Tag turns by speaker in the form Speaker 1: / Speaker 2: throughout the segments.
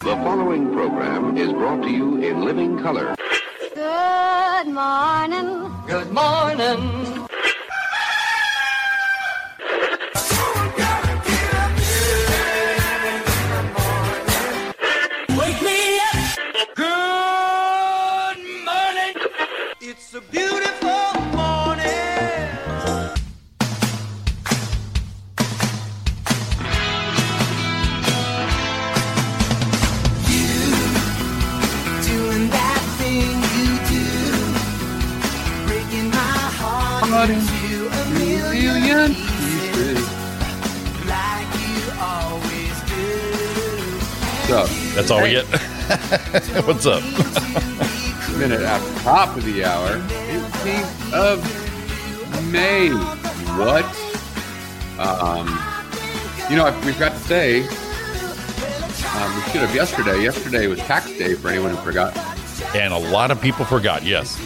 Speaker 1: The following program is brought to you in living color.
Speaker 2: Good morning.
Speaker 3: Good morning.
Speaker 4: Wake me up. Good morning. It's a beautiful morning.
Speaker 5: doing that thing you do, breaking my heart into a million pieces, like you always do.
Speaker 6: That's all we get. What's up?
Speaker 7: minute after top of the hour, 18th of May. What? Um, you know, I- we forgot to say, um, we should have yesterday. Yesterday was tax day for anyone who forgot.
Speaker 6: And a lot of people forgot. Yes.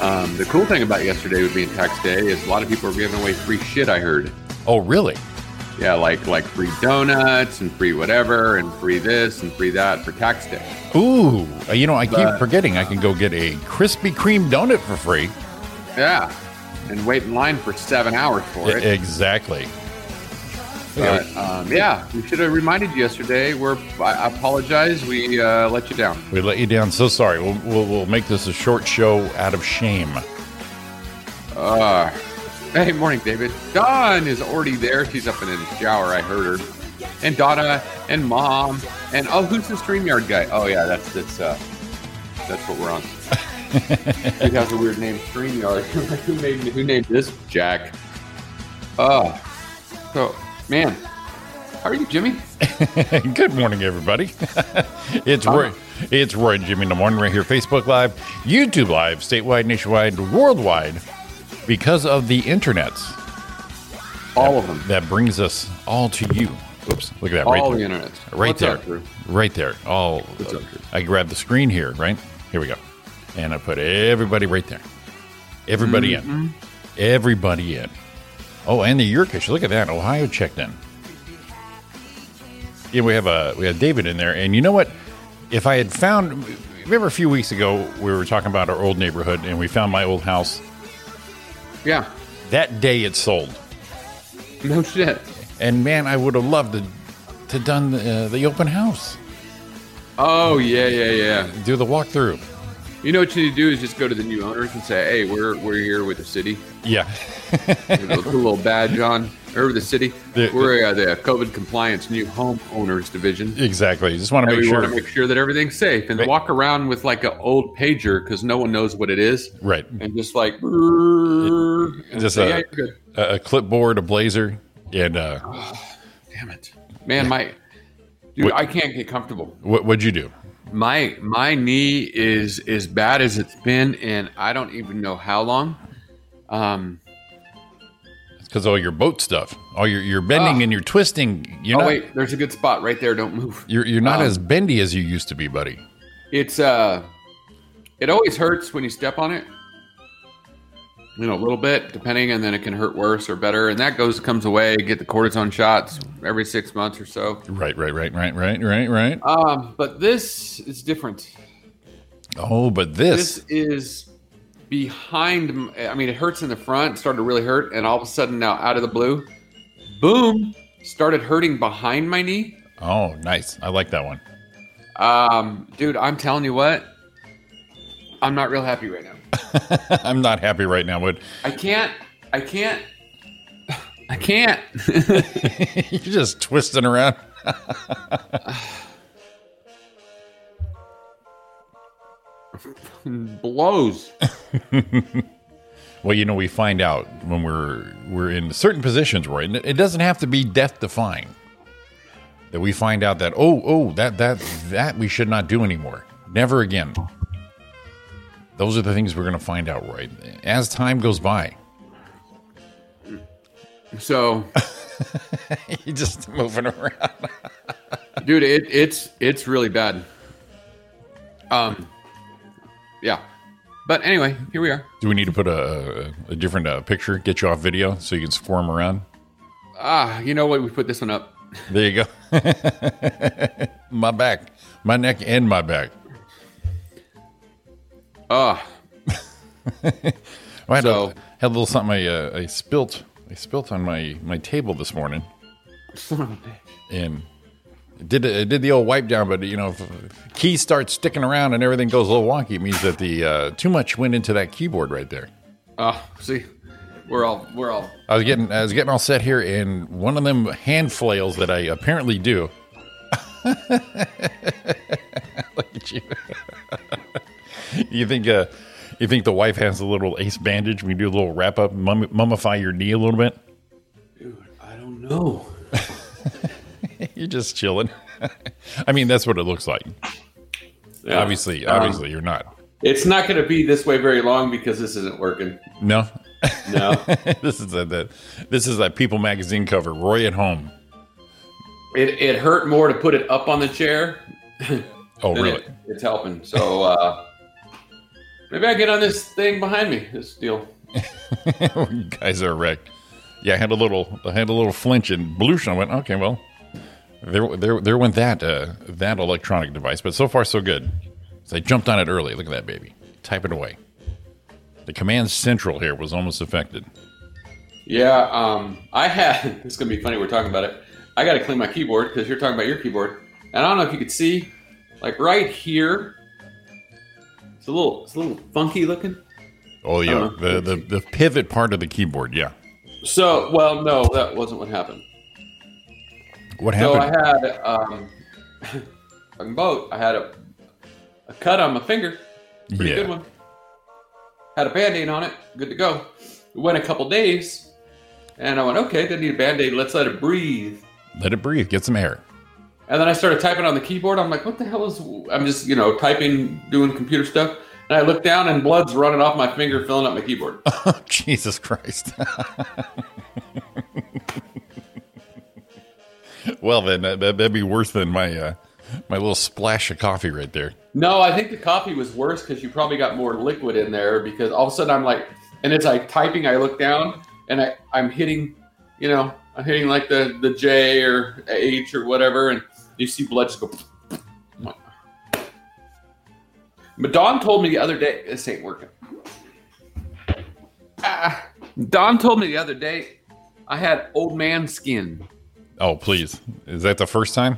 Speaker 7: Um, the cool thing about yesterday with being tax day is a lot of people were giving away free shit, I heard.
Speaker 6: Oh, really?
Speaker 7: Yeah, like like free donuts and free whatever and free this and free that for tax day.
Speaker 6: Ooh, uh, you know, I keep
Speaker 7: But-
Speaker 6: forgetting I can go get a Krispy Kreme donut for free.
Speaker 7: Yeah. And wait in line for seven hours for it.
Speaker 6: E- exactly.
Speaker 7: But um, yeah, we should have reminded you yesterday. We're I I apologize. We uh, let you down.
Speaker 6: We let you down. So sorry. We'll, we'll, we'll make this a short show out of shame.
Speaker 7: Uh, hey, morning, David. Dawn is already there. She's up and in the shower. I heard her. And Donna and mom and oh, who's the Streamyard guy? Oh yeah, that's that's uh, that's what we're on. it has a weird name, Streamyard. who named who named this Jack? Uh, so man, how are you, Jimmy?
Speaker 6: Good morning, everybody. it's Roy. It's Roy and Jimmy in the morning right here, Facebook Live, YouTube Live, statewide, nationwide, worldwide, because of the internets.
Speaker 7: All of them.
Speaker 6: That brings us all to you. Oops, look at that right
Speaker 7: All
Speaker 6: there.
Speaker 7: the internet.
Speaker 6: Right
Speaker 7: What's
Speaker 6: there.
Speaker 7: up, Drew?
Speaker 6: right there. Oh,
Speaker 7: What's up,
Speaker 6: uh,
Speaker 7: Drew?
Speaker 6: I grabbed the screen here, right? Here we go. And I put everybody right there. Everybody
Speaker 7: Mm-hmm.
Speaker 6: in. Everybody in. Oh, and the Yurkish. Look at that. Ohio checked in. Yeah, we have a we have David in there. And you know what? If I had found remember a few weeks ago we were talking about our old neighborhood and we found my old house.
Speaker 7: Yeah.
Speaker 6: That day it sold.
Speaker 7: No shit.
Speaker 6: And man, I would have loved to to done the, uh, the open house,
Speaker 7: Oh yeah, yeah, yeah.
Speaker 6: do the walkthrough.
Speaker 7: You know what you need to do is just go to the new owners and say, "Hey, we're we're here with the city.
Speaker 6: Yeah,
Speaker 7: Put a little badge on. Or the city.
Speaker 6: The-
Speaker 7: we're uh, the COVID compliance new home owners division.
Speaker 6: exactly. Just want to
Speaker 7: And
Speaker 6: make
Speaker 7: we want
Speaker 6: sure.
Speaker 7: to make sure that everything's safe and
Speaker 6: Right.
Speaker 7: walk around with like an old pager because no one knows what it is.
Speaker 6: Right.
Speaker 7: And just like, "Brrr," and
Speaker 6: Just uh,
Speaker 7: say,
Speaker 6: a,
Speaker 7: yeah, you're good.
Speaker 6: a, a clipboard, a blazer, and uh,
Speaker 7: Damn it, man, my dude,
Speaker 6: What-
Speaker 7: I can't get comfortable.
Speaker 6: what, what'd you do?
Speaker 7: My my knee is as bad as it's been, and I don't even know how long. Um,
Speaker 6: It's because all your boat stuff, all your you're bending
Speaker 7: Ah.
Speaker 6: and you're twisting. You're
Speaker 7: oh
Speaker 6: not,
Speaker 7: wait, there's a good spot right there. Don't move.
Speaker 6: you're you're not
Speaker 7: Um,
Speaker 6: as bendy as you used to be, buddy.
Speaker 7: It's uh, it always hurts when you step on it. You know, a little bit, depending, and then it can hurt worse or better. And that goes comes away. Get the cortisone shots every six months or so.
Speaker 6: Right, right, right, right, right, right, right.
Speaker 7: Um, but this is different.
Speaker 6: Oh, but this,
Speaker 7: This is behind. m- I mean, it hurts in the front. Started to really hurt, and all of a sudden, now out of the blue, boom, started hurting behind my knee.
Speaker 6: oh, nice. I like that one.
Speaker 7: Um, dude, I'm telling you what, I'm not real happy right now.
Speaker 6: I'm not happy right now, but
Speaker 7: I can't. I can't. I can't.
Speaker 6: you're just twisting around.
Speaker 7: Blows.
Speaker 6: Well, you know, we find out when we're we're in certain positions we're in. It doesn't have to be death defying. That we find out that oh oh that that that we should not do anymore. Never again. Those are the things we're going to find out, Roy, as time goes by.
Speaker 7: So,
Speaker 6: You're just moving around.
Speaker 7: dude, it, it's it's really bad. Um, yeah. But anyway, here we are.
Speaker 6: Do we need to put a, a different uh, picture, get you off video, so you can squirm around?
Speaker 7: Ah, you know what? We put this one up.
Speaker 6: There you go. my back, my neck, and my back.
Speaker 7: Oh,
Speaker 6: Oh, I had, a,
Speaker 7: So-
Speaker 6: had a little something I, uh, I spilt. I spilt on my, my table this morning, and it did it did the old wipe down. But you know, if keys start sticking around and everything goes a little wonky, it means that the uh, too much went into that keyboard right there.
Speaker 7: oh, see, we're all we're all
Speaker 6: I was getting I was getting all set here, and one of them hand flails that I apparently do. Look at you. you think uh, you think the wife has a little ace bandage? We do a little wrap up, mum- mummify your knee a little bit.
Speaker 7: I don't know.
Speaker 6: You're just chilling. I mean, that's what it looks like. Obviously, obviously, you're not.
Speaker 7: it's not going to be this way very long because this isn't working.
Speaker 6: No,
Speaker 7: No,
Speaker 6: this is a, that. This is that People magazine cover. Roy at home.
Speaker 7: it it hurt more to put it up on the chair
Speaker 6: Oh,
Speaker 7: than
Speaker 6: really?
Speaker 7: it, it's helping. So uh, maybe I get on this thing behind me. This deal.
Speaker 6: Oh, you guys are wrecked. Yeah, I had a little, I had a little flinch and bloosh. and I went, okay, well, there, there, there went that, uh, that electronic device. But so far, so good. So I jumped on it early. Look at that baby. Type it away. The command central here was almost affected.
Speaker 7: Yeah, um, I had. It's gonna be funny. We're talking about it. I got to clean my keyboard because you're talking about your keyboard, and I don't know if you could see, like right here. It's a little, it's a little funky looking.
Speaker 6: Oh yeah,
Speaker 7: Uh-huh.
Speaker 6: the, the the pivot part of the keyboard. Yeah.
Speaker 7: So, well, no, that wasn't what happened.
Speaker 6: What
Speaker 7: So I
Speaker 6: happened?
Speaker 7: had um, talking about, I had a a cut on my finger. Pretty
Speaker 6: yeah.
Speaker 7: good one. Had a band aid on it, good to go. It went a couple days, and I went, okay, didn't need a band aid, let's let it breathe.
Speaker 6: Let it breathe. Get some air.
Speaker 7: And then I started typing on the keyboard. I'm like, what the hell is. I'm just, you know, typing, doing computer stuff. And I look down, and blood's running off my finger, filling up my keyboard.
Speaker 6: Oh, Jesus Christ. well, then that, that, that'd be worse than my uh, my little splash of coffee right there.
Speaker 7: no, I think the coffee was worse because you probably got more liquid in there because all of a sudden I'm like, and it's like typing. I look down, and I, I'm hitting, you know, I'm hitting like the, the J or H or whatever, and you see blood just go. I'm like- But Don told me the other day, this ain't working. Ah, Don told me the other day I had old man skin.
Speaker 6: Oh, please. Is that the first time?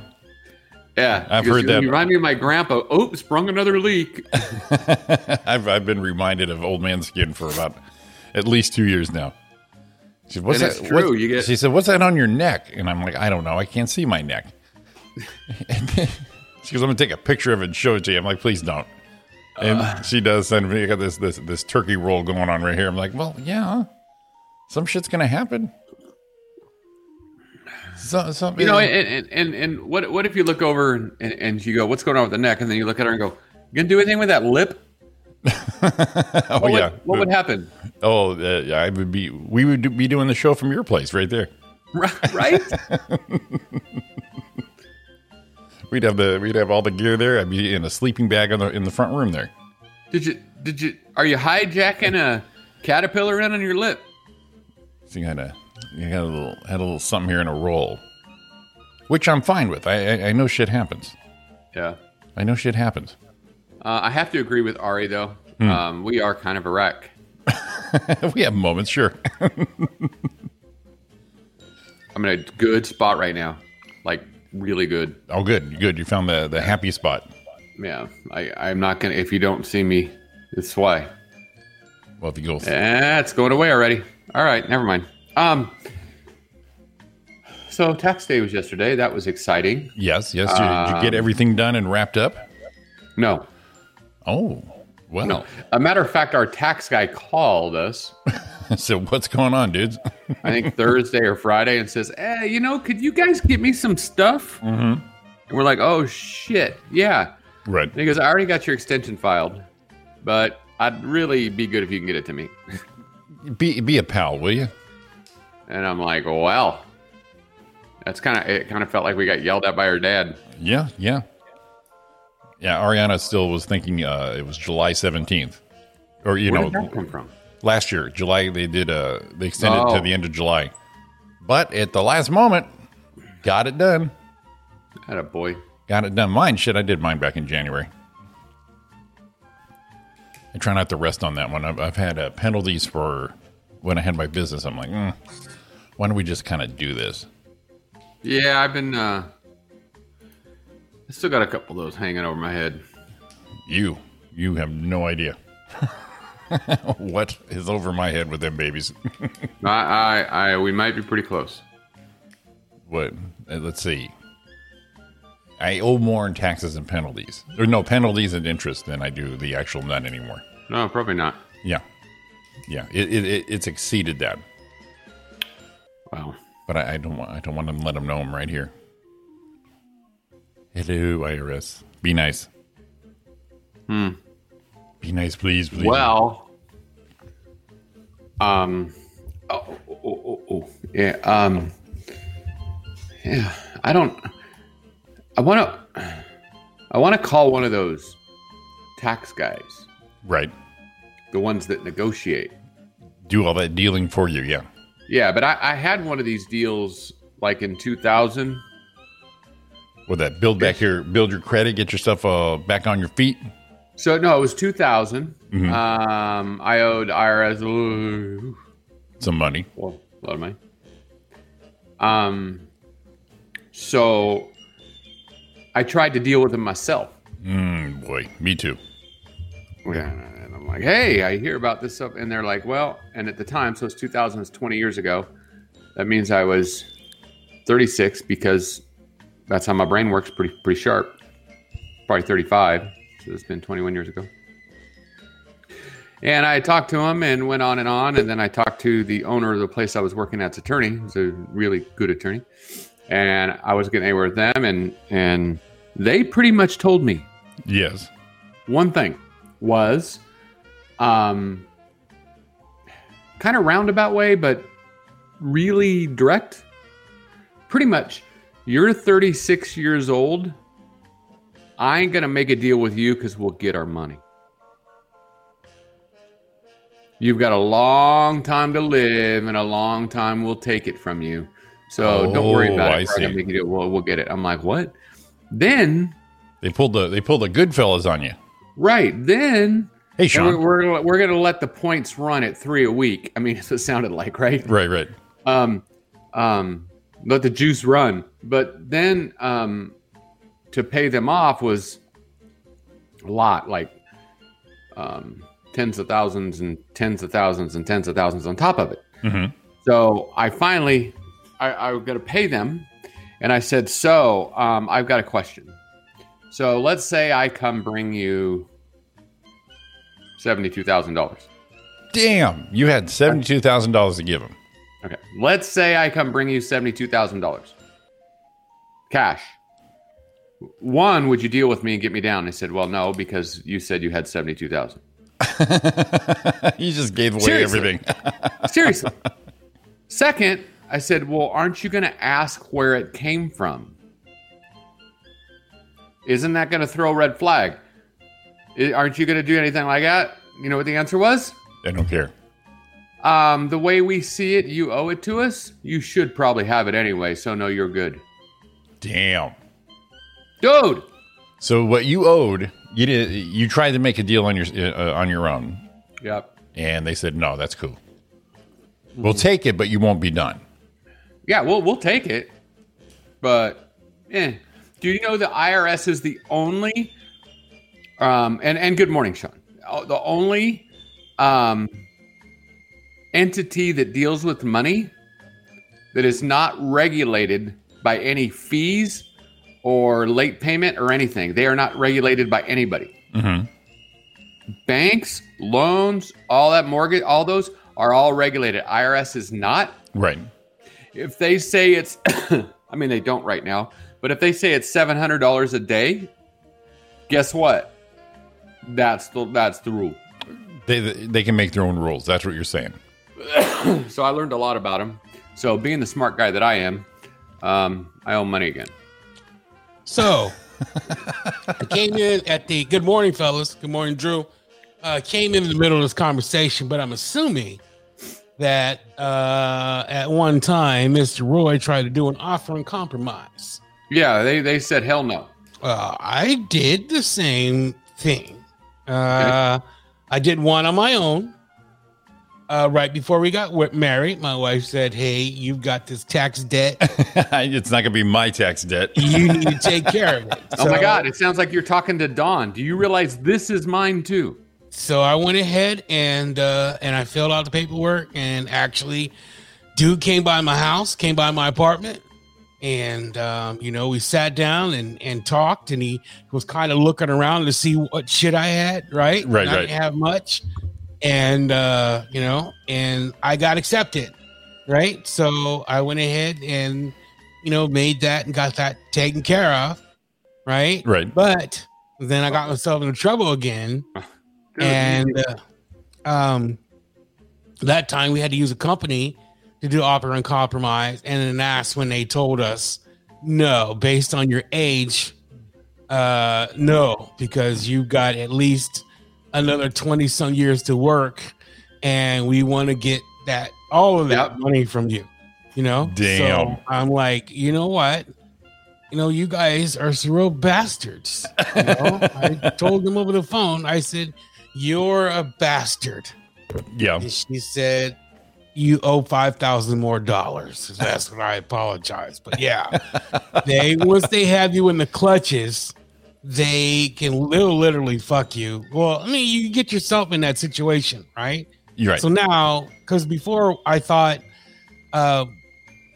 Speaker 7: Yeah,
Speaker 6: I've
Speaker 7: he goes,
Speaker 6: heard
Speaker 7: "You
Speaker 6: that."
Speaker 7: Remind me of my grandpa. Oops, sprung another leak.
Speaker 6: I've, I've been reminded of old man skin for about at least two years now. She said, what's
Speaker 7: And
Speaker 6: that?
Speaker 7: it's true,
Speaker 6: what-"
Speaker 7: you get-
Speaker 6: she said, what's that on your neck? And I'm like, I don't know. I can't see my neck. she goes, I'm going to take a picture of it and show it to you. I'm like, please don't. And
Speaker 7: Uh.
Speaker 6: she does send me, I got this, this, this turkey roll going on right here. I'm like, well, yeah, some shit's going to happen. So, so,
Speaker 7: You know, and, and and and what what if you look over and, and, and you go, "What's going on with the neck?" And then you look at her and go, "You gonna do anything with that lip?"
Speaker 6: oh,
Speaker 7: What
Speaker 6: yeah.
Speaker 7: Would, what would happen?
Speaker 6: oh, uh, I would be, we would do- be doing the show from your place right there.
Speaker 7: Right?
Speaker 6: We'd have the we'd have all the gear there. I'd be in a sleeping bag on the in the front room there.
Speaker 7: did you did you are you hijacking a caterpillar in on your lip?
Speaker 6: So you had a you had a little had a little something here in a roll, which I'm fine with. I I, I know shit happens.
Speaker 7: Yeah.
Speaker 6: I know shit happens.
Speaker 7: Uh, I have to agree with Ari though.
Speaker 6: Hmm.
Speaker 7: Um, we are kind of a wreck.
Speaker 6: we have moments, sure.
Speaker 7: I'm in a good spot right now, like really good.
Speaker 6: oh, good, good. You found the the happy spot.
Speaker 7: Yeah. I I'm not gonna. If you don't see me, it's why.
Speaker 6: Well, if you go,
Speaker 7: Eh, it's going away already. All right, never mind. Um, so tax day was yesterday. That was exciting.
Speaker 6: yes, yes. Did, did you get everything done and wrapped up?
Speaker 7: No,
Speaker 6: Oh, well.
Speaker 7: no. A matter of fact, our tax guy called us.
Speaker 6: so what's going on, dudes?
Speaker 7: I think Thursday or Friday, and says, "Eh, you know, could you guys get me some stuff?" Mm-hmm. And we're like, "Oh shit, yeah."
Speaker 6: right.
Speaker 7: And he goes, "I already got your extension filed, but I'd really be good if you can get it to me."
Speaker 6: Be be a pal, will you?
Speaker 7: And I'm like, "Well." That's kind of it. Kind of felt like we got yelled at by our dad.
Speaker 6: Yeah, yeah. Yeah, Ariana still was thinking uh, it was July 17th. Or, you
Speaker 7: Where
Speaker 6: know,
Speaker 7: did that come from?
Speaker 6: last year, July, they did, uh, they extended it
Speaker 7: Oh.
Speaker 6: to the end of July. But at the last moment, Got it done.
Speaker 7: Had a boy.
Speaker 6: Got it done. Mine, shit, I did mine back in January. I try not to rest on that one. I've, I've had uh, penalties for when I had my business. I'm like, mm, why don't we just kind of do this?
Speaker 7: Yeah, I've been. uh I still got a couple of those hanging over my head.
Speaker 6: You, you have no idea what is over my head with them babies.
Speaker 7: I, I, I, we might be pretty close.
Speaker 6: what? uh, Let's see. I owe more in taxes and penalties, or no penalties and interest than I do the actual nut anymore.
Speaker 7: No, probably not.
Speaker 6: Yeah, yeah, it, it, it it's exceeded that,
Speaker 7: Wow.
Speaker 6: but I, I don't want I don't want to let them know I'm right here. Hello, IRS. Be nice. Hmm. Be nice, please. please.
Speaker 7: Well, um, oh, oh, oh, oh, oh, yeah, um, yeah. I don't. I want to. I want to call one of those tax guys,
Speaker 6: right.
Speaker 7: the ones that negotiate.
Speaker 6: Do all that dealing for you. Yeah.
Speaker 7: Yeah, but I, I had one of these deals like in 2000.
Speaker 6: With that, build back your build your credit, get yourself uh, back on your feet.
Speaker 7: So no, it was 2000. Um, I owed IRS ooh,
Speaker 6: Some money.
Speaker 7: well, a lot of money. Um, so I tried to deal with them myself.
Speaker 6: Mm, boy, me too.
Speaker 7: Yeah, and I'm like, hey, I hear about this stuff, and they're like, well, and at the time, so it's 2000, it's 20 years ago. That means I was 36 because that's how my brain works, pretty pretty sharp. Probably 35, so it's been 21 years ago. And I talked to him and went on and on, and then I talked to the owner of the place I was working at's attorney, who's a really good attorney, and I was getting anywhere with them, and and they pretty much told me
Speaker 6: Yes.
Speaker 7: one thing was um kind of roundabout way but really direct pretty much you're 36 years old i ain't gonna make a deal with you because we'll get our money you've got a long time to live and a long time we'll take it from you so don't worry
Speaker 6: Oh,
Speaker 7: about it
Speaker 6: I
Speaker 7: We're not gonna
Speaker 6: see.
Speaker 7: make a deal. We'll, we'll get it i'm like what then
Speaker 6: They pulled the they pulled the good fellas on you.
Speaker 7: right then
Speaker 6: Hey,
Speaker 7: and
Speaker 6: Sean.
Speaker 7: we're we're, gonna- we're gonna let the points run at three a week. I mean, that's what it sounded like, right?
Speaker 6: right, right.
Speaker 7: Um, um, let the juice run. But then um, to pay them off was a lot, like um, tens of thousands and tens of thousands and tens of thousands on top of it. So I finally, I, I got to pay them, and I said, "So um, I've got a question. So let's say I come bring you seventy-two thousand dollars.
Speaker 6: Damn, you had seventy two thousand dollars to give him.
Speaker 7: Okay, let's say I come bring you seventy-two thousand dollars, cash. One, would you deal with me and get me down? I said, "Well, no, because you said you had seventy-two thousand.
Speaker 6: you just gave away
Speaker 7: Seriously.
Speaker 6: everything.
Speaker 7: Seriously. Second, I said, Well, aren't you going to ask where it came from? Isn't that going to throw a red flag? I- Aren't you going to do anything like that? You know what the answer was?
Speaker 6: I don't care.
Speaker 7: Um, the way we see it, you owe it to us. You should probably have it anyway. So, no, you're good.
Speaker 6: Damn.
Speaker 7: Dude,
Speaker 6: So what you owed, you did. You tried to make a deal on your uh, on your own,
Speaker 7: Yep.
Speaker 6: and they said no. That's cool. We'll take it, but you won't be done.
Speaker 7: Yeah, we'll we'll take it. But eh. Do you know the IRS is the only um and, and good morning, Sean. Oh, The only um entity that deals with money that is not regulated by any fees or late payment or anything. They are not regulated by anybody. Banks, loans, all that mortgage, all those are all regulated. IRS is not
Speaker 6: Right.
Speaker 7: if they say it's i mean they don't right now but if they say it's $700 a day guess what that's the that's the rule
Speaker 6: They they can make their own rules. That's what you're saying.
Speaker 7: so i learned a lot about them so being the smart guy that i am um, i owe money again
Speaker 5: So I came in at the good morning, fellas. Good morning, Drew. Uh, came in the middle of this conversation, but I'm assuming
Speaker 8: that uh, at one time Mr. Roy tried to do an offer and compromise.
Speaker 7: Yeah, they, they said hell no.
Speaker 8: Uh, I did the same thing. Uh, I did one on my own. Uh, right before we got wi- married, my wife said, "Hey, you've got this tax debt.
Speaker 6: it's not going to be my tax debt.
Speaker 8: You need to take care of it."
Speaker 7: oh my
Speaker 8: So-
Speaker 7: God, it sounds like you're talking to Don. Do you realize this is mine too?
Speaker 8: So I went ahead and uh, and I filled out the paperwork, and actually, dude came by my house, came by my apartment, and um, you know we sat down and and talked, and he was kind of looking around to see what shit I had, right?
Speaker 6: Right,
Speaker 8: And I
Speaker 6: right.
Speaker 8: didn't have much, and uh, you know, and I got accepted, right? So I went ahead and you know made that and got that taken care of, right?
Speaker 6: Right.
Speaker 8: But then I got myself into trouble again
Speaker 7: Dude,
Speaker 8: and uh, um, that time we had to use a company to do offer and compromise, and then that's when they told us no, based on your age, uh, no, because you got at least another twenty some years to work, and we want to get that all of that
Speaker 7: Yep.
Speaker 8: money from you. You know,
Speaker 6: Damn.
Speaker 8: So I'm like, you know what? You know, you guys are some real bastards. You know? I told them over the phone. I said, "You're a bastard,"
Speaker 6: Yeah.
Speaker 8: and she said, "You owe five thousand more dollars." That's when I apologize. But yeah, they once they have you in the clutches, they can little literally fuck you. Well, I mean, you get yourself in that situation, right?
Speaker 6: You're right.
Speaker 8: So now, because before I thought, uh,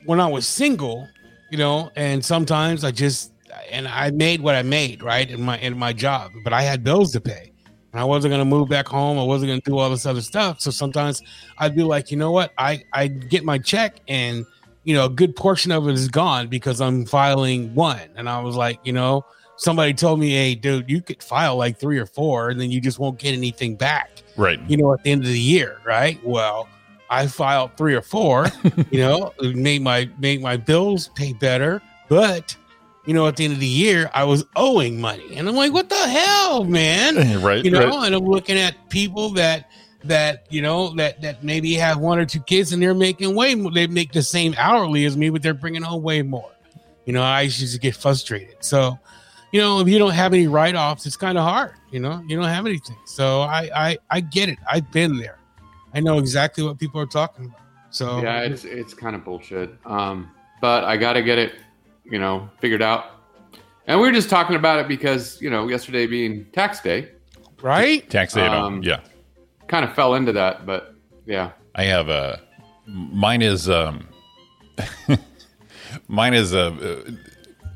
Speaker 8: when I was single, you know, and sometimes I just and I made what I made, right, in my in my job, but I had bills to pay, and I wasn't gonna move back home. I wasn't gonna do all this other stuff. So sometimes I'd be like, you know what, I I get my check and you know a good portion of it is gone because I'm filing one, and I was like, you know. Somebody told me, "Hey, dude, you could file like three or four, and then you just won't get anything back."
Speaker 6: right.
Speaker 8: you know, at the end of the year, right? Well, I filed three or four, you know, it made my made my bills pay better, but you know, at the end of the year, I was owing money, and I'm like, what the hell, man?
Speaker 6: Right.
Speaker 8: You know,
Speaker 6: right.
Speaker 8: and I'm looking at people that that you know that that maybe have one or two kids, and they're making way more. They make the same hourly as me, but they're bringing home way more. You know, I used to get frustrated. So, you know, if you don't have any write offs, it's kind of hard. You know, you don't have anything. So I, I, I get it. I've been there. I know exactly what people are talking about. So
Speaker 7: Yeah, it's it's kind of bullshit. Um, but I got to get it, you know, figured out. And we were just talking about it because you know yesterday being tax day,
Speaker 8: right,
Speaker 6: Tax aid.
Speaker 7: Um,
Speaker 6: yeah.
Speaker 7: kind of fell into that. But yeah,
Speaker 6: I have a. Mine is um. mine is a.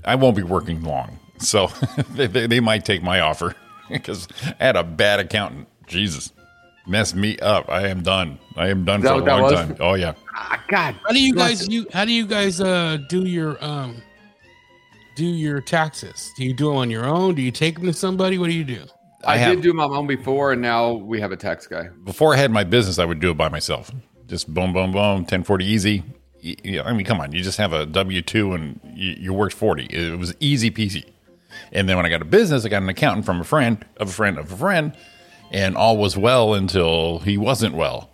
Speaker 6: I won't be working long, so they, they, they might take my offer because I had a bad accountant. Jesus, messed me up. I am done. I am done
Speaker 7: Is that
Speaker 6: for a
Speaker 7: what that
Speaker 6: long
Speaker 7: was?
Speaker 6: time. Oh yeah.
Speaker 7: ah, God,
Speaker 8: how do you guys you how do you guys uh do your um do your taxes? Do you do it on your own? Do you take them to somebody? What do you do?
Speaker 7: I,
Speaker 6: I have- Uh,
Speaker 7: did do my own before, and now we have a tax guy.
Speaker 6: Before I had my business, I would do it by myself. Just boom, boom, boom. Ten forty easy. Y- you know, I mean, come on. You just have a W two and you, you worked forty. It was easy peasy. And then when I got a business, I got an accountant from a friend of a friend of a friend, and all was well until he wasn't well.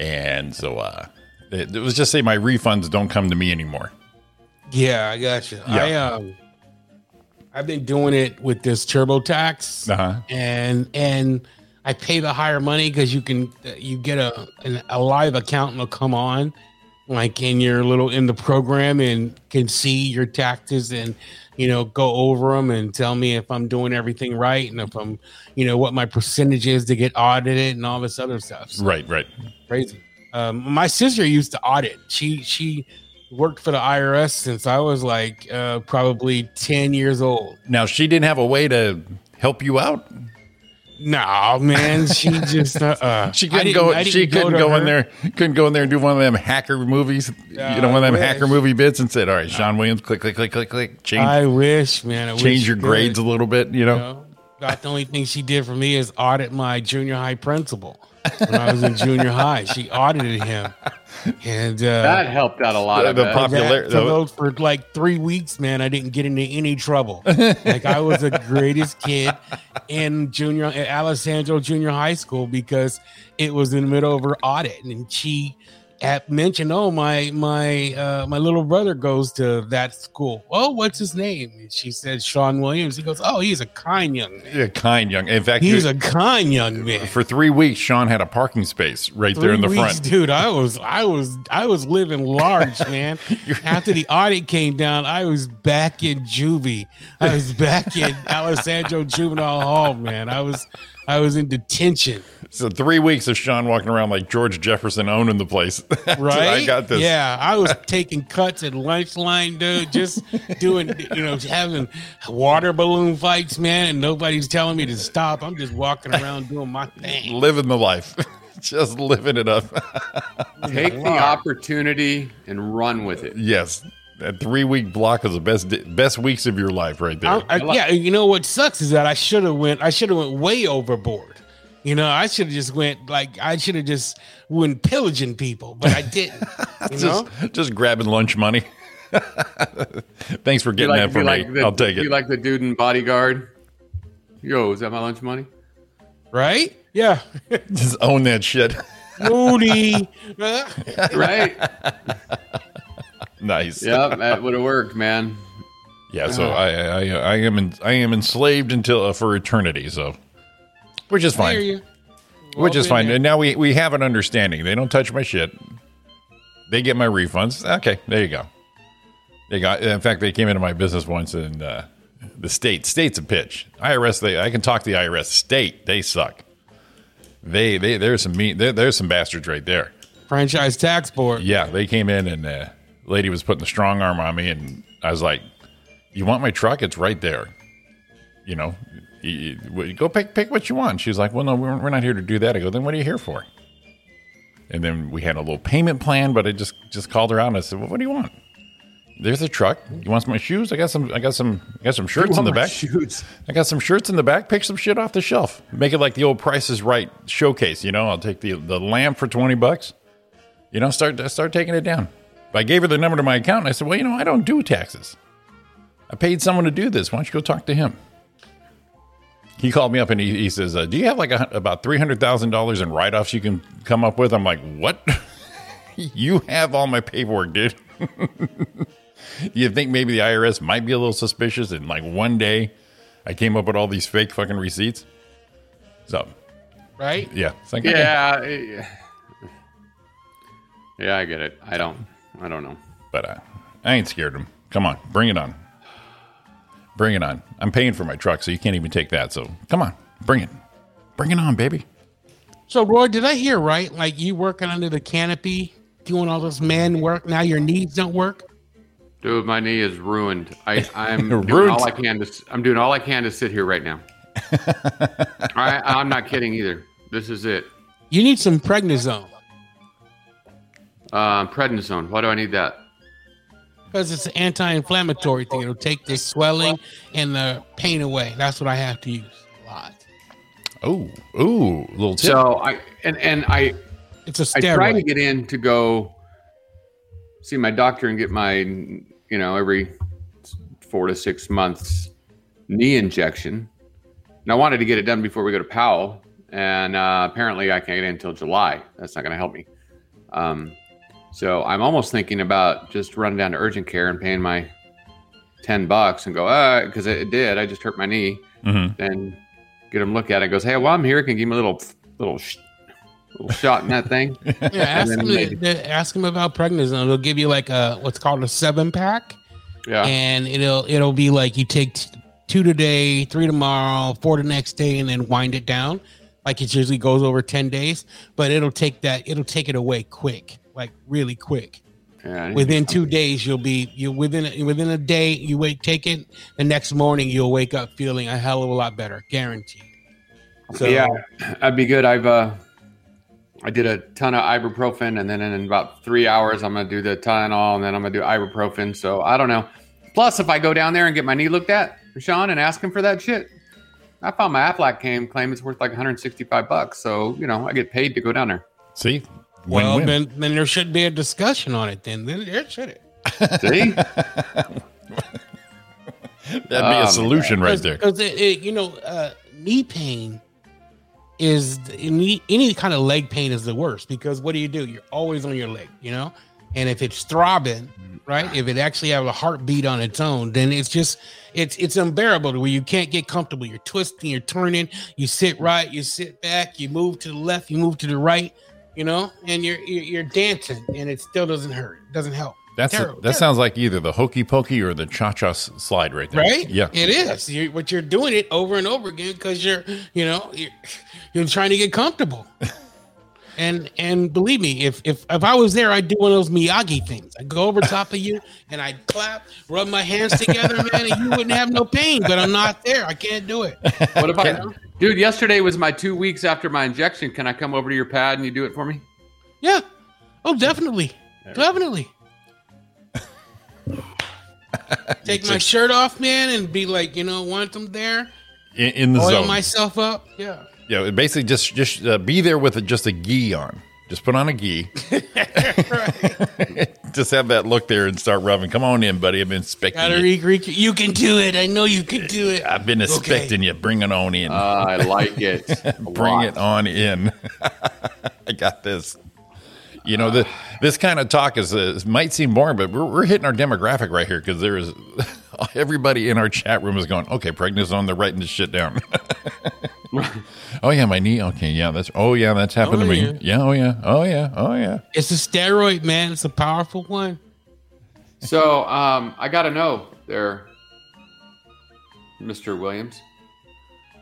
Speaker 6: And so uh, it, it was just say my refunds don't come to me anymore.
Speaker 8: Yeah, I got you. I
Speaker 6: Yeah.
Speaker 8: um, I've been doing it with this TurboTax,
Speaker 6: Uh-huh.
Speaker 8: and and I pay the higher money because you can you get a an, a live accountant will come on, like in your little in the program and can see your taxes and you know go over them and tell me if I'm doing everything right and if I'm you know what my percentage is to get audited and all this other stuff. So
Speaker 6: Right, right.
Speaker 8: crazy. Um, my sister used to audit. She she worked for the IRS since I was like uh, probably ten years old.
Speaker 6: Now she didn't have a way to help you out.
Speaker 8: Nah, man, she just uh, uh,
Speaker 6: She
Speaker 8: I
Speaker 6: couldn't
Speaker 8: didn't-
Speaker 6: go.
Speaker 8: I didn't
Speaker 6: She couldn't
Speaker 8: to
Speaker 6: go, in
Speaker 8: her.
Speaker 6: there. Couldn't go in there and do one of them hacker movies.
Speaker 8: Yeah,
Speaker 6: you know, one of
Speaker 8: I
Speaker 6: them
Speaker 8: Uh, wish.
Speaker 6: hacker movie bits, and said, "All right, Sean Williams, click, click, click, click, click. Change,
Speaker 8: I wish, man. I wish
Speaker 6: change
Speaker 8: she
Speaker 6: your
Speaker 8: could,
Speaker 6: grades a little bit." You know.
Speaker 8: you know? About the only thing she did for me is audit my junior high principal when I was in junior high. She audited him, and uh,
Speaker 7: That helped out a lot.
Speaker 6: The-
Speaker 7: of
Speaker 6: the
Speaker 7: that.
Speaker 6: pop- popular-
Speaker 8: that for, those, for like three weeks, man, I didn't get into any trouble. like I was the greatest kid in junior at Alessandro Junior High School because it was in the middle of her audit, and she have mentioned, oh my my uh, my little brother goes to that school. Oh, what's his name? And she said Sean Williams. He goes, oh, he's a kind young man.
Speaker 6: A kind young. In fact,
Speaker 8: He's
Speaker 6: you-
Speaker 8: a kind young man.
Speaker 6: for three weeks, Sean had a parking space right there in the
Speaker 8: Three weeks,
Speaker 6: front.
Speaker 8: dude. I was, I was, I was living large, man. After the audit came down, I was back in juvie. I was back in Alessandro Juvenile Hall, man. I was, I was in detention,
Speaker 6: So three weeks of Sean walking around like George Jefferson owning the place.
Speaker 8: right?
Speaker 6: I got this.
Speaker 8: Yeah, I was taking cuts at lunchline, dude. Just doing, you know, having water balloon fights, man, and nobody's telling me to stop. I'm just walking around doing my thing.
Speaker 6: Living the life. Just living it up.
Speaker 7: Take the opportunity and run with it.
Speaker 6: yes. That three week block is the best di- best weeks of your life right there.
Speaker 8: I, I, yeah, you know what sucks is that I should have went. I should have went way overboard. You know, I should have just went like I should have just went pillaging people, but I didn't. You know,
Speaker 6: just just grabbing lunch money. Thanks for
Speaker 7: Be
Speaker 6: getting
Speaker 7: like-
Speaker 6: that for
Speaker 7: be
Speaker 6: me.
Speaker 7: like the-
Speaker 6: I'll take
Speaker 7: be
Speaker 6: it.
Speaker 7: like the dude in Bodyguard. Yo, is that my lunch money?
Speaker 8: right? Yeah,
Speaker 6: just own that shit.
Speaker 8: moody. Uh,
Speaker 7: Right?
Speaker 6: nice.
Speaker 7: yep, that would have worked, man.
Speaker 6: Yeah, so
Speaker 7: Uh-huh.
Speaker 6: I I, I I am en- I am enslaved until uh, for eternity. So, which is
Speaker 8: I hear
Speaker 6: fine,
Speaker 8: you.
Speaker 6: which is
Speaker 8: Well,
Speaker 6: fine.
Speaker 8: yeah.
Speaker 6: And now we we have an understanding. They don't touch my shit. They get my refunds. Okay, there you go. They got. In fact, they came into my business once, and uh, the state state's a pitch. IRS. They I can talk to the IRS. State they suck. They they there's some meat. There, there's some bastards right there.
Speaker 8: Franchise tax board.
Speaker 6: Yeah, they came in and uh, lady was putting the strong arm on me, and I was like, "You want my truck? It's right there. You know, you- you- go pick pick what you want." She was like, "Well, no, we're, we're not here to do that." I go, "Then what are you here for?" And then we had a little payment plan, but I just just called her out and I said, "Well, what do you want?" There's a truck. You want some of my shoes? I got some. I got some. I got some shirts in the back.
Speaker 7: Shoes.
Speaker 6: I got some shirts in the back. Pick some shit off the shelf. Make it like the old Price is Right showcase. You know, I'll take the the lamp for twenty bucks. You know, start start taking it down. But I gave her the number to my account, and I said, "Well, you know, I don't do taxes. I paid someone to do this. Why don't you go talk to him?" He called me up and he, he says, uh, "Do you have like a, hun- about three hundred thousand dollars in write offs you can come up with?" I'm like, "What? you have all my paperwork, dude." you think maybe the IRS might be a little suspicious and like one day I came up with all these fake fucking receipts. So
Speaker 8: Right?
Speaker 6: yeah, it's like, okay.
Speaker 7: Yeah. eh, Yeah, I get it. I don't. I don't know.
Speaker 6: but uh, I ain't scared of them. Come on, bring it on, bring it on. I'm paying for my truck, so you can't even take that. So come on, bring it, bring it on, baby.
Speaker 8: So, Roy, did I hear right? Like you working under the canopy, doing all this man work. Now your knees don't work.
Speaker 7: Dude, my knee is ruined. I, I'm doing
Speaker 6: Ruined.
Speaker 7: all I can to. s- I'm doing all I can to sit here right now. I, I'm not kidding either. This is it.
Speaker 8: You need some prednisone
Speaker 7: Um, prednisone. Why do I need that?
Speaker 8: because it's an anti-inflammatory thing. It'll take the swelling and the pain away. That's what I have to use a lot.
Speaker 6: Oh, ooh, little tip.
Speaker 7: So I and and I
Speaker 8: It's a
Speaker 7: I
Speaker 8: steroid.
Speaker 7: tried to get in to go see my doctor and get my, you know, every four to six months knee injection. And I wanted to get it done before we go to Powell. And uh, apparently I can't get in until July. That's not going to help me. Um, so I'm almost thinking about just running down to urgent care and paying my 10 bucks and go, uh, because it, it did. I just hurt my knee.
Speaker 6: Mhm.
Speaker 7: Then get him look at it. Goes, hey, while I'm here, can you give me a little, little, sh- little shot in that thing?
Speaker 8: Yeah, ask
Speaker 7: then
Speaker 8: him,
Speaker 7: maybe-
Speaker 8: to- ask him about prednisone. It'll give you like a what's called a seven pack,
Speaker 7: Yeah.
Speaker 8: and it'll it'll be like you take t- two today, three tomorrow, four the next day, and then wind it down. Like it usually goes over ten days, but it'll take that it'll take it away quick, like really quick.
Speaker 7: Yeah, I need
Speaker 8: Within two days, you'll be you within within a day. You wait, take it. The next morning, you'll wake up feeling a hell of a lot better, guaranteed. So
Speaker 7: yeah, I'd be good. I've uh, I did a ton of ibuprofen, and then in about three hours, I'm gonna do the Tylenol, and then I'm gonna do ibuprofen. So I don't know. Plus, if I go down there and get my knee looked at, Sean, and ask him for that shit, I found my Aflac came claim it's worth like 165 bucks. So you know, I get paid to go down there.
Speaker 6: See, win
Speaker 8: well,
Speaker 6: win.
Speaker 8: then then there should be a discussion on it. Then then there should it.
Speaker 7: See,
Speaker 6: That'd be a solution right there.
Speaker 8: Because you know, uh, knee pain is any, any kind of leg pain is the worst because what do you do? You're always on your leg, you know? And if it's throbbing, right? If it actually has a heartbeat on its own, then it's just it's it's unbearable to where you can't get comfortable. You're twisting, you're turning, you sit right, you sit back, you move to the left, you move to the right, you know, and you're you're, you're dancing and it still doesn't hurt. It doesn't help.
Speaker 6: That's
Speaker 8: Terrible,
Speaker 6: that
Speaker 8: terrible.
Speaker 6: sounds like either the hokey pokey or the cha cha slide right there.
Speaker 8: right?
Speaker 6: Yeah.
Speaker 8: it is. You, but you're doing it over and over again because you're, you know, you're, you're trying to get comfortable. and and believe me, if if if I was there, I'd do one of those Miyagi things. I'd go over top of you and I'd clap, rub my hands together, man, and you wouldn't have no pain. But I'm not there. I can't do it.
Speaker 7: What about, dude? Yesterday was my two weeks after my injection. Can I come over to your pad and you do it for me?
Speaker 8: Yeah. Oh, definitely, definitely. Take my shirt off, man, and be like, you know, want them there,
Speaker 6: In, in the
Speaker 8: oil
Speaker 6: zone.
Speaker 8: myself up. Yeah.
Speaker 6: yeah. Basically, just just uh, be there with just a gi on. Just put on a gi. just have that look there and start rubbing. Come on in, buddy. I've been expecting
Speaker 8: Gotta
Speaker 6: you.
Speaker 8: re- re- you can do it. I know you can do it.
Speaker 6: I've been
Speaker 8: Okay.
Speaker 6: expecting you. Bring it on in.
Speaker 7: Uh, I like it. a
Speaker 6: Bring
Speaker 7: lot.
Speaker 6: it on in. I got this. You know, the, this kind of talk is, is might seem boring, but we're, we're hitting our demographic right here because there is everybody in our chat room is going, okay, prednisone, they're writing this shit down. oh yeah, my knee. Okay, yeah, that's. Oh yeah, that's happened
Speaker 8: Oh,
Speaker 6: to
Speaker 8: yeah.
Speaker 6: me. Yeah, oh yeah, oh yeah, oh yeah.
Speaker 8: It's a steroid, man. It's a powerful one.
Speaker 7: So um, I gotta know there, Mr. Williams.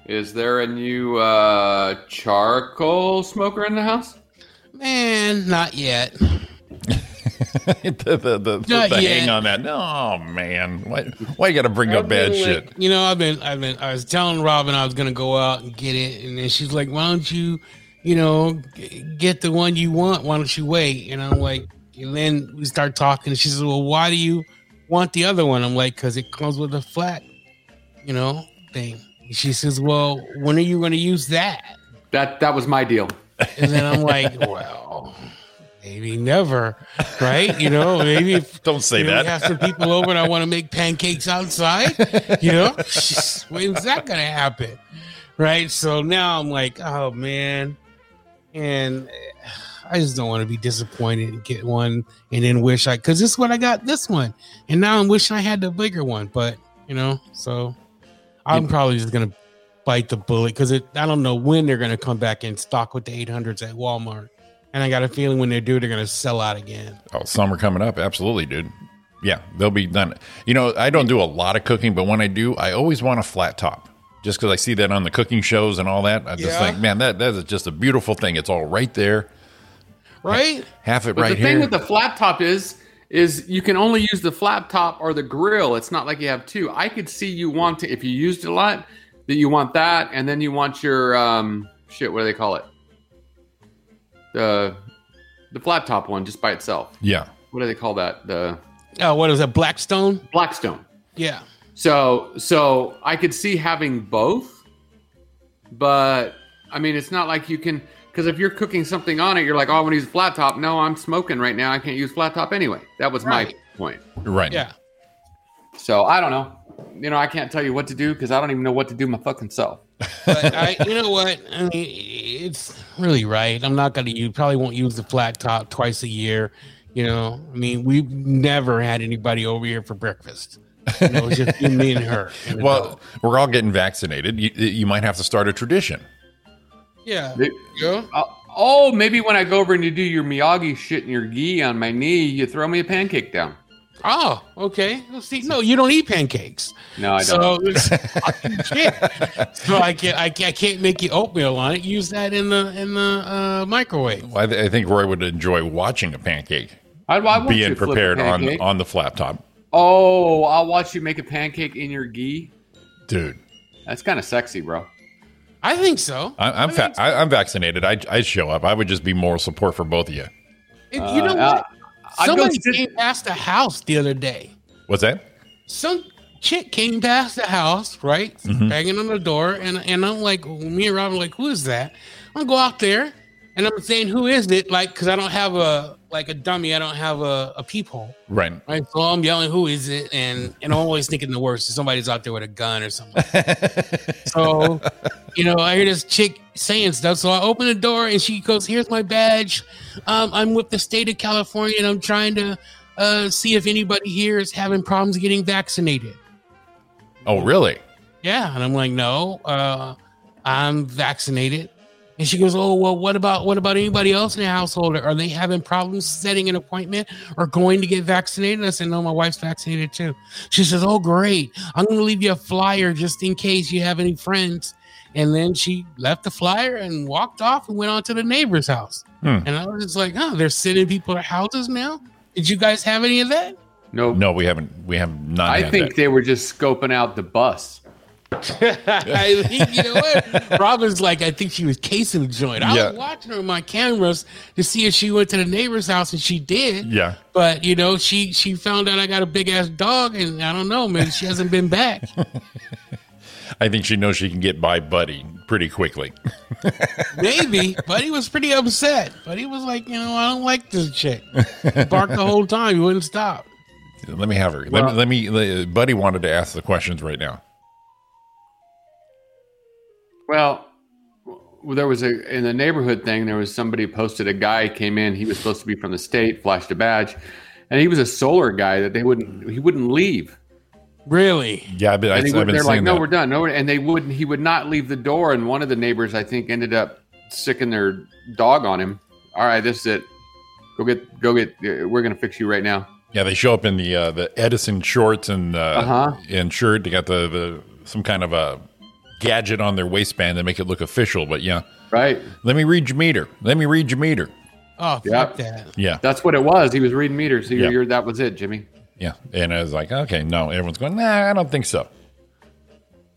Speaker 7: Is there a new uh, charcoal smoker in the house?
Speaker 8: Man, not yet.
Speaker 6: the the, the,
Speaker 8: Not
Speaker 6: the
Speaker 8: yet.
Speaker 6: hang on that. Oh man, why why you got to bring up bad shit?
Speaker 8: You know, I've been, I've been, I was telling Robin I was gonna go out and get it, and then she's like, "Why don't you, you know, g- get the one you want? Why don't you wait?" And I'm like, and then we start talking. And she says, "Well, why do you want the other one?" I'm like, "Cause it comes with a flat, you know, thing." She says, "Well, when are you gonna use that?"
Speaker 7: That that was my deal.
Speaker 8: And then I'm like, well, maybe never, right? You know, maybe if
Speaker 6: Don't say
Speaker 8: you know,
Speaker 6: that.
Speaker 8: we have some people over and I want to make pancakes outside, you know, when's that going to happen? Right. So now I'm like, oh, man. And I just don't want to be disappointed and get one and then wish I, because this is what I got this one. And now I'm wishing I had the bigger one, but, you know, so I'm probably just going to bite the bullet because I don't know when they're going to come back in stock with the 800s at Walmart. And I got a feeling when they do, they're going to sell out again.
Speaker 6: Oh, summer coming up. Absolutely, dude. Yeah, they'll be done. You know, I don't do a lot of cooking, but when I do, I always want a flat top. Just because I see that on the cooking shows and all that, I just
Speaker 8: Yeah.
Speaker 6: think, man, that that is just a beautiful thing. It's all right there,
Speaker 8: Right?
Speaker 6: half it
Speaker 7: But
Speaker 6: right
Speaker 7: the thing
Speaker 6: here.
Speaker 7: with the flat top is is you can only use the flat top or the grill. It's not like you have two. I could see you want to if you used it a lot that you want that, and then you want your um, shit. What do they call it? The the flat top one just by itself.
Speaker 6: yeah,
Speaker 7: What do they call that? The
Speaker 8: Oh, what is that? Blackstone?
Speaker 7: Blackstone.
Speaker 8: Yeah.
Speaker 7: So so I could see having both, but I mean it's not like you can because if you're cooking something on it, you're like, oh, I want to use flat top. No, I'm smoking right now. I can't use flat top anyway. That was
Speaker 8: Right.
Speaker 7: my point.
Speaker 6: right.
Speaker 8: Yeah.
Speaker 7: So I don't know. You know, I can't tell you what to do because I don't even know what to do my fucking self.
Speaker 8: But I, you know what? I mean, it's really right. I'm not going to use, probably won't use the flat top twice a year. You know, I mean, we've never had anybody over here for breakfast. You know, it's just me and her.
Speaker 6: Well, we're all getting vaccinated. You, you might have to start a tradition.
Speaker 8: yeah.
Speaker 7: They-
Speaker 8: Yeah.
Speaker 7: Uh, oh, maybe when I go over and you do your Miyagi shit and your gi on my knee, you throw me a pancake down.
Speaker 8: Oh, okay. Well, see, no, you don't eat pancakes.
Speaker 7: No, I don't.
Speaker 8: So, it's- shit. so I can't, I can't, I can't make you oatmeal on it. Use that in the in the uh, microwave.
Speaker 6: I, th- I think Roy would enjoy watching a pancake
Speaker 7: I'd, I want you
Speaker 6: being
Speaker 7: to flip a
Speaker 6: prepared on
Speaker 7: pancake.
Speaker 6: on the flat top,
Speaker 7: Oh, I'll watch you make a pancake in your gi.
Speaker 6: dude.
Speaker 7: That's kind of sexy, bro.
Speaker 8: I think so.
Speaker 6: I, I'm fa- I, I'm vaccinated. I I show up. I would just be moral support for both of you.
Speaker 8: And you know
Speaker 7: Uh,
Speaker 8: what?
Speaker 7: I'd go
Speaker 8: Somebody
Speaker 7: sit-
Speaker 8: came past the house the other day.
Speaker 6: What's that?
Speaker 8: Some chick came past the house, right,
Speaker 7: Mm-hmm.
Speaker 8: banging on the door, and and I'm like, me and Robin, are like, who is that? I'm gonna go out there, and I'm saying, who is it? Like, cause I don't have a like a dummy. I don't have a, a peephole.
Speaker 6: Right.
Speaker 8: Right, so I'm yelling, "Who is it?" and and I'm always thinking the worst. Somebody's out there with a gun or something. so you know, I hear this chick saying stuff. So I open the door and she goes, Here's my badge. Um, I'm with the state of California and I'm trying to uh, see if anybody here is having problems getting vaccinated.
Speaker 6: Oh, really?
Speaker 8: Yeah. And I'm like, No, uh, I'm vaccinated. And she goes, Oh, well, what about what about anybody else in the household? Are they having problems setting an appointment or going to get vaccinated? I said, No, my wife's vaccinated too. She says, Oh, great. I'm gonna leave you a flyer just in case you have any friends. And then she left the flyer and walked off and went on to the neighbor's house.
Speaker 6: Hmm.
Speaker 8: And I was just like, Oh, they're sending people to houses now? Did you guys have any of that?
Speaker 7: No,
Speaker 6: No, we haven't. We have not.
Speaker 7: I
Speaker 6: had
Speaker 7: think
Speaker 6: that.
Speaker 7: they were just scoping out the bus.
Speaker 8: I think you know what? Robin's like, I think she was casing the joint. I
Speaker 6: Yeah.
Speaker 8: was watching her on my cameras to see if she went to the neighbor's house, and she did.
Speaker 6: Yeah.
Speaker 8: But you know, she she found out I got a big ass dog, and I don't know, man. She hasn't been back.
Speaker 6: I think she knows she can get by Buddy pretty quickly.
Speaker 8: Maybe, but he was pretty upset. But he was like, you know, I don't like this chick. Barked the whole time. He wouldn't stop.
Speaker 6: Let me have her. Let me- let me, let Buddy wanted to ask the questions right now.
Speaker 7: Well, w- there was a in the neighborhood thing. There was somebody posted a guy came in. He was supposed to be from the state, flashed a badge, and he was a solar guy that they wouldn't. He wouldn't leave.
Speaker 8: Really?
Speaker 6: Yeah, I've been, I've
Speaker 7: And he
Speaker 6: been
Speaker 7: would, they're
Speaker 6: seeing
Speaker 7: like,
Speaker 6: that.
Speaker 7: no, we're done. No, we're-" and they wouldn't. He would not leave the door. And one of the neighbors, I think, ended up sicking their dog on him. All right, this is it. Go get, go get. uh, We're gonna fix you right now.
Speaker 6: yeah, they show up in the uh, the Edison shorts and uh,
Speaker 7: Uh-huh.
Speaker 6: and shirt. They got the, the some kind of a gadget on their waistband to make it look official. But yeah,
Speaker 7: Right.
Speaker 6: let me read your meter. Let me read your meter.
Speaker 8: Oh,
Speaker 7: Yep.
Speaker 8: fuck that.
Speaker 6: Yeah,
Speaker 7: That's what it was. He was reading meters. So
Speaker 6: Yeah.
Speaker 7: you're, you're, that was it, Jimmy.
Speaker 6: yeah. And I was like, okay, no. Everyone's going, nah, I don't think so.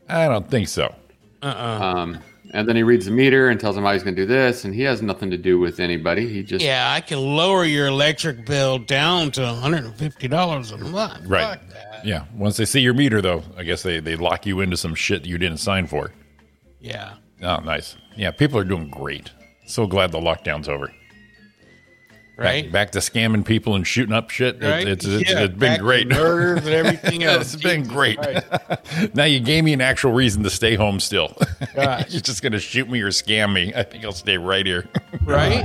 Speaker 6: I don't think so.
Speaker 7: Um, and then he reads the meter and tells him how he's going to do this, and he has nothing to do with anybody. He just
Speaker 8: Yeah, I can lower your electric bill down to one hundred and fifty dollars a month.
Speaker 6: Right.
Speaker 8: Fuck that.
Speaker 6: Yeah. Once they see your meter, though, I guess they, they lock you into some shit you didn't sign for.
Speaker 8: Yeah.
Speaker 6: Oh, nice. Yeah, people are doing great. So glad the lockdown's over. Back-
Speaker 8: Right.
Speaker 6: Back, to scamming people and shooting up shit. It-
Speaker 8: right?
Speaker 6: it's, it's,
Speaker 8: Yeah,
Speaker 6: it's
Speaker 8: back
Speaker 6: been
Speaker 8: to
Speaker 6: great.
Speaker 8: Murders and everything
Speaker 6: Yeah,
Speaker 8: else.
Speaker 6: it's been great. now you gave me an actual reason to stay home still. You're just going to shoot me or scam me. I think I'll stay right here.
Speaker 8: right?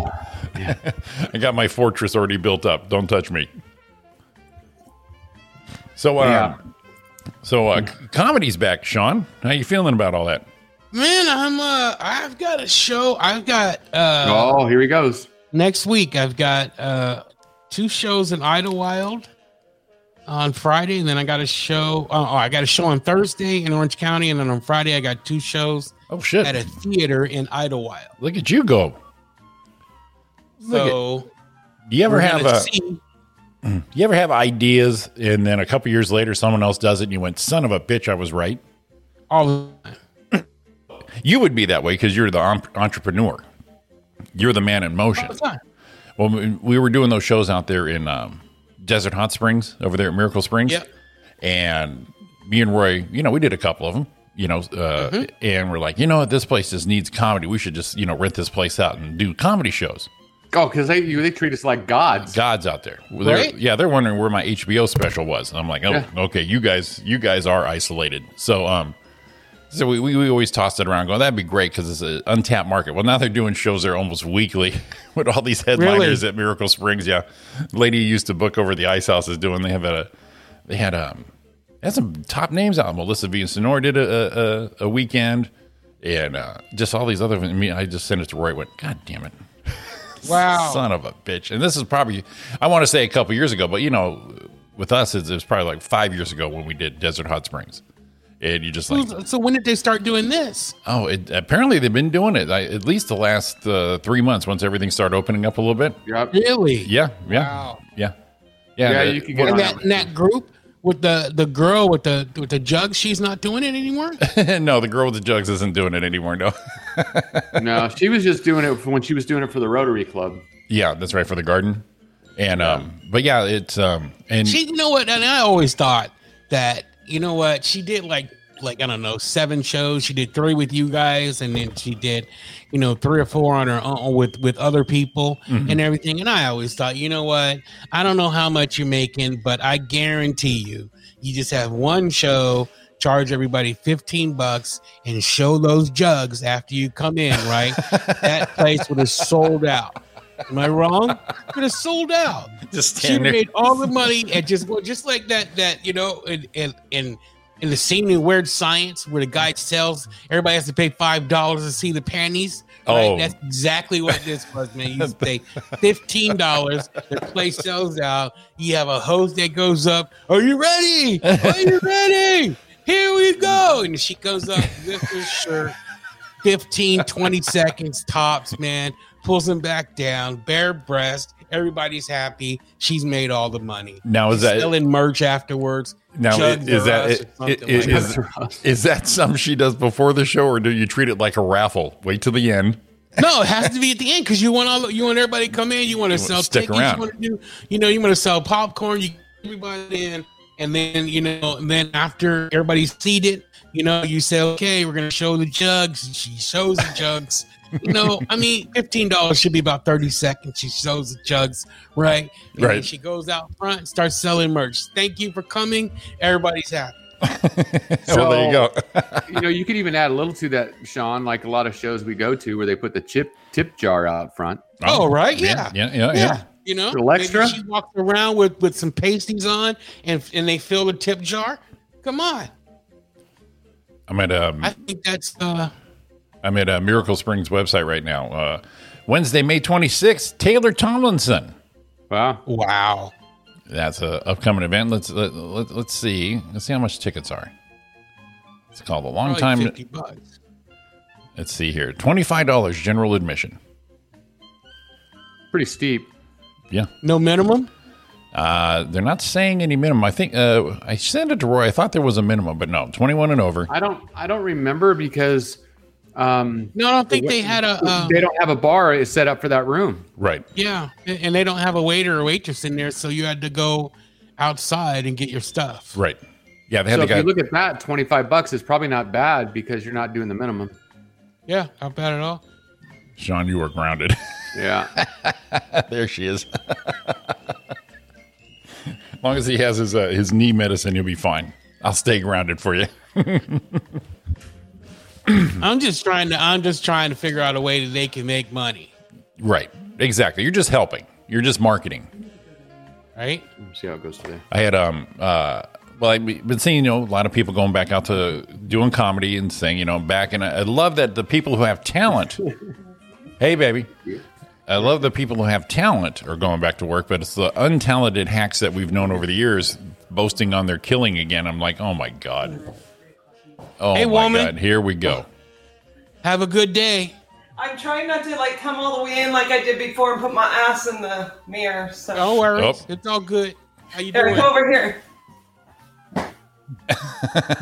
Speaker 6: I got my fortress already built up. Don't touch me. So, uh,
Speaker 7: Yeah.
Speaker 6: so uh, c- comedy's back, Sean. How you feeling about all that?
Speaker 8: Man, I'm uh I've got a show. I've got uh
Speaker 7: oh, here he goes.
Speaker 8: next week I've got uh two shows in Idlewild on Friday and then I got a show oh, oh, I got a show on Thursday in Orange County and then on Friday I got two shows
Speaker 6: Oh shit!
Speaker 8: at a theater in Idlewild.
Speaker 6: Look at you go. at-
Speaker 8: So
Speaker 6: Do you ever
Speaker 8: we're
Speaker 6: have
Speaker 8: gonna
Speaker 6: a?
Speaker 8: see-
Speaker 6: You ever have ideas, and then a couple years later, someone else does it, and you went, "Son of a bitch, I was right."
Speaker 8: all the time.
Speaker 6: You would be that way because you're the em- entrepreneur. You're the man in motion.
Speaker 8: All the time.
Speaker 6: Well, we- we were doing those shows out there in um, Desert Hot Springs over there at Miracle Springs.
Speaker 8: Yep.
Speaker 6: And me and Roy, you know, we did a couple of them, you know, uh, and we're like, you know what, this place just needs comedy. We should just, you know, rent this place out and do comedy shows.
Speaker 7: Oh, because they you, they treat us like gods.
Speaker 6: Gods out there. Well, they're-
Speaker 8: Right?
Speaker 6: Yeah, they're wondering where my HBO special was. And I'm like, oh,
Speaker 7: Yeah.
Speaker 6: okay, you guys, you guys are isolated. So, um, so we, we, we always tossed it around, going, that'd be great because it's an untapped market. Well, now they're doing shows there almost weekly with all these headliners at Miracle Springs. Yeah, lady who used to book over the Ice House is doing. They have a they had um they had some top names out. Melissa Villasenor did a a, a, a weekend, and uh, just all these other. I mean, I just sent it to Roy. Went, God damn it,
Speaker 8: Wow.
Speaker 6: son of a bitch. And this is probably I want to say a couple years ago, but you know, with us, it's, it was probably like five years ago when we did Desert Hot Springs. And you just like
Speaker 8: So- so when did they start doing this?
Speaker 6: Oh, it, apparently they've been doing it I, at least the last uh, three months. Once everything started opening up a little bit,
Speaker 7: Yep.
Speaker 8: Really?
Speaker 6: yeah, yeah,
Speaker 8: Wow.
Speaker 6: yeah, yeah.
Speaker 7: Yeah,
Speaker 6: the-
Speaker 7: you could get
Speaker 8: and
Speaker 7: on
Speaker 8: that, and that group with the the girl with the with the jug, she's not doing it anymore.
Speaker 6: no, the girl with the jugs isn't doing it anymore. No,
Speaker 7: No, she was just doing it for when she was doing it for the Rotary Club.
Speaker 6: yeah, that's right for the garden. And um, but yeah, it's um, and
Speaker 8: She, you know what? And I always thought that you know what she did like like I don't know seven shows. She did three with you guys, and then she did you know three or four on her own with with other people and everything. And I always thought, you know what? I don't know how much you're making, but I guarantee you, you just have one show charge everybody 15 bucks and show those jugs after you come in, right? that place would have sold out. Am I wrong? It would have sold out.
Speaker 9: Just
Speaker 8: She
Speaker 9: stand there.
Speaker 8: made all the money and just well, just like that, that you know, and and and in the seemingly weird science where the guy sells, everybody has to pay five dollars to see the panties.
Speaker 6: Oh.
Speaker 8: that's exactly what this was, man. You pay fifteen dollars, the place sells out. You have a host that goes up. Are you ready? Are you ready? Here we go. And she goes up, lifts her shirt. 15, 20 seconds tops, man. Pulls him back down, bare breast. Everybody's happy. She's made all the money.
Speaker 6: Now is
Speaker 8: She's
Speaker 6: that-
Speaker 8: still in merch afterwards?
Speaker 6: Now i-
Speaker 8: Jugs
Speaker 6: is
Speaker 8: for
Speaker 6: that
Speaker 8: us
Speaker 6: is,
Speaker 8: or something
Speaker 6: is,
Speaker 8: like
Speaker 6: is, that something she does before the show, or do you treat it like a raffle? Wait till the end.
Speaker 8: that? no, it has to be at the end because you want all the- you want everybody to come in. You want
Speaker 6: wanna
Speaker 8: to sell
Speaker 6: stick
Speaker 8: tickets.
Speaker 6: around.
Speaker 8: You want to do you know you want to sell popcorn. You get everybody in, and then you know, and then after everybody's seated, you know, you say, okay, we're gonna show the jugs. And she shows the jugs. You know, I mean, fifteen dollars should be about thirty seconds. She shows the jugs, right? And then
Speaker 6: Right.
Speaker 8: She goes out front, and starts selling merch. Thank you for coming. Everybody's happy.
Speaker 6: well, there you go.
Speaker 7: you know, you could even add a little to that, Sean. Like a lot of shows we go to where they put the chip tip jar out front.
Speaker 8: Oh, right, yeah.
Speaker 6: yeah, yeah, yeah.
Speaker 8: Yeah. You know,
Speaker 7: Little extra?
Speaker 8: Maybe she walks around with with some pasties on, and and they fill the tip jar. Come on,
Speaker 6: I'm at um,
Speaker 8: I think that's uh,
Speaker 6: I'm at uh, Miracle Springs website right now. Uh, Wednesday, May 26th, Taylor Tomlinson.
Speaker 7: Wow.
Speaker 8: wow.
Speaker 6: That's a upcoming event. Let's let, let, let's see. Let's see how much tickets are. It's called a long
Speaker 8: Probably
Speaker 6: time.
Speaker 8: fifty bucks.
Speaker 6: Let's see here. Twenty five dollars general admission.
Speaker 7: Pretty steep.
Speaker 6: Yeah.
Speaker 8: No minimum.
Speaker 6: Uh, they're not saying any minimum. I think uh, I sent it to Roy. I thought there was a minimum, but no, twenty one and over.
Speaker 7: I don't I don't remember because um
Speaker 8: No, I don't think they had a. Um,
Speaker 7: they don't have a bar set up for that room.
Speaker 6: Right.
Speaker 8: yeah, and and they don't have a waiter or waitress in there, so you had to go outside and get your stuff.
Speaker 6: Right. Yeah, they had
Speaker 7: So
Speaker 6: the
Speaker 7: if
Speaker 6: guy.
Speaker 7: you look at that, twenty five bucks is probably not bad because you're not doing the minimum.
Speaker 8: Yeah, not bad at all.
Speaker 6: Sean, you are grounded.
Speaker 7: Yeah.
Speaker 6: there she is. as long as he has his uh, his knee medicine, he'll be fine. I'll stay grounded for you.
Speaker 8: I'm just trying to. I'm just trying to figure out a way that they can make money,
Speaker 6: Right. Exactly. You're just helping. You're just marketing.
Speaker 8: right?
Speaker 7: Let's see how it goes today.
Speaker 6: I had um uh well I've been seeing you know a lot of people going back out to doing comedy and saying you know back and I, I love that the people who have talent. hey baby. I love the people who have talent are going back to work, but it's the untalented hacks that we've known over the years boasting on their killing again. I'm like, oh my god, oh
Speaker 8: Hey,
Speaker 6: my
Speaker 8: woman.
Speaker 6: god, here we go.
Speaker 8: Have a good day.
Speaker 10: I'm trying not to like come all the way in like I did before and put my ass in the mirror. So
Speaker 8: Don't worry,
Speaker 6: Oh.
Speaker 8: it's all good. How you
Speaker 10: Eric,
Speaker 8: doing?
Speaker 10: come over here.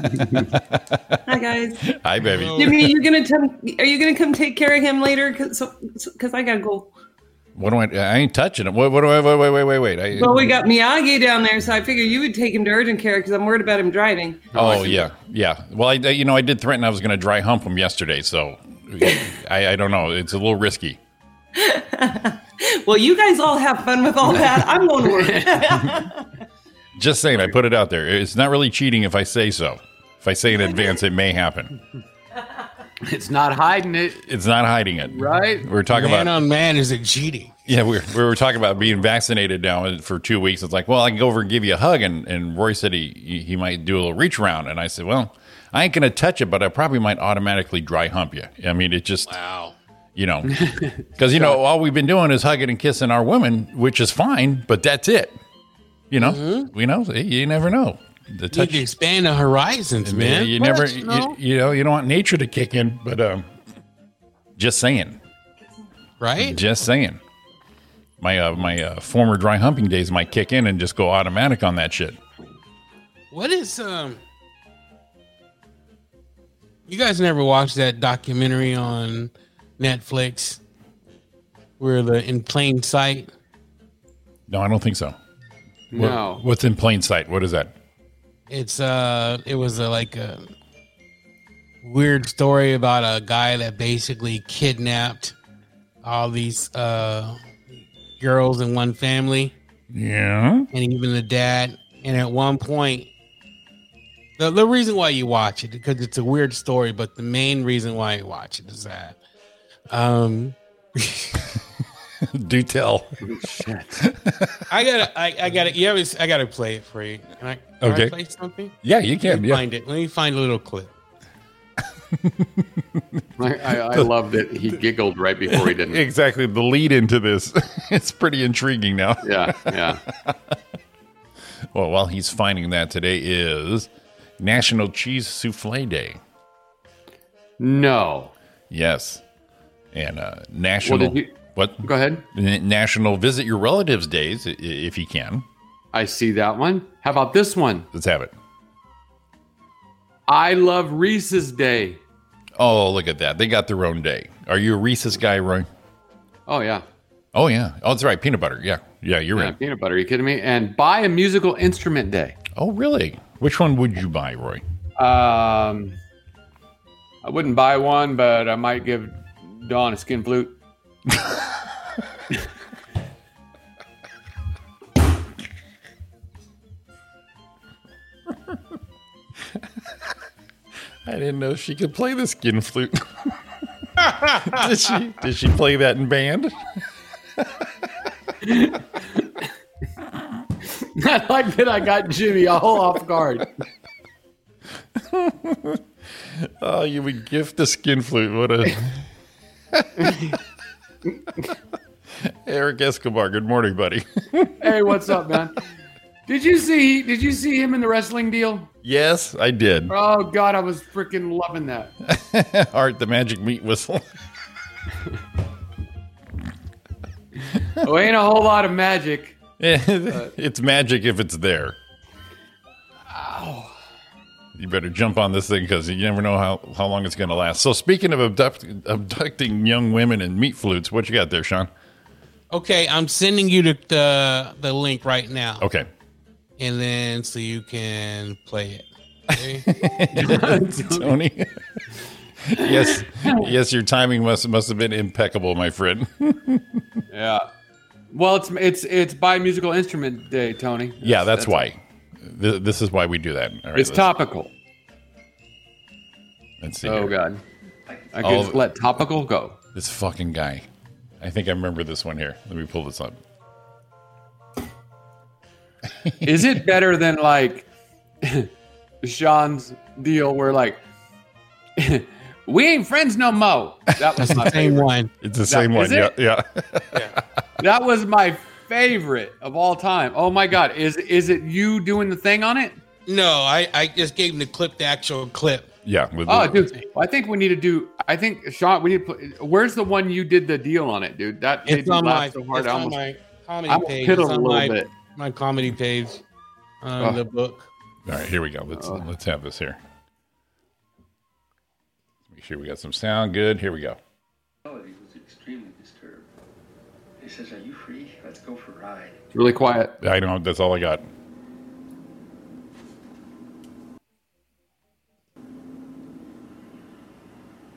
Speaker 10: Hi guys.
Speaker 6: Hi, baby.
Speaker 10: You mean you're gonna come? Are you gonna come take care of him later? Cause, so, cause I gotta go.
Speaker 6: What do I? I ain't touching it. What, what do I? Wait, wait, wait, wait, wait. I,
Speaker 10: Well, we got Miyagi down there, so I figure you would take him to urgent care because I'm worried about him driving.
Speaker 6: Oh yeah, yeah. Well, I, you know, I did threaten I was going to dry hump him yesterday, so I, I don't know. It's a little risky.
Speaker 10: Well, you guys all have fun with all that. I'm going to work.
Speaker 6: Just saying, I put it out there. It's not really cheating if I say so. If I say in advance, it may happen.
Speaker 7: It's not hiding it,
Speaker 6: It's not hiding it.
Speaker 7: right?
Speaker 6: We were talking
Speaker 8: man
Speaker 6: about
Speaker 8: on man is a cheating.
Speaker 6: yeah. We were, we were talking about being vaccinated now for two weeks. It's like, well, I can go over and give you a hug, and and Roy said he he might do a little reach around, and I said, well, I ain't going to touch it, but I probably might automatically dry hump you. I mean, it just.
Speaker 8: Wow.
Speaker 6: you know, because you know all we've been doing is hugging and kissing our women, which is fine, but that's it. You know,
Speaker 8: Mm-hmm.
Speaker 6: we know you never know the
Speaker 8: Need
Speaker 6: touch.
Speaker 8: to expand the horizons,
Speaker 6: Yeah,
Speaker 8: man.
Speaker 6: you
Speaker 8: What?
Speaker 6: never,
Speaker 8: You
Speaker 6: you,
Speaker 8: know,
Speaker 6: you know, you don't want nature to kick in, but um, just saying,
Speaker 8: right?
Speaker 6: just saying. My uh, my uh, former dry humping days might kick in and just go automatic on that shit.
Speaker 8: What is um? You guys never watched that documentary on Netflix where the in plain sight?
Speaker 6: No, I don't think so. What-
Speaker 7: No.
Speaker 6: what's in plain sight? What is that?
Speaker 8: It's uh, it was a, like a weird story about a guy that basically kidnapped all these uh girls in one family.
Speaker 6: Yeah,
Speaker 8: and even the dad. And at one point, the the, the reason why you watch it because it's a weird story, but the main reason why you watch it is that um,
Speaker 6: Do tell.
Speaker 8: I gotta I, I gotta you have I gotta play it for you. Can I, can I
Speaker 6: Okay.
Speaker 8: play something?
Speaker 6: Yeah, you
Speaker 8: Let
Speaker 6: can.
Speaker 8: me
Speaker 6: Yeah.
Speaker 8: find it. Let me find a little clip.
Speaker 7: I, I, I love that he giggled right before he didn't.
Speaker 6: Exactly. The lead into this. it's pretty intriguing now.
Speaker 7: Yeah, yeah.
Speaker 6: Well, while he's finding that, today is National Cheese Souffle Day.
Speaker 7: No.
Speaker 6: Yes. And uh, National.
Speaker 7: did you-
Speaker 6: what?
Speaker 7: Go ahead.
Speaker 6: N- National Visit Your Relatives Days, i- i- if you can.
Speaker 7: I see that one. How about this one?
Speaker 6: Let's have it.
Speaker 7: I love Reese's Day.
Speaker 6: Oh, look at that. They got their own day. Are you a Reese's guy, Roy?
Speaker 7: Oh yeah.
Speaker 6: Oh, yeah. Oh, that's right. Peanut butter. Yeah. Yeah, you're
Speaker 7: yeah
Speaker 6: right.
Speaker 7: peanut butter. Are you kidding me? And buy a musical instrument day.
Speaker 6: Oh, really? Which one would you buy, Roy?
Speaker 7: Um, I wouldn't buy one, but I might give Dawn a skin flute.
Speaker 6: I didn't know she could play the skin flute. did she? Did she play that in band?
Speaker 7: I like that I got Jimmy all off guard.
Speaker 6: Oh, you would gift the skin flute. What a. Eric Escobar, good morning, buddy.
Speaker 7: Hey, what's up, man? Did you see? Did you see him in the wrestling deal?
Speaker 6: Yes, I did.
Speaker 7: Oh God, I was freaking loving that.
Speaker 6: Art, the magic meat whistle.
Speaker 7: Oh, ain't a whole lot of magic.
Speaker 6: it's magic if it's there. You better jump on this thing because you never know how, how long it's going to last. So, speaking of abduct, abducting young women and meat flutes, what you got there, Sean?
Speaker 8: Okay, I'm sending you the the, the link right now,
Speaker 6: Okay.
Speaker 8: and then so you can play it.
Speaker 6: Tony. yes, yes, your timing must must have been impeccable, my friend.
Speaker 7: Yeah. Well, it's it's it's by musical instrument day, Tony.
Speaker 6: yeah, that's, why. Th- this is why we do that. All right, let's-
Speaker 7: It's topical.
Speaker 6: Let's see.
Speaker 7: Oh
Speaker 6: here.
Speaker 7: God, I
Speaker 6: All
Speaker 7: could
Speaker 6: of-
Speaker 7: let topical go.
Speaker 6: This fucking guy. I think I remember this one here. Let me pull this up.
Speaker 7: Is it better than like Sean's deal where like we ain't friends no mo? That was my
Speaker 8: Same
Speaker 7: favorite.
Speaker 8: one.
Speaker 6: It's the same one.
Speaker 7: is it?
Speaker 6: Yeah, yeah.
Speaker 7: That was my favorite of all time. Oh my God, is is it you doing the thing on it?
Speaker 8: No, I I just gave him the clip, the actual clip.
Speaker 6: Yeah. with-
Speaker 7: Oh, dude, I think we need to do. I think Sean, we need to. Play, where's the one you did the deal on it, dude? That made
Speaker 8: It's
Speaker 7: me
Speaker 8: on my,
Speaker 7: laugh so hard.
Speaker 8: it's
Speaker 7: I
Speaker 8: on
Speaker 7: almost,
Speaker 8: my comedy
Speaker 7: I almost
Speaker 8: page.
Speaker 7: hit
Speaker 8: It's
Speaker 7: him a
Speaker 8: on
Speaker 7: little
Speaker 8: my,
Speaker 7: bit.
Speaker 8: my comedy page on
Speaker 7: Oh.
Speaker 8: the book.
Speaker 6: All right, here we go. Let's let's have this here. Make sure we got some sound good. Here we go.
Speaker 11: Melody was extremely disturbed. He says, Are you free? Let's go for a ride.
Speaker 7: It's really quiet.
Speaker 6: I know that's all I got.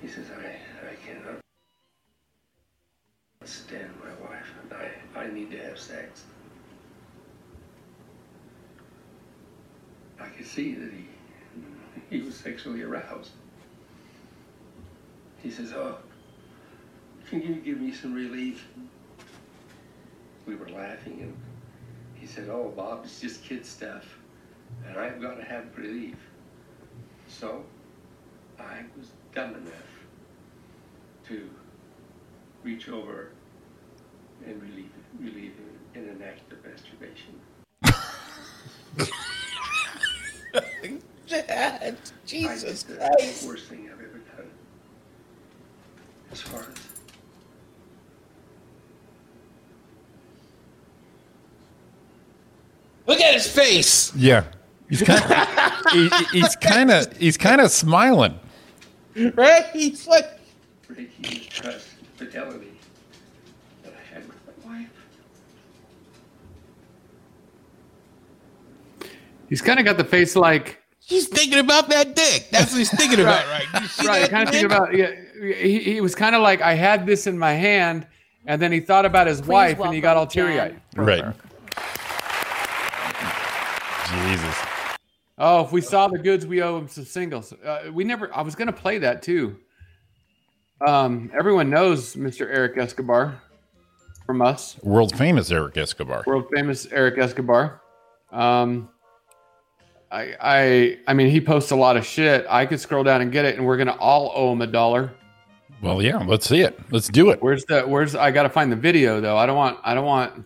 Speaker 11: He says, I, I cannot stand my wife. I, I need to have sex. I could see that he, he was sexually aroused. He says, Oh, can you give me some relief? We were laughing, and he said, Oh, Bob, it's just kid stuff, and I've got to have relief. So I was dumb enough to reach over and relieve, relieve him in an act of masturbation. Jesus Christ! The worst thing I've ever done. As far as
Speaker 8: Look at his face.
Speaker 6: Yeah. He's kind of he, he's kind of he's kind of smiling.
Speaker 8: Right? He's like
Speaker 11: breaking the trust, and fidelity that I had with my wife.
Speaker 7: He's kind of got the face like
Speaker 8: he's thinking about that dick. That's what he's thinking about, right? You see
Speaker 7: right.
Speaker 8: that,
Speaker 7: Kind of thinking
Speaker 8: man?
Speaker 7: about yeah. He, he was kind of like I had this in my hand, and then he thought about his wife, and he got all
Speaker 2: welcome
Speaker 7: teary eyed.
Speaker 6: Right. Jesus.
Speaker 7: Oh, if we saw the goods, we owe him some singles. Uh, we never. I was gonna play that too. Um, everyone knows Mr. Eric Escobar from us,
Speaker 6: World famous Eric Escobar.
Speaker 7: world famous Eric Escobar. Um, I, I, I mean, he posts a lot of shit. I could scroll down and get it, and we're gonna all owe him a dollar.
Speaker 6: Well, yeah, let's see it. Let's do it.
Speaker 7: Where's the? Where's I gotta find the video though. I don't want. I don't want.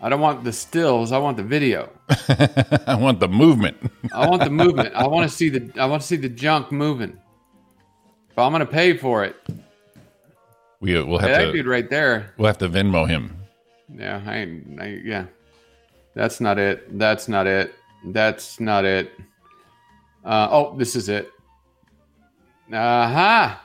Speaker 7: I don't want the stills. I want the video.
Speaker 6: I want the movement.
Speaker 7: I want the movement. I want to see the I want to see the junk moving. But I'm gonna pay for it.
Speaker 6: We we'll have
Speaker 7: That
Speaker 6: to
Speaker 7: dude right there.
Speaker 6: we'll have to Venmo him.
Speaker 7: Yeah, I, ain't- I yeah. That's not it. That's not it. That's not it. Uh, oh, this is it. Aha.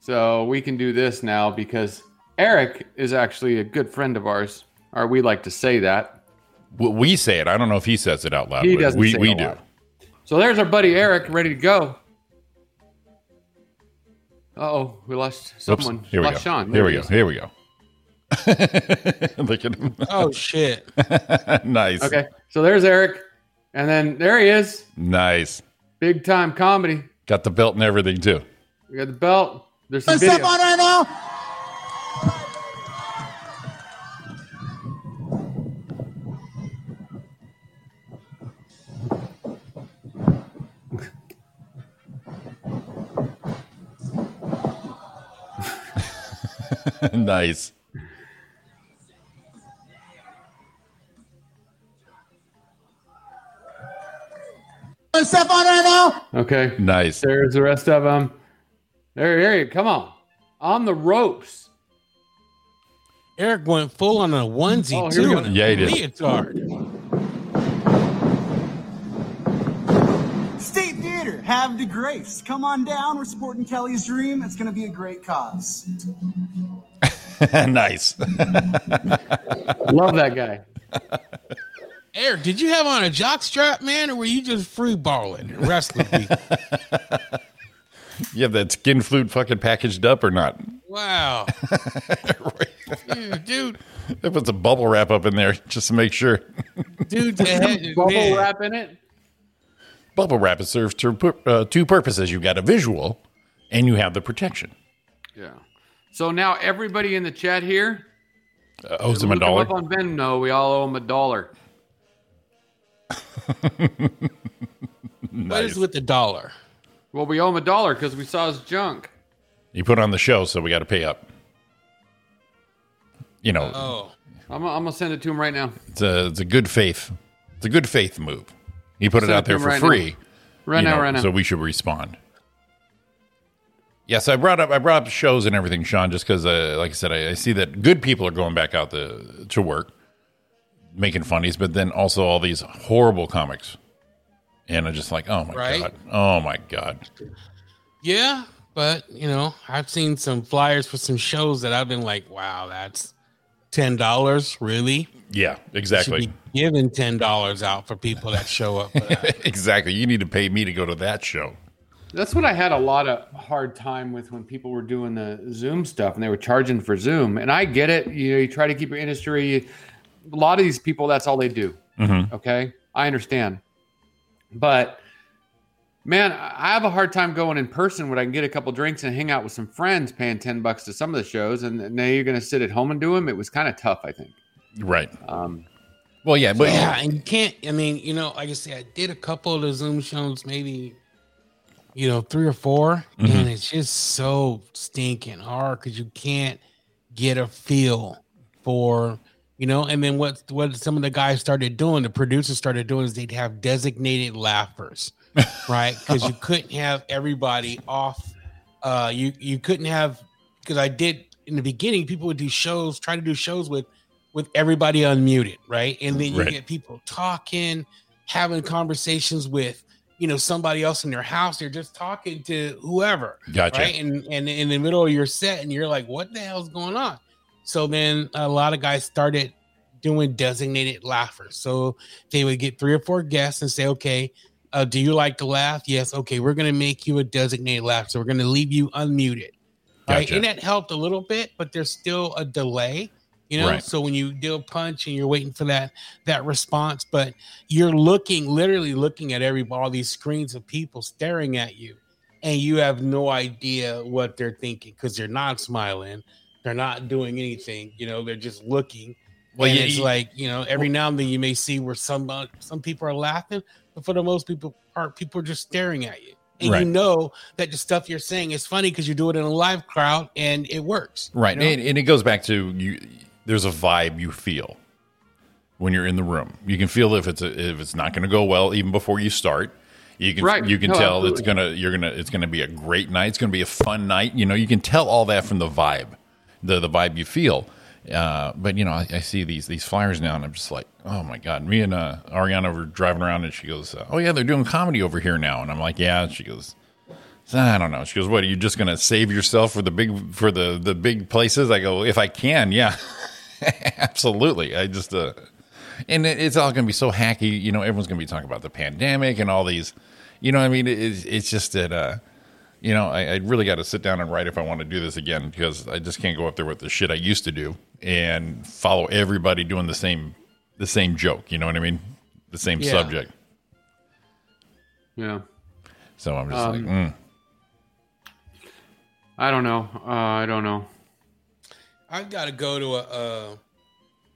Speaker 7: So we can do this now because Eric is actually a good friend of ours, or we like to say that.
Speaker 6: We, we say it. I don't know if he says it out loud.
Speaker 7: He
Speaker 6: but
Speaker 7: doesn't.
Speaker 6: Uh, We
Speaker 7: say
Speaker 6: we
Speaker 7: it a
Speaker 6: do.
Speaker 7: lot. So there's our buddy Eric, ready to go. Oh, we lost
Speaker 6: Oops.
Speaker 7: someone.
Speaker 6: Here we
Speaker 7: lost
Speaker 6: go.
Speaker 7: Sean.
Speaker 6: Here we
Speaker 7: he
Speaker 6: go.
Speaker 7: is.
Speaker 6: Here we go. Look at him.
Speaker 8: Oh shit!
Speaker 6: nice.
Speaker 7: Oh. Okay, so there's Eric, and then there he is,
Speaker 6: Nice.
Speaker 7: big time comedy.
Speaker 6: Got the belt and everything too.
Speaker 7: We got the belt. There's some video.
Speaker 8: right now.
Speaker 6: nice.
Speaker 7: Okay,
Speaker 6: Nice.
Speaker 7: there's the rest of them. There, there you come on, on the ropes.
Speaker 8: Eric went full on a onesie
Speaker 7: Oh, here we
Speaker 8: too.
Speaker 7: go.
Speaker 8: and a
Speaker 6: Yeah, he did.
Speaker 8: Leotard.
Speaker 5: State Theater, have the grace. Come on down. We're supporting Kelly's dream. It's going to be a great cause.
Speaker 6: nice.
Speaker 7: Love that guy.
Speaker 8: Eric, did you have on a jock strap, man, or were you just free balling and wrestling? people?
Speaker 6: you have that skin flute fucking packaged up or not?
Speaker 8: wow, dude, dude,
Speaker 6: It puts a bubble wrap up in there just to make sure.
Speaker 8: dude the head-
Speaker 7: Bubble
Speaker 8: man.
Speaker 7: wrap in it.
Speaker 6: Bubble wrap it serves to, pu- uh, two purposes. You've got a visual and you have the protection.
Speaker 7: Yeah. So now everybody in the chat here,
Speaker 6: Uh, owes him a
Speaker 7: look him
Speaker 6: dollar.
Speaker 7: up on Venmo. We all owe him a dollar.
Speaker 8: What is with the dollar?
Speaker 7: Well, we owe him a dollar because we saw his junk.
Speaker 6: He put on the show, so we got to pay up. You know,
Speaker 8: Oh,
Speaker 7: I'm, I'm gonna send it to him right now.
Speaker 6: it's, a, it's a good faith. It's a good faith move. He put it
Speaker 7: Send
Speaker 6: out
Speaker 7: it
Speaker 6: there
Speaker 7: to him
Speaker 6: for
Speaker 7: right now.
Speaker 6: free.
Speaker 7: Right
Speaker 6: you
Speaker 7: now,
Speaker 6: know,
Speaker 7: right now.
Speaker 6: So we should respond. Yes, I brought up I brought up shows and everything, Sean, just because, uh, like I said, I, I see that good people are going back out the, to work, making funnies, but then also all these horrible comics, and I'm just like, oh my
Speaker 8: Right.
Speaker 6: god, oh my god,
Speaker 8: yeah, but you know, I've seen some flyers for some shows that I've been like, wow, that's ten dollars, really?
Speaker 6: yeah,
Speaker 8: Should
Speaker 6: exactly,
Speaker 8: be giving ten dollars out for people that show up. For that.
Speaker 6: exactly. You need to pay me to go to that show.
Speaker 7: That's what I had a lot of hard time with when people were doing the Zoom stuff and they were charging for Zoom. And I get it. You know, you try to keep your industry. a lot of these people, that's all they do. Okay, I understand. But man, I I have a hard time going in person when I can get a couple drinks and hang out with some friends, paying ten bucks to some of the shows, and now you're going to sit at home and do them. It was kind of tough, I think.
Speaker 6: Right.
Speaker 7: Um,
Speaker 6: Well, yeah, but
Speaker 8: yeah, and you can't. I mean, you know, like I said, I did a couple of the Zoom shows, maybe you know three or 4 and it's just so stinking hard because you can't get a feel for you know. And then what what some of the guys started doing, the producers started doing, is they'd have designated laughers, right? Because you couldn't have everybody off. Uh, you you couldn't have because I did in the beginning. People would do shows, try to do shows with with everybody unmuted, right? And then you
Speaker 6: Right.
Speaker 8: get people talking, having conversations with you know somebody else in their house. They're just talking to whoever,
Speaker 6: gotcha.
Speaker 8: right? And and in the middle of your set, and you're like, what the hell's going on? So then a lot of guys started doing designated laughers. So they would get three or four guests and say, okay, uh, do you like to laugh? Yes. Okay, we're going to make you a designated laugh. So we're going to leave you unmuted. Right.
Speaker 6: Gotcha.
Speaker 8: And that helped a little bit, but there's still a delay. you know
Speaker 6: Right.
Speaker 8: so when you deal punch and you're waiting for that that response but you're looking literally looking at every all these screens of people staring at you and you have no idea what they're thinking because they're not smiling they're not doing anything you know they're just looking
Speaker 6: Well,
Speaker 8: well
Speaker 6: yeah,
Speaker 8: it's
Speaker 6: you-
Speaker 8: like you know every now and then you may see where some uh, some people are laughing but for the most people part people are just staring at you and
Speaker 6: Right.
Speaker 8: you know that the stuff you're saying is funny because you do it in a live crowd and it works
Speaker 6: Right.
Speaker 8: you know?
Speaker 6: and, and it goes back to you there's a vibe you feel when you're in the room. You can feel if it's a, if it's not going to go well even before you start. You can
Speaker 7: Right.
Speaker 6: you can
Speaker 7: No,
Speaker 6: tell it's
Speaker 7: absolutely.
Speaker 6: going to you're going to it's going to be a great night. It's going to be a fun night. You know, you can tell all that from the vibe. The the vibe you feel. Uh, but you know, I, I see these these flyers now, and I'm just like, oh my god. Me and uh, Ariana were driving around, and she goes, uh, "Oh yeah, they're doing comedy over here now," and I'm like, "Yeah." And she goes, I don't know. She goes, "What are you just going to save yourself for the big for the the big places?" I go, "If I can, yeah, absolutely." I just uh, and it, it's all going to be so hacky. You know, everyone's going to be talking about the pandemic and all these. You know, what I mean, it, it's it's just that uh, you know, I, I really got to sit down and write if I want to do this again because I just can't go up there with the shit I used to do and follow everybody doing the same the same joke. You know what I mean? The same
Speaker 8: Yeah.
Speaker 6: subject.
Speaker 7: Yeah.
Speaker 6: So I'm just
Speaker 7: Um,
Speaker 6: like, mm.
Speaker 7: I don't know. Uh, I don't know.
Speaker 8: I've got to go to a. Uh,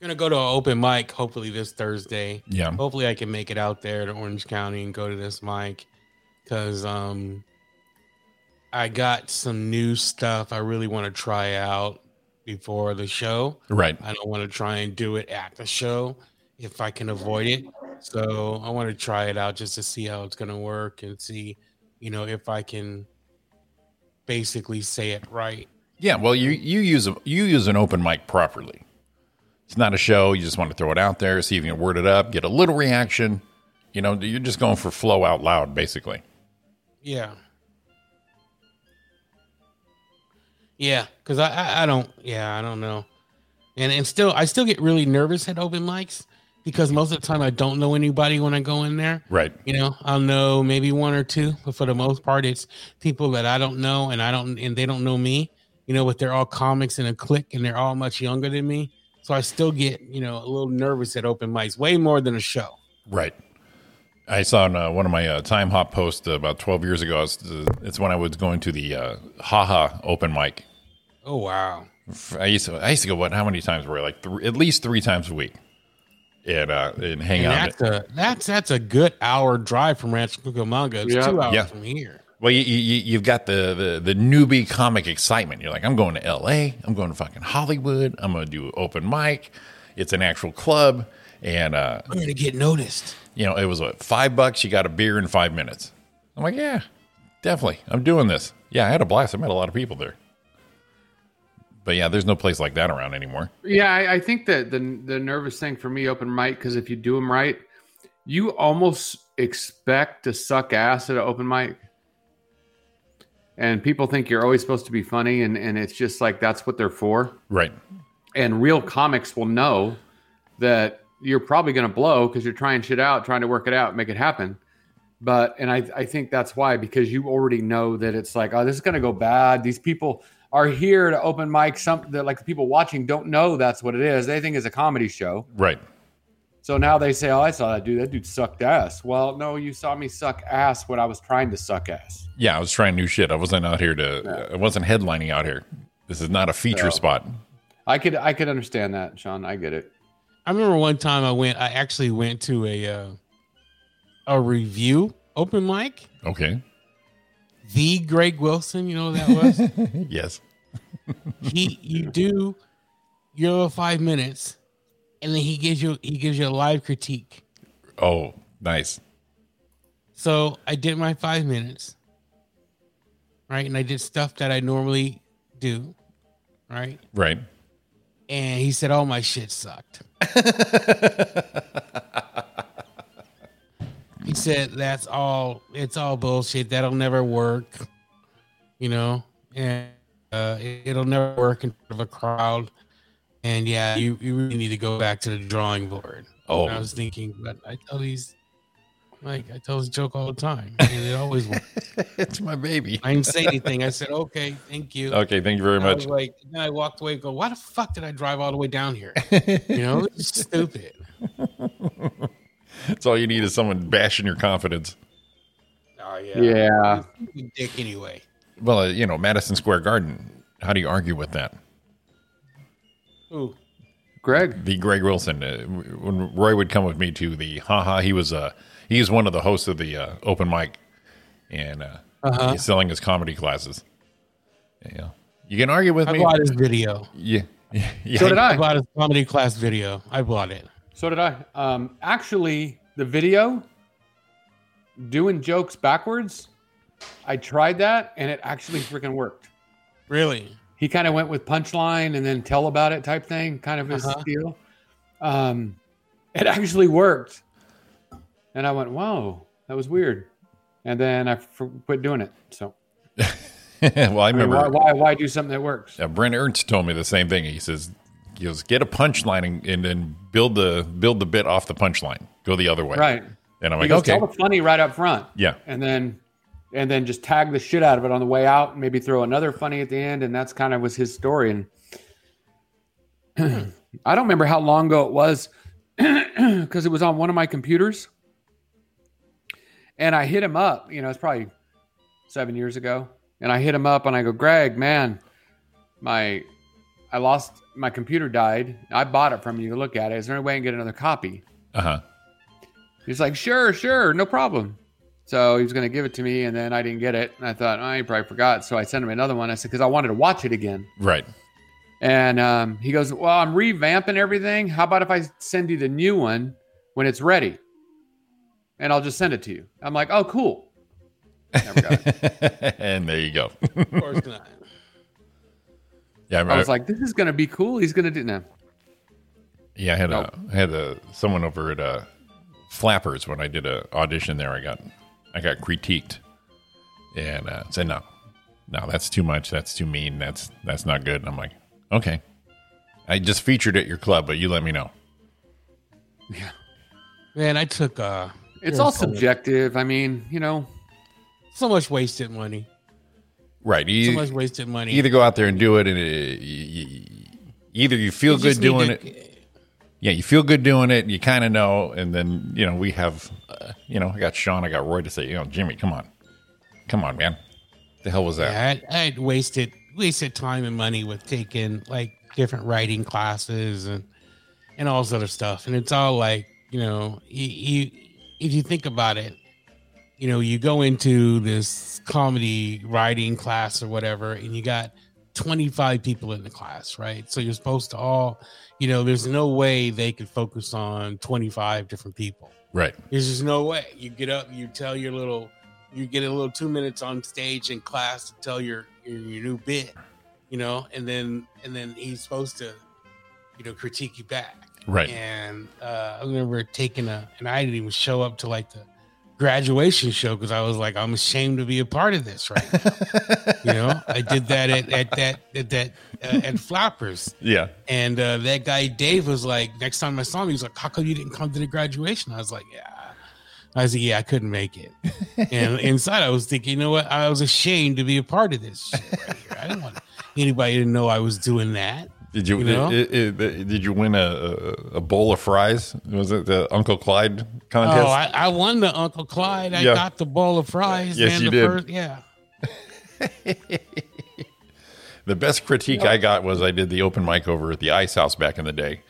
Speaker 8: gonna go to an open mic hopefully this Thursday.
Speaker 6: yeah.
Speaker 8: Hopefully I can make it out there to Orange County and go to this mic, cause um, I got some new stuff I really want to try out before the show.
Speaker 6: Right.
Speaker 8: I don't want to try and do it at the show if I can avoid it. So I want to try it out just to see how it's going to work and see, you know, if I can basically say it right.
Speaker 6: Yeah, well, you you use a, you use an open mic properly. It's not a show. You just want to throw it out there, see if you can word it up, get a little reaction. You know, you're just going for flow out loud, basically.
Speaker 8: Yeah. Yeah, because I, I I don't yeah I don't know, and and still I still get really nervous at open mics because most of the time I don't know anybody when I go in there.
Speaker 6: Right.
Speaker 8: You know I'll know maybe one or two, but for the most part it's people that I don't know and I don't and they don't know me. You know, but they're all comics in a clique and they're all much younger than me, so I still get you know a little nervous at open mics, way more than a show.
Speaker 6: Right. I saw on uh, one of my uh, time hop posts about 12 years ago. It's, uh, it's when I was going to the uh, haha open mic.
Speaker 8: Oh wow.
Speaker 6: I used to I used to go what? How many times were I? like three, at least three times a week, and uh, and hang
Speaker 8: And
Speaker 6: out.
Speaker 8: that's a that's that's a good hour drive from Rancho Cucamonga. It's
Speaker 7: Yeah.
Speaker 8: two hours
Speaker 6: Yeah.
Speaker 8: from here.
Speaker 6: Well, you, you, you- you've got the, the, the newbie comic excitement. You're like, I'm going to LA. I'm going to fucking Hollywood. I'm going to do open mic. It's an actual club. And, uh,
Speaker 8: I'm gonna get noticed.
Speaker 6: you know, it was what, five bucks? You got a beer in five minutes. I'm like, yeah, definitely. I'm doing this. Yeah, I had a blast. I met a lot of people there. But yeah, there's no place like that around anymore.
Speaker 7: Yeah, I, I think that the the nervous thing for me, open mic, because if you do them right, you almost expect to suck ass at an open mic, and people think you're always supposed to be funny, and and it's just like that's what they're for.
Speaker 6: Right.
Speaker 7: And real comics will know that you're probably going to blow because you're trying shit out, trying to work it out, make it happen. But and I I think that's why because you already know that it's like oh this is going to go bad. These people are here to open mic. Some that like the people watching don't know that's what it is. They think it's a comedy show.
Speaker 6: Right.
Speaker 7: So now they say, "Oh, I saw that dude. That dude sucked ass." Well, no, you saw me suck ass when I was trying to suck ass.
Speaker 6: Yeah, I was trying new shit. I wasn't out here to, I wasn't headlining out here. This is not a feature
Speaker 7: No.
Speaker 6: spot.
Speaker 7: I could I could understand that, Sean. I get it.
Speaker 8: I remember one time I went. I actually went to a uh, a review open mic.
Speaker 6: Okay.
Speaker 8: The Greg Wilson, you know who that was.
Speaker 6: Yes.
Speaker 8: he you do your little five minutes, and then he gives you he gives you a live critique.
Speaker 6: Oh, nice.
Speaker 8: So I did my five minutes, right? And I did stuff that I normally do, right?
Speaker 6: Right.
Speaker 8: And he said, "All my shit sucked." he said, "That's all. It's all bullshit. That'll never work." You know, and uh, it, it'll never work in front of a crowd. And yeah, you, you really need to go back to the drawing board.
Speaker 6: Oh.
Speaker 8: And I was thinking, but I tell these Like I tell this joke all the time, and it always works.
Speaker 6: it's my baby.
Speaker 8: I didn't say anything. I said, "Okay, thank you."
Speaker 6: Okay, thank you very
Speaker 8: I
Speaker 6: much.
Speaker 8: was like, and then I walked away. and Go, why the fuck did I drive all the way down here? You know, it's stupid.
Speaker 6: That's all you need is someone bashing your confidence.
Speaker 8: Oh
Speaker 7: Yeah.
Speaker 8: You dick anyway.
Speaker 6: Well, uh, you know, Madison Square Garden. How do you argue with that?
Speaker 8: Ooh,
Speaker 7: Greg.
Speaker 6: The Greg Wilson. Uh, w- when Roy would come with me to the haha, he was uh, he was one of the hosts of the uh, open mic, and uh,
Speaker 7: Uh-huh.
Speaker 6: he's selling his comedy classes. Yeah, you can argue with
Speaker 8: I
Speaker 6: me.
Speaker 8: bought his video.
Speaker 6: Yeah, yeah.
Speaker 7: So did
Speaker 8: I
Speaker 7: I.
Speaker 8: bought his comedy class video. I bought it.
Speaker 7: So did I. Um, actually, the video doing jokes backwards, I tried that and it actually freaking worked.
Speaker 8: Really?
Speaker 7: He kind of went with punchline and then tell about it type thing, kind of his
Speaker 8: Uh-huh.
Speaker 7: deal. Um, it actually worked. And I went, whoa, that was weird. And then I f- quit doing it. So
Speaker 6: well, I
Speaker 7: I mean,
Speaker 6: remember
Speaker 7: why, why, why do something that works?
Speaker 6: uh, Brent Ernst told me the same thing. He says, he goes, get a punchline and, and then build the build the bit off the punchline. Go the other way.
Speaker 7: Right.
Speaker 6: And I'm
Speaker 7: He
Speaker 6: like,
Speaker 7: goes,
Speaker 6: okay.
Speaker 7: tell the funny right up front.
Speaker 6: Yeah.
Speaker 7: and then and then just tag the shit out of it on the way out and maybe throw another funny at the end and that's kind of was his story and i don't remember how long ago it was because it was on one of my computers and i hit him up you know it's probably seven years ago and i hit him up and i go greg man my i lost my computer died i bought it from you to look at it is there any way i can get another copy
Speaker 6: Uh huh.
Speaker 7: He's like, sure, sure, no problem. So he was going to give it to me, and then I didn't get it. And I thought, oh, he probably forgot. So I sent him another one. I said, because I wanted to watch it again.
Speaker 6: Right.
Speaker 7: And um, he goes, well, I'm revamping everything. How about if I send you the new one when it's ready? And I'll just send it to you. I'm like, oh, cool. Never got it.
Speaker 6: and there you go.
Speaker 8: Of course not.
Speaker 6: yeah.
Speaker 7: I was like, this is going to be cool. He's going to do now.
Speaker 6: yeah, I had
Speaker 7: Nope.
Speaker 6: a, I had a, someone over at uh, Flappers when I did a audition there. I got, I got critiqued, and uh, said no, no, that's too much. That's too mean. That's that's not good. And I'm like, okay, I just featured at your club, but you let me know.
Speaker 8: Man, I took uh,
Speaker 7: It's
Speaker 8: Yeah,
Speaker 7: all
Speaker 8: totally.
Speaker 7: subjective. I mean, you know,
Speaker 8: so much wasted money.
Speaker 6: Right. You,
Speaker 8: So much wasted money.
Speaker 6: either go out there and do it, and it, y y- either you feel good doing it. Yeah, you feel good doing it. You kind of know, and then you know we have, uh, you know, I got Sean, I got Roy to say, you know, Jimmy, come on, come on, man, the hell was that?
Speaker 8: Yeah, I, I had wasted wasted time and money with taking like different writing classes and and all this other stuff. And it's all like you know, you, you if you think about it, you know, you go into this comedy writing class or whatever, and you got. 25 people in the class, right? So you're supposed to all, you know, there's no way they could focus on 25 different people.
Speaker 6: Right,
Speaker 8: There's just no way. You get up, you tell your little, you get a little two minutes on stage in class to tell your your, your new bit, you know, and then and then he's supposed to, you know, critique you back.
Speaker 6: right.
Speaker 8: And uh, I remember taking a, and I didn't even show up to like the graduation show because I was like, I'm ashamed to be a part of this, right? now. you know, I did that at, at that at that uh, at Flappers.
Speaker 6: Yeah,
Speaker 8: And uh, that guy Dave was like, next time I saw him, he was like, "How come you didn't come to the graduation?" I was like, "Yeah." I was like, "Yeah, I couldn't make it." and inside, I was thinking, you know what? I was ashamed to be a part of this. Shit right here. I didn't want anybody to know I was doing that.
Speaker 6: did you,
Speaker 8: You know?
Speaker 6: i- i- i- did you win a, a a bowl of fries? Was it the Uncle Clyde contest?
Speaker 8: Oh, I, I won the Uncle Clyde. I
Speaker 6: Yeah.
Speaker 8: got the bowl of fries.
Speaker 6: Yes,
Speaker 8: and
Speaker 6: you
Speaker 8: the
Speaker 6: did.
Speaker 8: First, yeah.
Speaker 6: The best critique I got was I did the open mic over at the Ice House back in the day,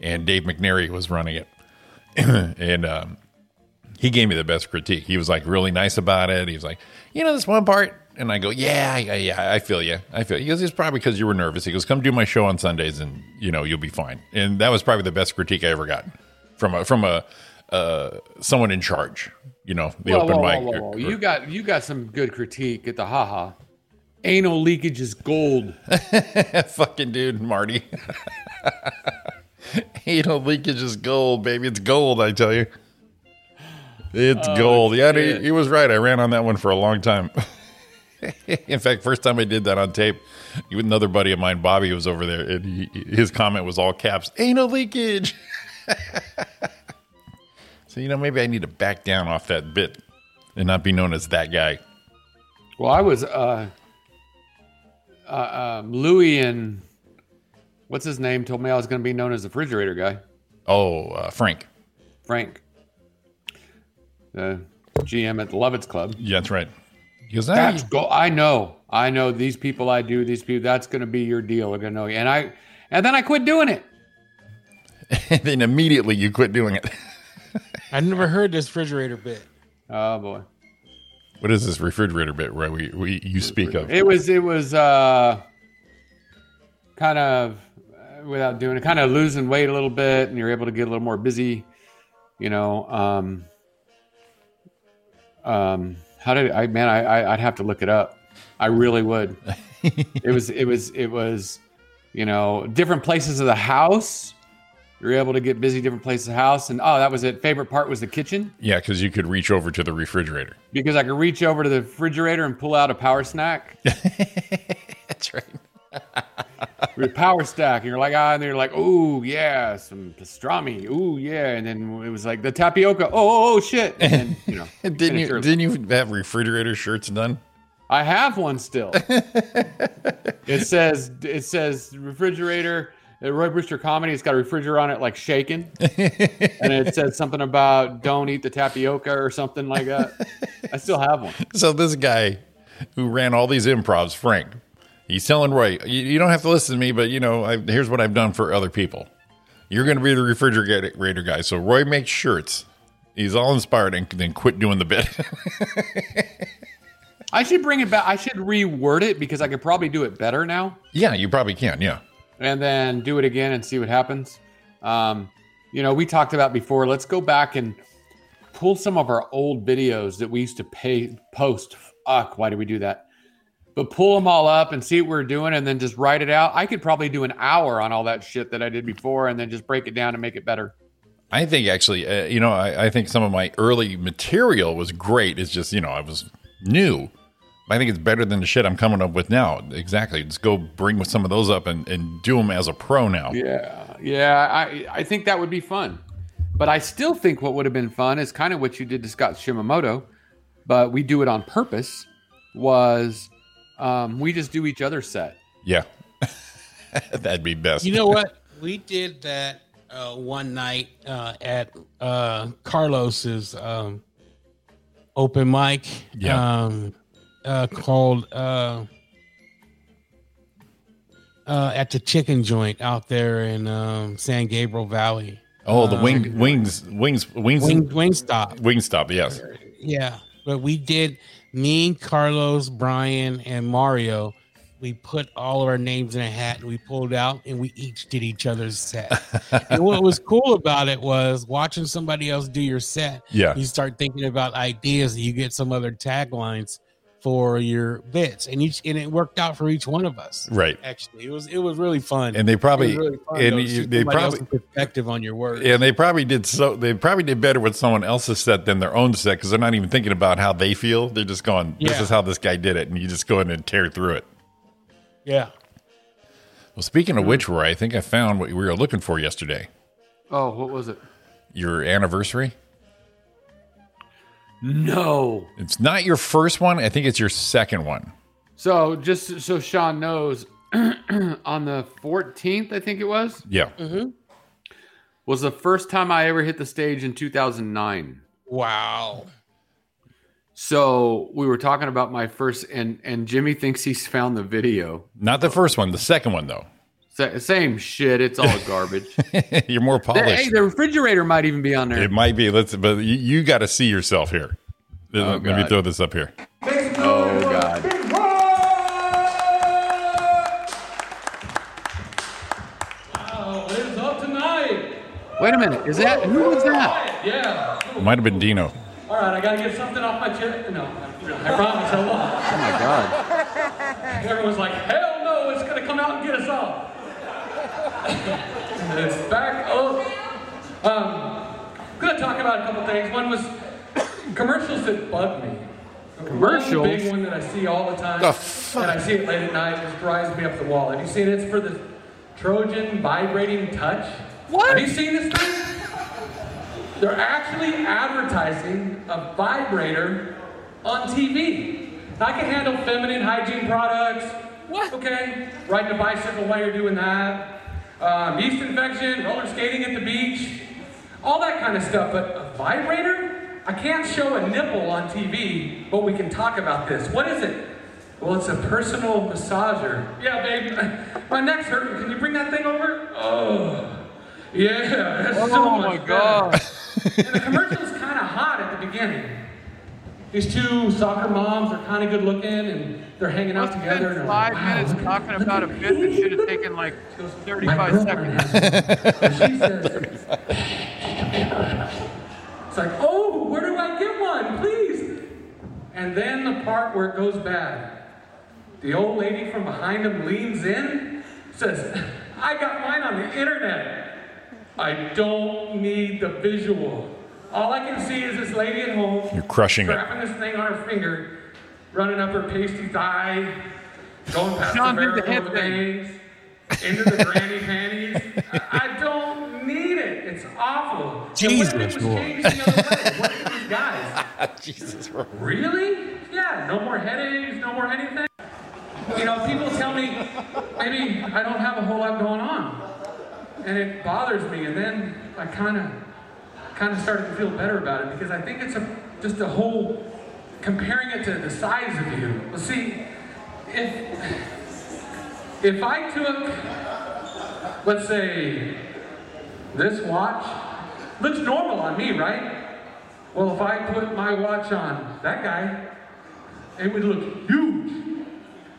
Speaker 6: and Dave McNary was running it, and um, he gave me the best critique. He was like really nice about it. He was like, you know, this one part, and I go, yeah, yeah, yeah, I feel you, I feel. You. He goes, it's probably because you were nervous. He goes, come do my show on Sundays, and you know, you'll be fine. And that was probably the best critique I ever got from a from a uh, someone in charge. You know, the
Speaker 7: Whoa,
Speaker 6: open
Speaker 7: whoa,
Speaker 6: mic.
Speaker 7: whoa, whoa, whoa. You got you got some good critique at the haha. Anal leakage is gold.
Speaker 6: fucking dude, Marty. Anal leakage is gold, baby. It's gold, I tell you. It's gold. Yeah, he,
Speaker 7: Oh, shit.
Speaker 6: he was right. I ran on that one for a long time. In fact, first time I did that on tape, another buddy of mine, Bobby, was over there, and he, his comment was all caps: "Anal leakage." So So, you know, maybe I need to back down off that bit and not be known as that guy.
Speaker 7: Well, I was uh, uh, um, Louis and what's his name told me I was going to be known as the refrigerator guy,
Speaker 6: Oh, uh, Frank.
Speaker 7: Frank, the GM at the Lovitz Club.
Speaker 6: Yeah, that's right. He goes, "Ah,
Speaker 7: That's
Speaker 6: you-
Speaker 7: go. I know, I know these people. I do these people. That's going to be your deal. They're going to know you. And I, and then I quit doing it.
Speaker 6: and then immediately you quit doing it.
Speaker 8: I never heard this refrigerator bit.
Speaker 7: Oh boy,
Speaker 6: What is this refrigerator bit where we, we you speak of?
Speaker 7: it was it was uh, kind of uh, without doing it, kind of losing weight a little bit, and you're able to get a little more busy. You know, um, um, how did I? Man, I, I I'd have to look it up. I really would. it was it was it was, you know, different places of the house. You're able to get busy different places of the house, and oh, that was it. Favorite part was the kitchen
Speaker 6: Yeah, because you could reach over to the refrigerator.
Speaker 7: because I could reach over to the refrigerator and pull out a power snack.
Speaker 6: That's right.
Speaker 7: with power stack, and you're like, ah, and they're like, oh yeah, some pastrami, oh yeah, and then it was like the tapioca, oh oh, oh, shit, and then, you know,
Speaker 6: Didn't you
Speaker 7: miniature-
Speaker 6: didn't you have refrigerator shirts done?
Speaker 7: I have one still. it says it says refrigerator. uh, Roy Brewster comedy. It's got a refrigerator on it, like shaking, and it says something about don't eat the tapioca or something like that. I still have one.
Speaker 6: So this guy who ran all these improvs, Frank, he's telling Roy, you, you don't have to listen to me, but you know, I, here's what I've done for other people. You're going to be the refrigerator guy. So Roy makes shirts. He's all inspired and then quit doing the bit.
Speaker 7: I should bring it back. I should reword it because I could probably do it better now.
Speaker 6: yeah, you probably can. Yeah.
Speaker 7: and then do it again and see what happens. Um, you know, we talked about before. Let's go back and pull some of our old videos that we used to pay post. Fuck, why did we do that? But pull them all up and see what we're doing, and then just write it out. I could probably do an hour on all that shit that I did before, and then just break it down and make it better.
Speaker 6: I think actually, uh, you know, I, I think some of my early material was great. It's just, you know, I was new. I think it's better than the shit I'm coming up with now. Exactly. Just go bring some of those up and, and do them as a pro now.
Speaker 7: Yeah, yeah. I I think that would be fun, but I still think what would have been fun is kind of what you did to Scott Shimamoto, but we do it on purpose. Was um, we just do each other's set?
Speaker 6: Yeah. That'd be best.
Speaker 8: You know what? We did that uh, one night uh, at uh, Carlos's um, open mic
Speaker 6: Yeah.
Speaker 8: um, uh, called uh, uh, at the chicken joint out there in um, San Gabriel Valley.
Speaker 6: oh, the wing, wings, wings, wings,
Speaker 8: uh,
Speaker 6: wing,
Speaker 8: Wing, Wingstop.
Speaker 6: stop. Yes.
Speaker 8: Yeah. But we did me, Carlos, Brian, and Mario. We put all of our names in a hat and we pulled out and we each did each other's set. and what was cool about it was watching somebody else do your set.
Speaker 6: Yeah.
Speaker 8: You start thinking about ideas and you get some other taglines for your bits. And each and it worked out for each one of us.
Speaker 6: Right.
Speaker 8: Actually. It was it was really fun.
Speaker 6: And they probably,
Speaker 8: It was really fun,
Speaker 6: and
Speaker 8: though, to
Speaker 6: you-
Speaker 8: see
Speaker 6: they
Speaker 8: somebody
Speaker 6: probably,
Speaker 8: else's perspective on your work.
Speaker 6: and they probably did so. They probably did better with someone else's set than their own set because they're not even thinking about how they feel. They're just going, "This
Speaker 8: Yeah.
Speaker 6: is how this guy did it," and you just go in and tear through it.
Speaker 8: Yeah.
Speaker 6: Well, speaking of which, Roy, I think I found what we were looking for yesterday.
Speaker 7: Oh, what was it?
Speaker 6: Your anniversary.
Speaker 7: No.
Speaker 6: It's not your first one. I think it's your second one.
Speaker 7: So just so Sean knows, on the fourteenth, I think it was,
Speaker 6: Yeah.
Speaker 7: was the first time I ever hit the stage in two thousand nine.
Speaker 8: Wow.
Speaker 7: So we were talking about my first, and and Jimmy thinks he's found the video.
Speaker 6: Not the first one. The second one, though.
Speaker 7: Sa- same shit. It's all garbage.
Speaker 6: You're more
Speaker 7: Hey,
Speaker 6: polished.
Speaker 7: the refrigerator might even be on there.
Speaker 6: It might be. Let's. But you, you got to see yourself here. Uh, Let me
Speaker 7: God.
Speaker 6: throw this up here.
Speaker 7: Oh god. Wait a minute. Is that who was that?
Speaker 6: It might have been Dino.
Speaker 4: All right, I gotta get something off my chest. No, I promise I won't.
Speaker 7: Oh my god.
Speaker 4: Everyone's like, hell no, it's gonna come out and get us all. it's back up. Um, I'm gonna talk about a couple things. One was commercials that bug me.
Speaker 7: Commercials?
Speaker 4: One big one that I see all the time.
Speaker 6: The fuck?
Speaker 4: And I see it late at night, it just drives me up the wall. Have you seen it? It's for the Trojan vibrating touch.
Speaker 10: What?
Speaker 4: Have you seen this thing?
Speaker 11: They're actually advertising a vibrator on TV. I can handle feminine hygiene products. What? Okay, riding a bicycle while you're doing that. Um, yeast infection, roller skating at the beach, all that kind of stuff. But a vibrator? I can't show a nipple on TV, but we can talk about this. What is it? Well, it's a personal massager. Yeah, babe, my neck's hurting. Can you bring that thing over? Oh, yeah. That's so
Speaker 7: Oh,
Speaker 11: much
Speaker 7: my
Speaker 11: better.
Speaker 7: God.
Speaker 11: And the commercial's kind of hot at the beginning. These two soccer moms are kind of good looking, and they're hanging out
Speaker 7: Must have
Speaker 11: together.
Speaker 7: been
Speaker 11: And
Speaker 7: five
Speaker 11: wow,
Speaker 7: minutes
Speaker 11: look at-
Speaker 7: talking
Speaker 11: look
Speaker 7: about a
Speaker 11: at
Speaker 7: bit that
Speaker 11: me,
Speaker 7: should have
Speaker 11: look
Speaker 7: taken like
Speaker 11: at my
Speaker 7: 35
Speaker 11: girlfriend
Speaker 7: seconds.
Speaker 11: has one. She says, it's like, oh, where do I get one, please? And then the part where it goes bad. The old lady from behind him leans in, says, I got mine on the internet. I don't need the visual. All I can see is this lady at home.
Speaker 6: You're crushing it.
Speaker 11: Strapping this thing on her finger, running up her pasty thigh, going past
Speaker 7: Sean,
Speaker 11: the
Speaker 7: do the
Speaker 11: varicose
Speaker 7: hip thing.
Speaker 11: veins, into the granny panties. I, I don't need it. It's awful. And what if
Speaker 8: Jesus,
Speaker 11: it was
Speaker 8: Lord.
Speaker 11: changed the other way? What if these guys?
Speaker 6: Jesus.
Speaker 11: Really? Yeah, no more headaches, no more anything. You know, people tell me maybe I don't have a whole lot going on. And it bothers me. And then I kind of kind of started to feel better about it because I think it's a, just a whole comparing it to the size of you. Well, see, if if I took let's say this watch looks normal on me, right? Well, if I put my watch on that guy, it would look huge.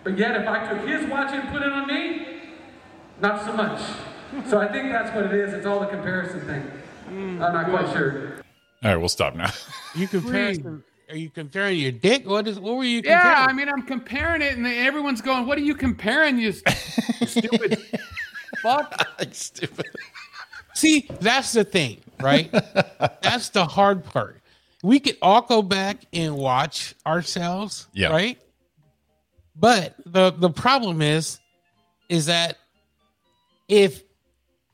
Speaker 11: But yet, if I took his watch and put it on me, not so much. So I think that's what it is. It's all the comparison thing. I'm not quite sure.
Speaker 6: All right, we'll stop now.
Speaker 8: You comparing? Are you comparing your dick? What is? What were you?
Speaker 7: Yeah, I
Speaker 8: comparing?
Speaker 7: mean, I'm comparing it, and then everyone's going, "What are you comparing, you s- stupid fuck?"
Speaker 6: Stupid.
Speaker 8: See, that's the thing, right? that's the hard part. We could all go back and watch ourselves,
Speaker 6: Yeah.
Speaker 8: right? But the the problem is, is that if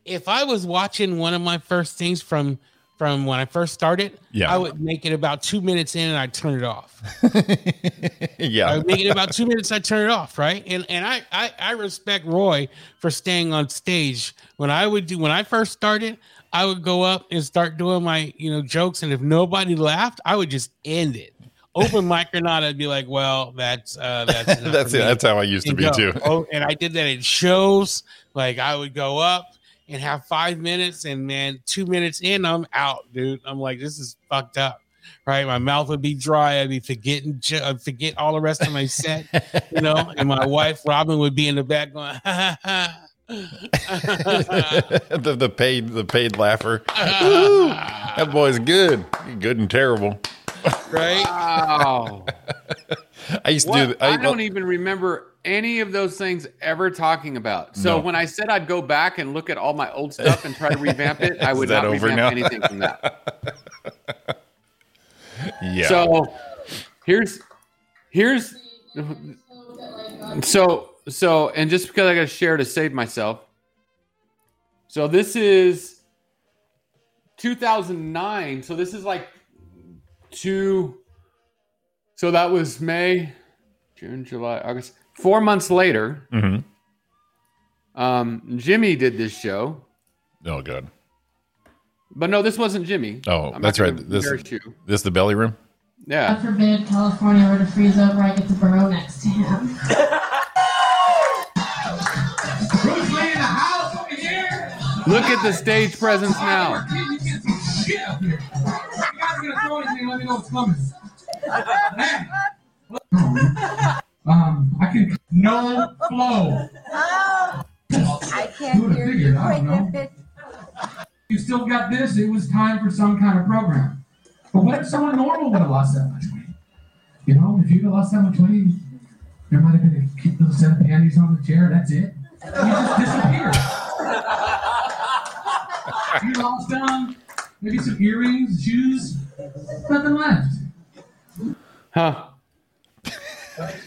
Speaker 8: if I was watching one of my first things from from when I first started,
Speaker 6: Yeah.
Speaker 8: I would make it about two minutes in and I'd turn it off. I
Speaker 6: yeah.
Speaker 8: make it about two minutes. I turn it off, right? And and I, I I respect Roy for staying on stage. When I would do when I first started, I would go up and start doing my you know jokes, and if nobody laughed, I would just end it. Open mic or not, I'd be like, well, that's uh, that's enough
Speaker 6: That's
Speaker 8: for
Speaker 6: it.
Speaker 8: me
Speaker 6: That's how I used to
Speaker 8: and
Speaker 6: be
Speaker 8: go.
Speaker 6: too.
Speaker 8: Oh, and I did that at shows. Like I would go up and have five minutes, and man, two minutes in, I'm out, dude. I'm like, this is fucked up. Right, my mouth would be dry. I'd be forgetting, j- I'd forget all the rest of my set, you know. And my wife Robin would be in the back going,
Speaker 6: the, the paid the paid laugher. Woo! that boy's good. Good and terrible.
Speaker 8: right?
Speaker 7: Wow,
Speaker 6: I used to do.
Speaker 7: Oh, What?
Speaker 6: th- I,
Speaker 7: I don't even remember any of those things ever talking about. So
Speaker 6: No.
Speaker 7: when I said I'd go back and look at all my old stuff and try to revamp it, I
Speaker 6: Is
Speaker 7: would
Speaker 6: that
Speaker 7: not
Speaker 6: over
Speaker 7: revamp
Speaker 6: now?
Speaker 7: anything from that.
Speaker 6: yeah.
Speaker 7: So here's here's so so and just because I got to share to save myself. So this is 2009. So this is like two. So that was May, June, July, August. Four months later,
Speaker 6: Mhm. Mm-hmm.
Speaker 7: um, Jimmy did this show.
Speaker 6: Oh, good.
Speaker 7: But no, this wasn't Jimmy.
Speaker 6: Oh,
Speaker 7: not
Speaker 6: that's right.
Speaker 7: gonna
Speaker 6: This
Speaker 7: embarrass you.
Speaker 6: this the belly room.
Speaker 7: Yeah.
Speaker 2: forbid California were to freeze over, I get to burrow next to him.
Speaker 12: Bruce Lee in the house over here.
Speaker 7: Look at the stage presence now.
Speaker 12: Um, I can no flow.
Speaker 13: I can't hear you. Wait, that bitch.
Speaker 12: You still got this. It was time for some kind of program. But what if someone normal would have lost that much weight? You know, if you'd have lost that much weight, there might have been a cute little set of panties on the chair. That's it. You just disappeared. you lost them. Maybe some earrings, shoes. Nothing left.
Speaker 7: Huh.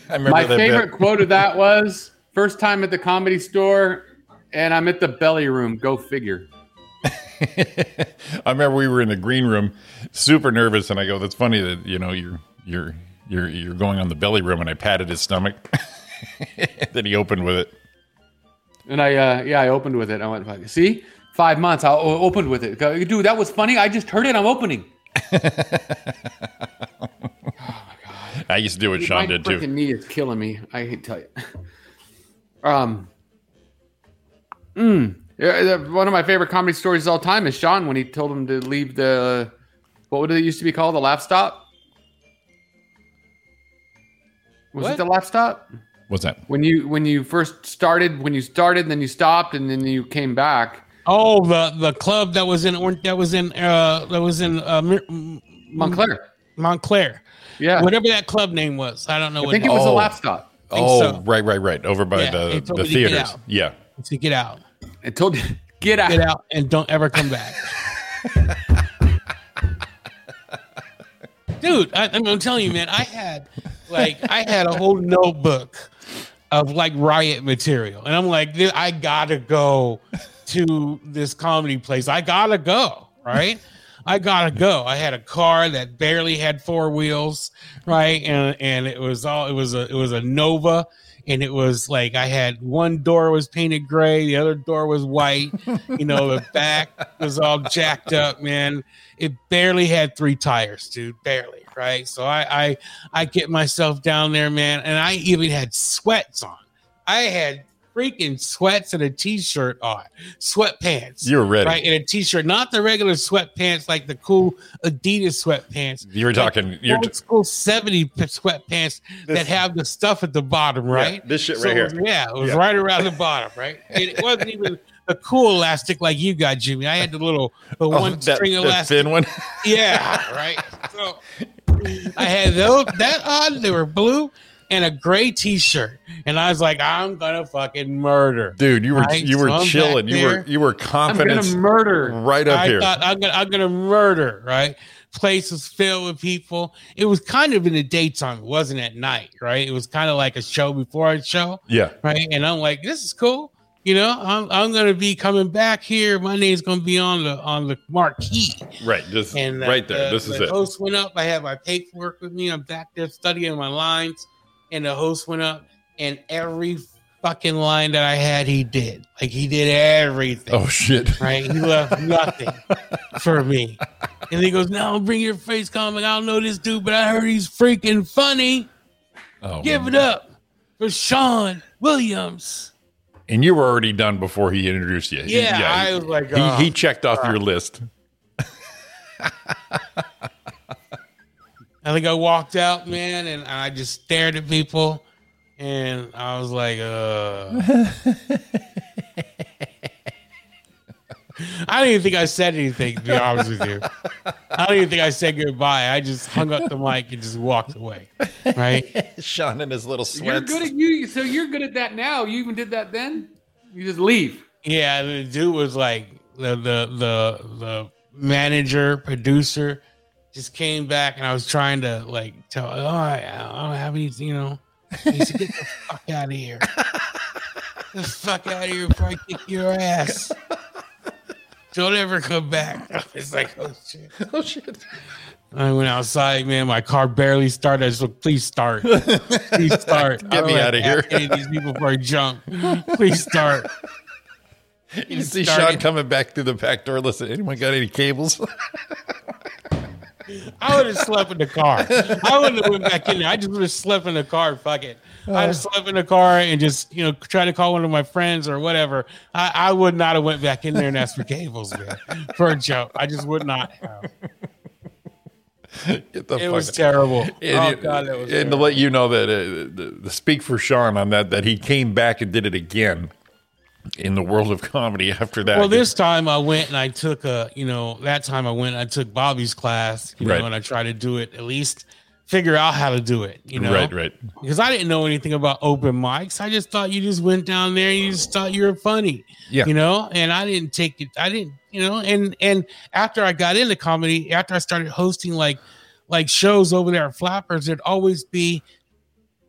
Speaker 6: I remember
Speaker 7: My
Speaker 6: that
Speaker 7: favorite
Speaker 6: bit.
Speaker 7: quote of that was first time at the comedy store and I'm at the belly room. Go figure.
Speaker 6: I remember we were in the green room, super nervous, and I go, "That's funny that you know you're you're you're you're going on the belly room," and I patted his stomach. then he opened with it.
Speaker 7: And I, uh, yeah, I opened with it. I went, like, see, five months. I o- opened with it. Go, Dude, that was funny. I just heard it. I'm opening.
Speaker 6: I used to do what
Speaker 7: Dude,
Speaker 6: Sean
Speaker 7: my
Speaker 6: did too.
Speaker 7: frickin' knee is killing me. I hate to tell you. Um. Mm, yeah, that- one of my favorite comedy stories of all time is Sean when he told him to leave the what would it used to be called the laugh stop. Was
Speaker 6: What?
Speaker 7: it the laugh stop
Speaker 6: What's that?
Speaker 7: when you when you first started when you started and then you stopped and then you came back?
Speaker 8: Oh, the the club that was in Orange, that was in uh that was in uh, Mir- M-
Speaker 7: Montclair.
Speaker 8: Montclair.
Speaker 7: Yeah.
Speaker 8: Whatever that club name was. I don't know
Speaker 7: I
Speaker 8: what
Speaker 7: think it was the
Speaker 6: Oh.
Speaker 7: laugh stop.
Speaker 8: think
Speaker 6: Oh,
Speaker 8: so.
Speaker 6: right, right, right. Over by
Speaker 8: Yeah, he
Speaker 6: the
Speaker 8: told
Speaker 6: the
Speaker 8: me to get
Speaker 6: theaters.
Speaker 8: out.
Speaker 6: Yeah.
Speaker 8: to get out.
Speaker 7: I told you get out.
Speaker 8: Get out and don't ever come back. Dude, I, I'm, I'm telling you, man, I had like I had a whole notebook of like riot material, and I'm like, "Dude, I gotta go to this comedy place. I gotta go, right? I gotta go. I had a car that barely had four wheels, right? And and it was all it was a it was a Nova, and it was like I had one door was painted gray, the other door was white. You know, the back was all jacked up, man. It barely had three tires, dude, barely, right? So I I I get myself down there, man, and I even had sweats on. I had freaking sweats and a t-shirt on, sweatpants.
Speaker 6: You were ready.
Speaker 8: Right, and a t-shirt, not the regular sweatpants like the cool Adidas sweatpants.
Speaker 6: You were talking.
Speaker 8: like
Speaker 6: you're
Speaker 8: old school seventy p- sweatpants that have the stuff at the bottom, right?
Speaker 6: this shit right
Speaker 8: So,
Speaker 6: here.
Speaker 8: Yeah, it was
Speaker 6: Yeah.
Speaker 8: right around the bottom, right? And it wasn't even the cool elastic like you got, Jimmy. I had the little the
Speaker 6: oh,
Speaker 8: one
Speaker 6: that,
Speaker 8: string
Speaker 6: that
Speaker 8: elastic.
Speaker 6: thin one.
Speaker 8: Yeah, right. So I had those that on. They were blue and a gray T-shirt, and I was like, I'm gonna fucking murder.
Speaker 6: Dude, you were
Speaker 8: Right,
Speaker 6: you
Speaker 8: so
Speaker 6: were
Speaker 8: I'm
Speaker 6: chilling.
Speaker 8: back
Speaker 6: You were
Speaker 8: there.
Speaker 6: you were
Speaker 7: I'm gonna
Speaker 6: confident
Speaker 7: murder.
Speaker 6: right up
Speaker 8: I
Speaker 6: here.
Speaker 8: thought I'm gonna, I'm gonna murder, right? Place was filled with people. It was kind of in the daytime, it wasn't at night, right? It was kind of like a show before a show,
Speaker 6: yeah.
Speaker 8: right? And I'm like, this is cool. You know, I'm, I'm gonna be coming back here. My name's gonna be on the on the marquee.
Speaker 6: Right. Just
Speaker 8: And uh,
Speaker 6: right there.
Speaker 8: the-
Speaker 6: this is
Speaker 8: the
Speaker 6: it.
Speaker 8: host went up. I had my paperwork with me. I'm back there studying my lines, and the host went up, and every fucking line that I had, he did. Like he did everything
Speaker 6: Oh shit.
Speaker 8: right? He left nothing for me. And he goes, "No, bring your face comic. I don't know this dude, but I heard he's freaking funny.
Speaker 6: Oh,
Speaker 8: Give it up for Sean Williams."
Speaker 6: And you were already done before he introduced you. He-
Speaker 8: Yeah, I was like,
Speaker 6: he,
Speaker 8: oh.
Speaker 6: he checked off your list.
Speaker 8: I think I walked out, man, and I just stared at people, and I was like, "Uh." I don't even think I said anything. To be honest with you, I don't even think I said goodbye. I just hung up the mic and just walked away. Right?
Speaker 6: Sean in his little
Speaker 7: You're
Speaker 6: sweats.
Speaker 7: good at you. So you're good at that now. You even did that then. You just leave.
Speaker 8: Yeah, the dude was like the the the the manager producer just came back and I was trying to like tell oh I, I don't have any you know he said, get the fuck out of here the fuck out of here before I kick your ass don't ever come back it's like oh shit
Speaker 6: oh shit.
Speaker 8: I went outside, man. My car barely started. I just like, please start. Please start.
Speaker 6: Get me outta here.
Speaker 8: Any of these people before I jump. Please start.
Speaker 6: You see
Speaker 8: started.
Speaker 6: Sean coming back through the back door. Listen, anyone got any cables?
Speaker 8: I would have slept in the car. I wouldn't have went back in there. I just would have slept in the car. Fuck it. I'd have slept in the car and just you know try to call one of my friends or whatever. I, I would not have went back in there and asked for cables, man, for a joke. I just would not. Have.
Speaker 6: Get the
Speaker 8: It was
Speaker 6: fuck-
Speaker 8: terrible.
Speaker 6: And,
Speaker 8: oh
Speaker 6: it-
Speaker 8: god, that
Speaker 6: and
Speaker 8: was.
Speaker 6: to
Speaker 8: terrible.
Speaker 6: let you know that uh, the, the speak for Sean on that that he came back and did it again in the world of comedy after that.
Speaker 8: Well, this time I went and I took a, you know, that time I went and I took Bobby's class, you
Speaker 6: Right.
Speaker 8: know, and I tried to do it at least figure out how to do it, you know,
Speaker 6: right, right.
Speaker 8: because I didn't know anything about open mics. I just thought you just went down there and you just thought you were funny,
Speaker 6: Yeah.
Speaker 8: you know. And I didn't take it. I didn't, you know. And and after I got into comedy, after I started hosting like like shows over there at Flappers, there'd always be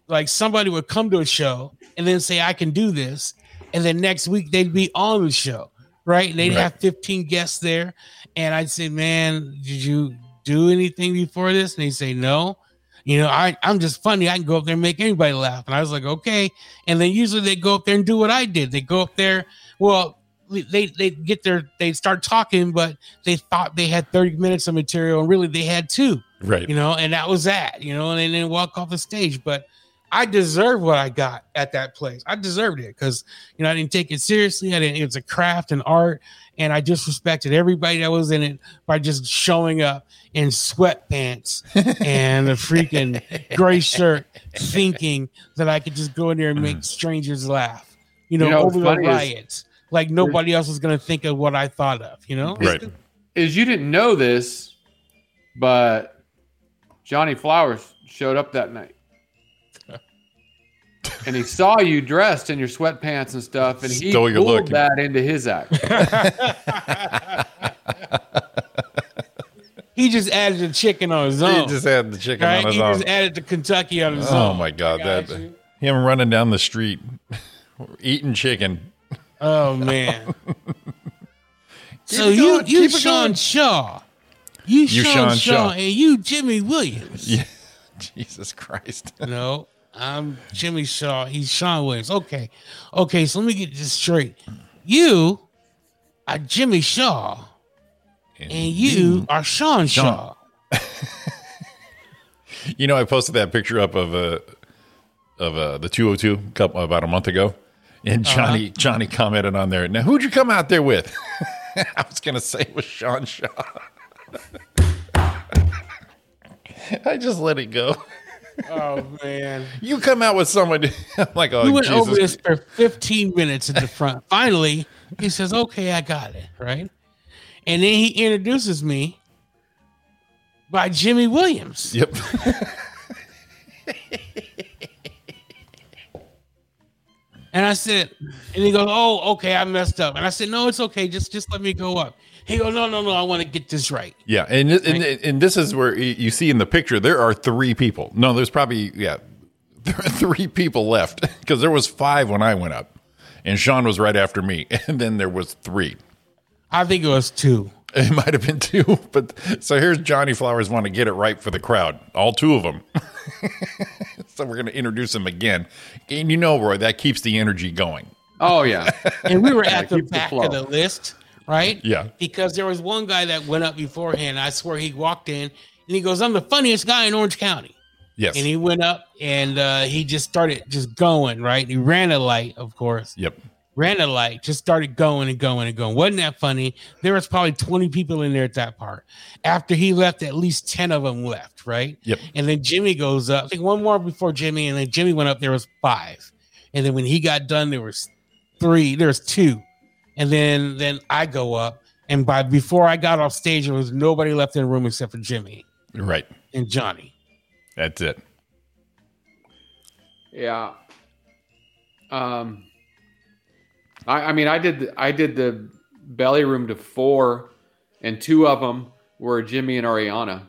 Speaker 8: like somebody would come to a show and then say I can do this, and then next week they'd be on the show. right? And they'd
Speaker 6: Right.
Speaker 8: have 15 guests there. And I'd say, man, did you do anything before this? And he'd say, no. You know, I, I'm just funny. I can go up there and make anybody laugh. And I was like, okay. And then usually they go up there and do what I did. They go up there. Well, they they get their they start talking, but they thought they had 30 minutes of material, and really they had two.
Speaker 6: Right.
Speaker 8: You know, and that was that. You know, and they didn't walk off the stage. But I deserved what I got at that place. I deserved it because you know I didn't take it seriously. I didn't. It was a craft and art, and I just respected everybody that was in it by just showing up in sweatpants and a freaking gray shirt, thinking that I could just go in there and make strangers laugh. You know,
Speaker 7: You know,
Speaker 8: over the
Speaker 7: funny is-
Speaker 8: riots, like nobody else was going to think of what I thought of. You know,
Speaker 6: Right.
Speaker 7: Is you didn't know this, but Johnny Flowers showed up that night. And he saw you dressed in your sweatpants and stuff, and he
Speaker 6: Stole
Speaker 7: pulled
Speaker 6: your look.
Speaker 7: that into his act.
Speaker 8: he just added the chicken on his
Speaker 6: He
Speaker 8: own.
Speaker 6: just had the chicken
Speaker 8: right?
Speaker 6: on his
Speaker 8: he
Speaker 6: own.
Speaker 8: just added the Kentucky on his
Speaker 6: Oh
Speaker 8: own.
Speaker 6: my god,
Speaker 8: got
Speaker 6: that
Speaker 8: you.
Speaker 6: him running down the street eating chicken.
Speaker 8: Oh man. so
Speaker 6: it
Speaker 8: you
Speaker 6: going,
Speaker 8: you
Speaker 6: keep it
Speaker 8: Sean
Speaker 6: going.
Speaker 8: Shaw, you, Sean,
Speaker 6: Sean
Speaker 8: Shaw,
Speaker 6: Shaw.
Speaker 8: and you Jimmy Williams.
Speaker 6: Yeah. Jesus Christ.
Speaker 8: No, I'm Jimmy Shaw. He's Sean Williams. Okay, okay. So let me get this straight. You are Jimmy Shaw, and you are Sean Shaw.
Speaker 6: You know, I posted that picture up of a of uh the 202 couple uh, about a month ago, and
Speaker 8: Uh-huh.
Speaker 6: Johnny Johnny commented on there. Now, who'd you come out there with? I was gonna say it was Sean Shaw. I just let it go.
Speaker 8: Oh man.
Speaker 6: You come out with someone I'm like, oh,
Speaker 8: we went
Speaker 6: Jesus.
Speaker 8: over this for 15 minutes at the front. Finally, he says, "Okay, I got it." Right, and then he introduces me by Jimmy Williams.
Speaker 6: Yep.
Speaker 8: And I said, and he goes, "Oh, okay, I messed up." And I said, "No, it's okay. Just just let me go up." He goes, "No, no, no. I want to get this right."
Speaker 6: Yeah, and and and this is where y- you see in the picture there are three people. No, there's probably yeah, there are three people left because there was five when I went up, and Sean was right after me, and then there was three.
Speaker 8: I think it was two.
Speaker 6: It might have been two, but so here's Johnny Flowers want to get it right for the crowd, all two of them. so we're gonna introduce him again, and you know, Roy, that keeps the energy going.
Speaker 7: Oh yeah,
Speaker 8: and we were at the
Speaker 7: keep the
Speaker 8: back
Speaker 7: flow.
Speaker 8: of the list, right?
Speaker 6: Yeah.
Speaker 8: Because there was one guy that went up beforehand. I swear he walked in and he goes, I'm the funniest guy in Orange County.
Speaker 6: Yes.
Speaker 8: And he went up and uh, he just started just going, right? He ran a light, of course.
Speaker 6: yep.
Speaker 8: Ran a light, just started going and going and going. Wasn't that funny? There was probably 20 people in there at that part. After he left, at least 10 of them left, right?
Speaker 6: Yep.
Speaker 8: And then Jimmy goes up. I think one more before Jimmy, and then Jimmy went up. There was five, and then when he got done, there was three. There was two, and then then I go up, and by before I got off stage, there was nobody left in the room except for Jimmy
Speaker 6: Right.
Speaker 8: and Johnny.
Speaker 6: That's it.
Speaker 7: yeah. Um, I, I mean, I did the, I did the belly room to four, and two of them were Jimmy and Ariana.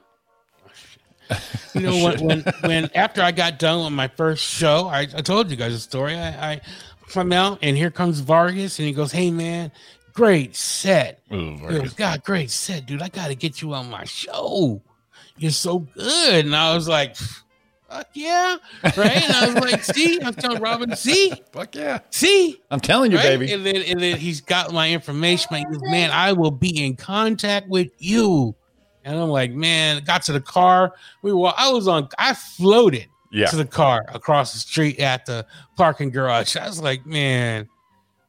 Speaker 8: You know when when, when after I got done with my first show, I, I told you guys a story. I, I come out, and here comes Vargas, and he goes, "Hey man, great set."
Speaker 6: Ooh,
Speaker 8: He goes, God, great set, dude. I got to get you on my show. You're so good. And I was like, fuck yeah. Right. And I was like, see, I'm telling Robin, see,
Speaker 6: Fuck yeah!
Speaker 8: see.
Speaker 6: I'm telling you,
Speaker 8: right?
Speaker 6: baby.
Speaker 8: And then, and then he's got my information. Like, man, I will be in contact with you. And I'm like, man, got to the car. We were, I was on, I floated
Speaker 6: yeah.
Speaker 8: to the car across the street at the parking garage. I was like, man,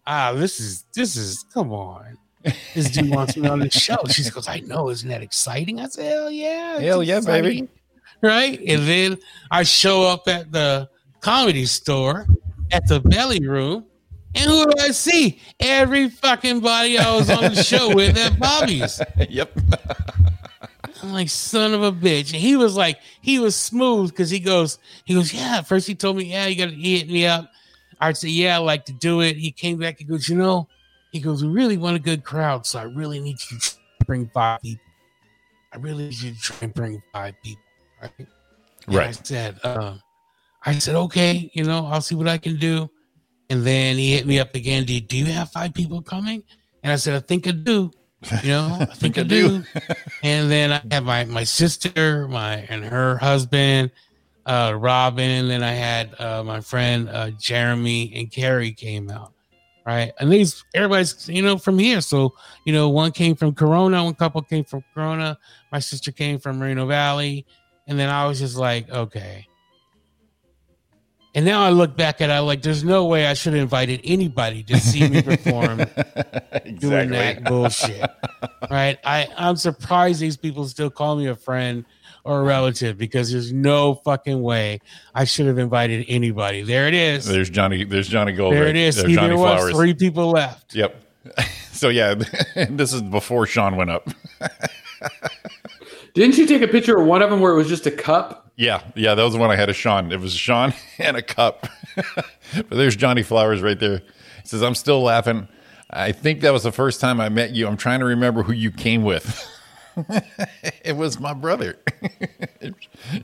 Speaker 8: ah, this is this is come on. This dude wants me on the show. She goes, I know, isn't that exciting? I said, Hell yeah. it's
Speaker 6: Hell yeah, baby.
Speaker 8: exciting." Right? And then I show up at the comedy store at the belly room. And who do I see? Every fucking body I was on the show with at Bobby's.
Speaker 6: yep.
Speaker 8: I'm like, son of a bitch. And he was like, he was smooth because he goes, he goes, yeah. First he told me, yeah, you gotta he hit me up. I said, yeah, I like to do it. He came back. He goes, you know, he goes, we really want a good crowd, so I really need you to bring five people. I really need you to try and bring five people. Right. And I
Speaker 6: Right.
Speaker 8: said, uh, I said, okay, you know, I'll see what I can do. And then he hit me up again. Do, do you have five people coming? And I said, I think I do. You know, I think I do. and then I had my my sister, my and her husband, uh, Robin, and then I had uh, my friend uh, Jeremy and Carrie came out, right? And these everybody's you know from here, so you know one came from Corona, one couple came from Corona, my sister came from Moreno Valley, and then I was just like, okay. And now I look back at it, I'm like, there's no way I should have invited anybody to see me perform doing that bullshit. Right. I, I'm surprised these people still call me a friend or a relative because there's no fucking way I should have invited anybody. There it is.
Speaker 6: There's Johnny. There's Johnny Gold.
Speaker 8: there
Speaker 6: right-
Speaker 8: it is.
Speaker 6: There's
Speaker 8: See,
Speaker 6: Johnny
Speaker 8: there was
Speaker 6: Flowers.
Speaker 8: three people left.
Speaker 6: Yep. So yeah, this is before Sean went up.
Speaker 14: Didn't you take a picture of one of them where it was just a cup?
Speaker 6: Yeah, yeah, that was the one I had of Sean. It was Sean and a cup. but there's Johnny Flowers right there. He says, "I'm still laughing. I think that was the first time I met you. I'm trying to remember who you came with. it was my brother. it,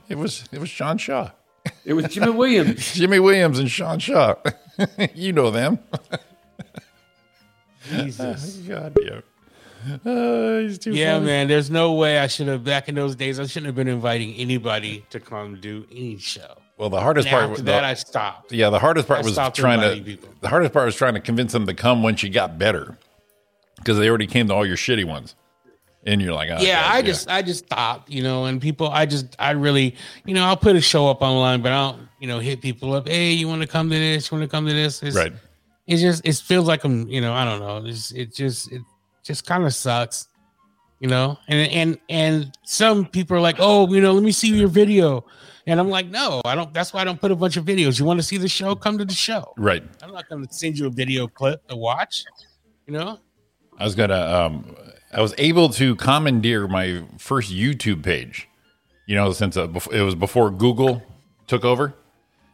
Speaker 6: it was it was Sean Shaw.
Speaker 14: It was Jimmy Williams.
Speaker 6: Jimmy Williams and Sean Shaw. you know them.
Speaker 8: Jesus.
Speaker 6: God damn. Uh, he's too
Speaker 8: yeah,
Speaker 6: funny.
Speaker 8: man. There's no way I should have back in those days. I shouldn't have been inviting anybody to come do any show.
Speaker 6: Well, the hardest
Speaker 8: And
Speaker 6: part
Speaker 8: after
Speaker 6: was
Speaker 8: that I stopped.
Speaker 6: Yeah, the hardest part
Speaker 8: I
Speaker 6: was
Speaker 8: stopped
Speaker 6: trying to.
Speaker 8: inviting people.
Speaker 6: The hardest part was trying to convince them to come when she got better, because they already came to all your shitty ones, and you're like, oh,
Speaker 8: yeah,
Speaker 6: God,
Speaker 8: I just I just stopped, you know, and people I just I really you know, I'll put a show up online, but I don't, you know, hit people up, hey, you wanna come to this, you wanna come to this? It's,
Speaker 6: right.
Speaker 8: it's just it feels like I'm, you know, I don't know. It's it just it just kind of sucks. You know? And and and some people are like, Oh, you know, let me see your video. And I'm like, no, I don't that's why I don't put a bunch of videos. You want to see the show? Come to the show.
Speaker 6: Right.
Speaker 8: I'm not gonna send you a video clip to watch. You know?
Speaker 6: I was gonna. Um, I was able to commandeer my first YouTube page. You know, since uh, bef- it was before Google took over.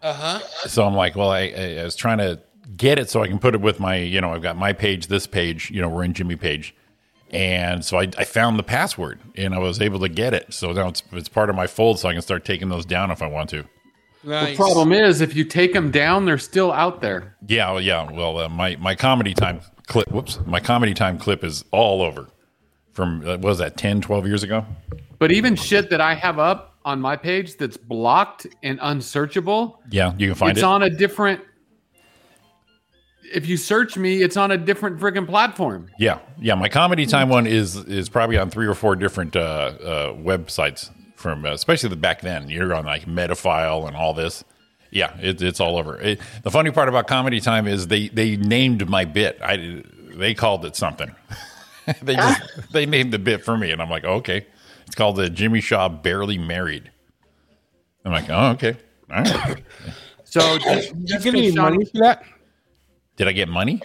Speaker 8: Uh-huh.
Speaker 6: So I'm like, well, I, I, I was trying to get it so I can put it with my, you know, I've got my page, this page, you know, we're in Jimmy page. And so I, I found the password and I was able to get it. So now it's, it's part of my fold so I can start taking those down if I want to.
Speaker 8: Nice.
Speaker 14: The problem is, if you take them down, they're still out there.
Speaker 6: Yeah. well, Yeah. Well, uh, my, my comedy time clip, whoops, my comedy time clip is all over from, uh, what was that, 10, 12 years ago?
Speaker 14: But even shit that I have up on my page that's blocked and unsearchable,
Speaker 6: Yeah. You can find
Speaker 14: it's
Speaker 6: it.
Speaker 14: on a different. If you search me, it's on a different friggin' platform.
Speaker 6: Yeah, yeah. My comedy time one is is probably on three or four different uh, uh, websites from, uh, especially the back then. You're on like Metafile and all this. Yeah, it, it's all over. It, the funny part about comedy time is they they named my bit. I they called it something. they just they named the bit for me, and I'm like, okay, it's called the Jimmy Shaw barely married. I'm like, oh, okay, all right.
Speaker 14: So
Speaker 8: Did you get any money for that?
Speaker 6: Did I get money?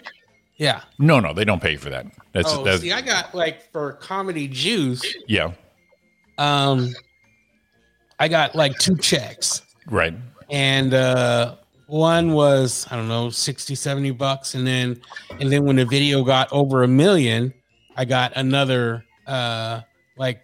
Speaker 8: Yeah.
Speaker 6: No, no, they don't pay for that. That's
Speaker 8: oh,
Speaker 6: that's
Speaker 8: see, I got like for comedy juice.
Speaker 6: yeah,
Speaker 8: Um, I got like two checks,
Speaker 6: right.
Speaker 8: and uh, one was I don't know 60, 70 bucks, and then and then when the video got over a million, I got another uh like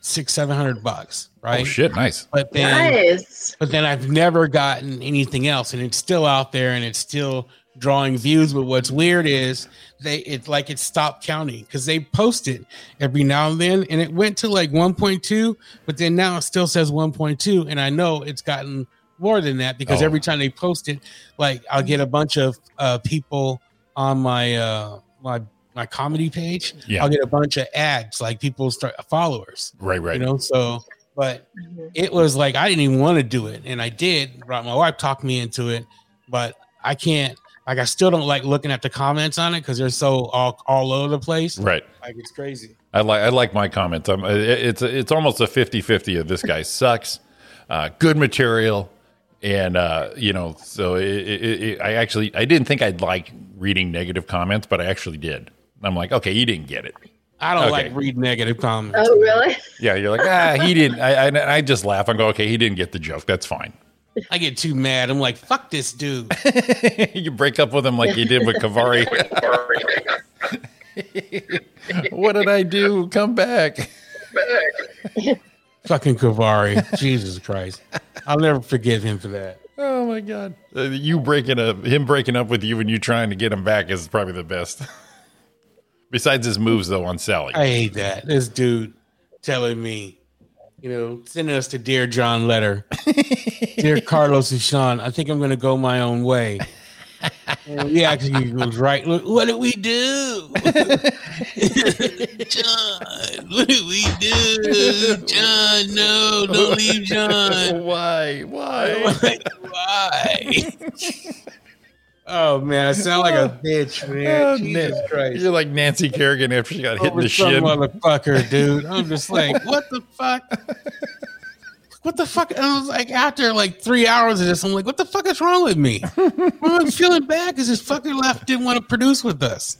Speaker 8: six, seven hundred bucks, right?
Speaker 6: Oh shit, nice.
Speaker 8: But then
Speaker 2: Nice.
Speaker 8: but then I've never gotten anything else, and it's still out there, and it's still drawing views. But what's weird is they it's like it stopped counting because they post it every now and then, and it went to like 1.2, but then now it still says 1.2, and I know it's gotten more than that because
Speaker 6: Oh.
Speaker 8: every time they post it, like I'll get a bunch of uh, people on my uh, my my comedy page.
Speaker 6: Yeah.
Speaker 8: I'll get a bunch of ads, like people start followers
Speaker 6: Right, right.
Speaker 8: you know so but it was like i didn't even want to do it and i did right my wife talked me into it but i can't like i still don't like looking at the comments on it because they're so all, all over the place
Speaker 6: right.
Speaker 8: like it's crazy
Speaker 6: I like I like my comments. I'm, it- it's it's almost a 50-50 of this guy sucks, uh, good material, and uh, you know. So it, it, it, I actually I didn't think I'd like reading negative comments, but I actually did. I'm like, okay, you didn't get it.
Speaker 8: i don't
Speaker 6: Okay.
Speaker 8: like read negative comments
Speaker 2: Oh, really?
Speaker 6: Yeah, you're like, ah, he didn't. I, I I just laugh. I go, okay, he didn't get the joke. That's fine.
Speaker 8: i get too mad i'm like fuck this dude
Speaker 6: you break up with him like you did with Kavari. what did I do? Come back.
Speaker 8: fucking kavari jesus christ i'll never forgive him for that
Speaker 6: Oh my god! Uh, you breaking up, him breaking up with you, and you trying to get him back is probably the best. Besides his moves, though, on Sally.
Speaker 8: I hate that. This dude telling me, you know, sending us to Dear John letter. Dear Carlos and Sean, I think I'm going to go my own way. And we actually was right. Look, What did we do? John, what did we do? John, no, don't leave John.
Speaker 6: Why?
Speaker 8: Why? Why? oh, man, I sound like a bitch, man.
Speaker 6: Oh,
Speaker 8: Jesus
Speaker 6: Nan-
Speaker 8: Christ.
Speaker 6: You're like Nancy Kerrigan after she got hit in
Speaker 8: Over
Speaker 6: the
Speaker 8: some
Speaker 6: shin.
Speaker 8: motherfucker, dude. I'm just like, what the fuck? What the fuck? And I was like, after like three hours of this, I'm like, what the fuck is wrong with me? I'm feeling bad because this fucker left didn't want to produce with us.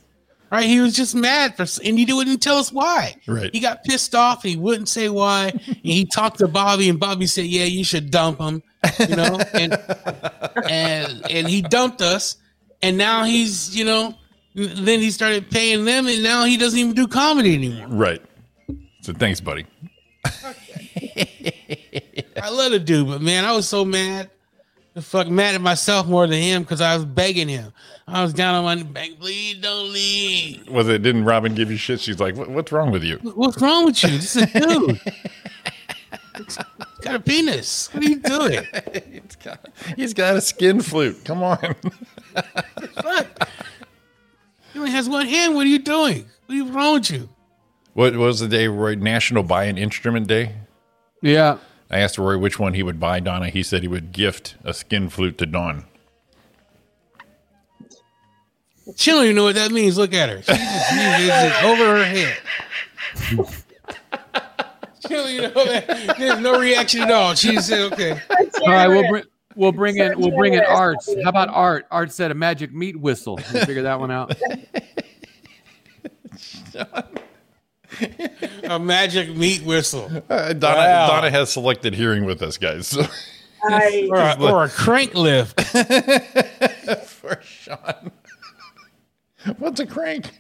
Speaker 8: Right? He was just mad for, and he didn't tell us why.
Speaker 6: Right.
Speaker 8: He got pissed off. He wouldn't say why. And he talked to Bobby, and Bobby said, "Yeah, you should dump him." You know, and and and he dumped us, and now he's you know, then he started paying them, and now he doesn't even do comedy anymore.
Speaker 6: Right. So thanks, buddy.
Speaker 8: I love the dude, but man, I was so mad. The fuck mad at myself more than him because I was begging him. I was down on my knee, beg, please don't leave.
Speaker 6: Was it? Didn't Robin give you shit? She's like, what, "What's wrong with you?"
Speaker 8: What- What's wrong with you? This is a dude. It's got a penis. What are you doing?
Speaker 6: It's got, he's got a skin flute. Come on.
Speaker 8: Fuck. He only has one hand. What are you doing? What are you wrong with you?
Speaker 6: What was the day? Roy National Buy an Instrument Day.
Speaker 14: Yeah.
Speaker 6: I asked Roy which one he would buy Donna. He said he would gift a skin flute to Don.
Speaker 8: She don't even know what that means. Look at her. She just needs it over her head. She don't even know that. There's no reaction at all. She just said, okay.
Speaker 14: All right, we'll bring we'll bring
Speaker 8: So
Speaker 14: in we'll bring in
Speaker 8: generous.
Speaker 14: arts. How about art? Art said a magic meat whistle. We figure that one out.
Speaker 8: A magic meat whistle.
Speaker 6: Uh, Donna,
Speaker 8: Wow.
Speaker 6: Donna has selected hearing with us, guys. So
Speaker 8: or, a, or a crank lift.
Speaker 6: for Sean, what's a crank?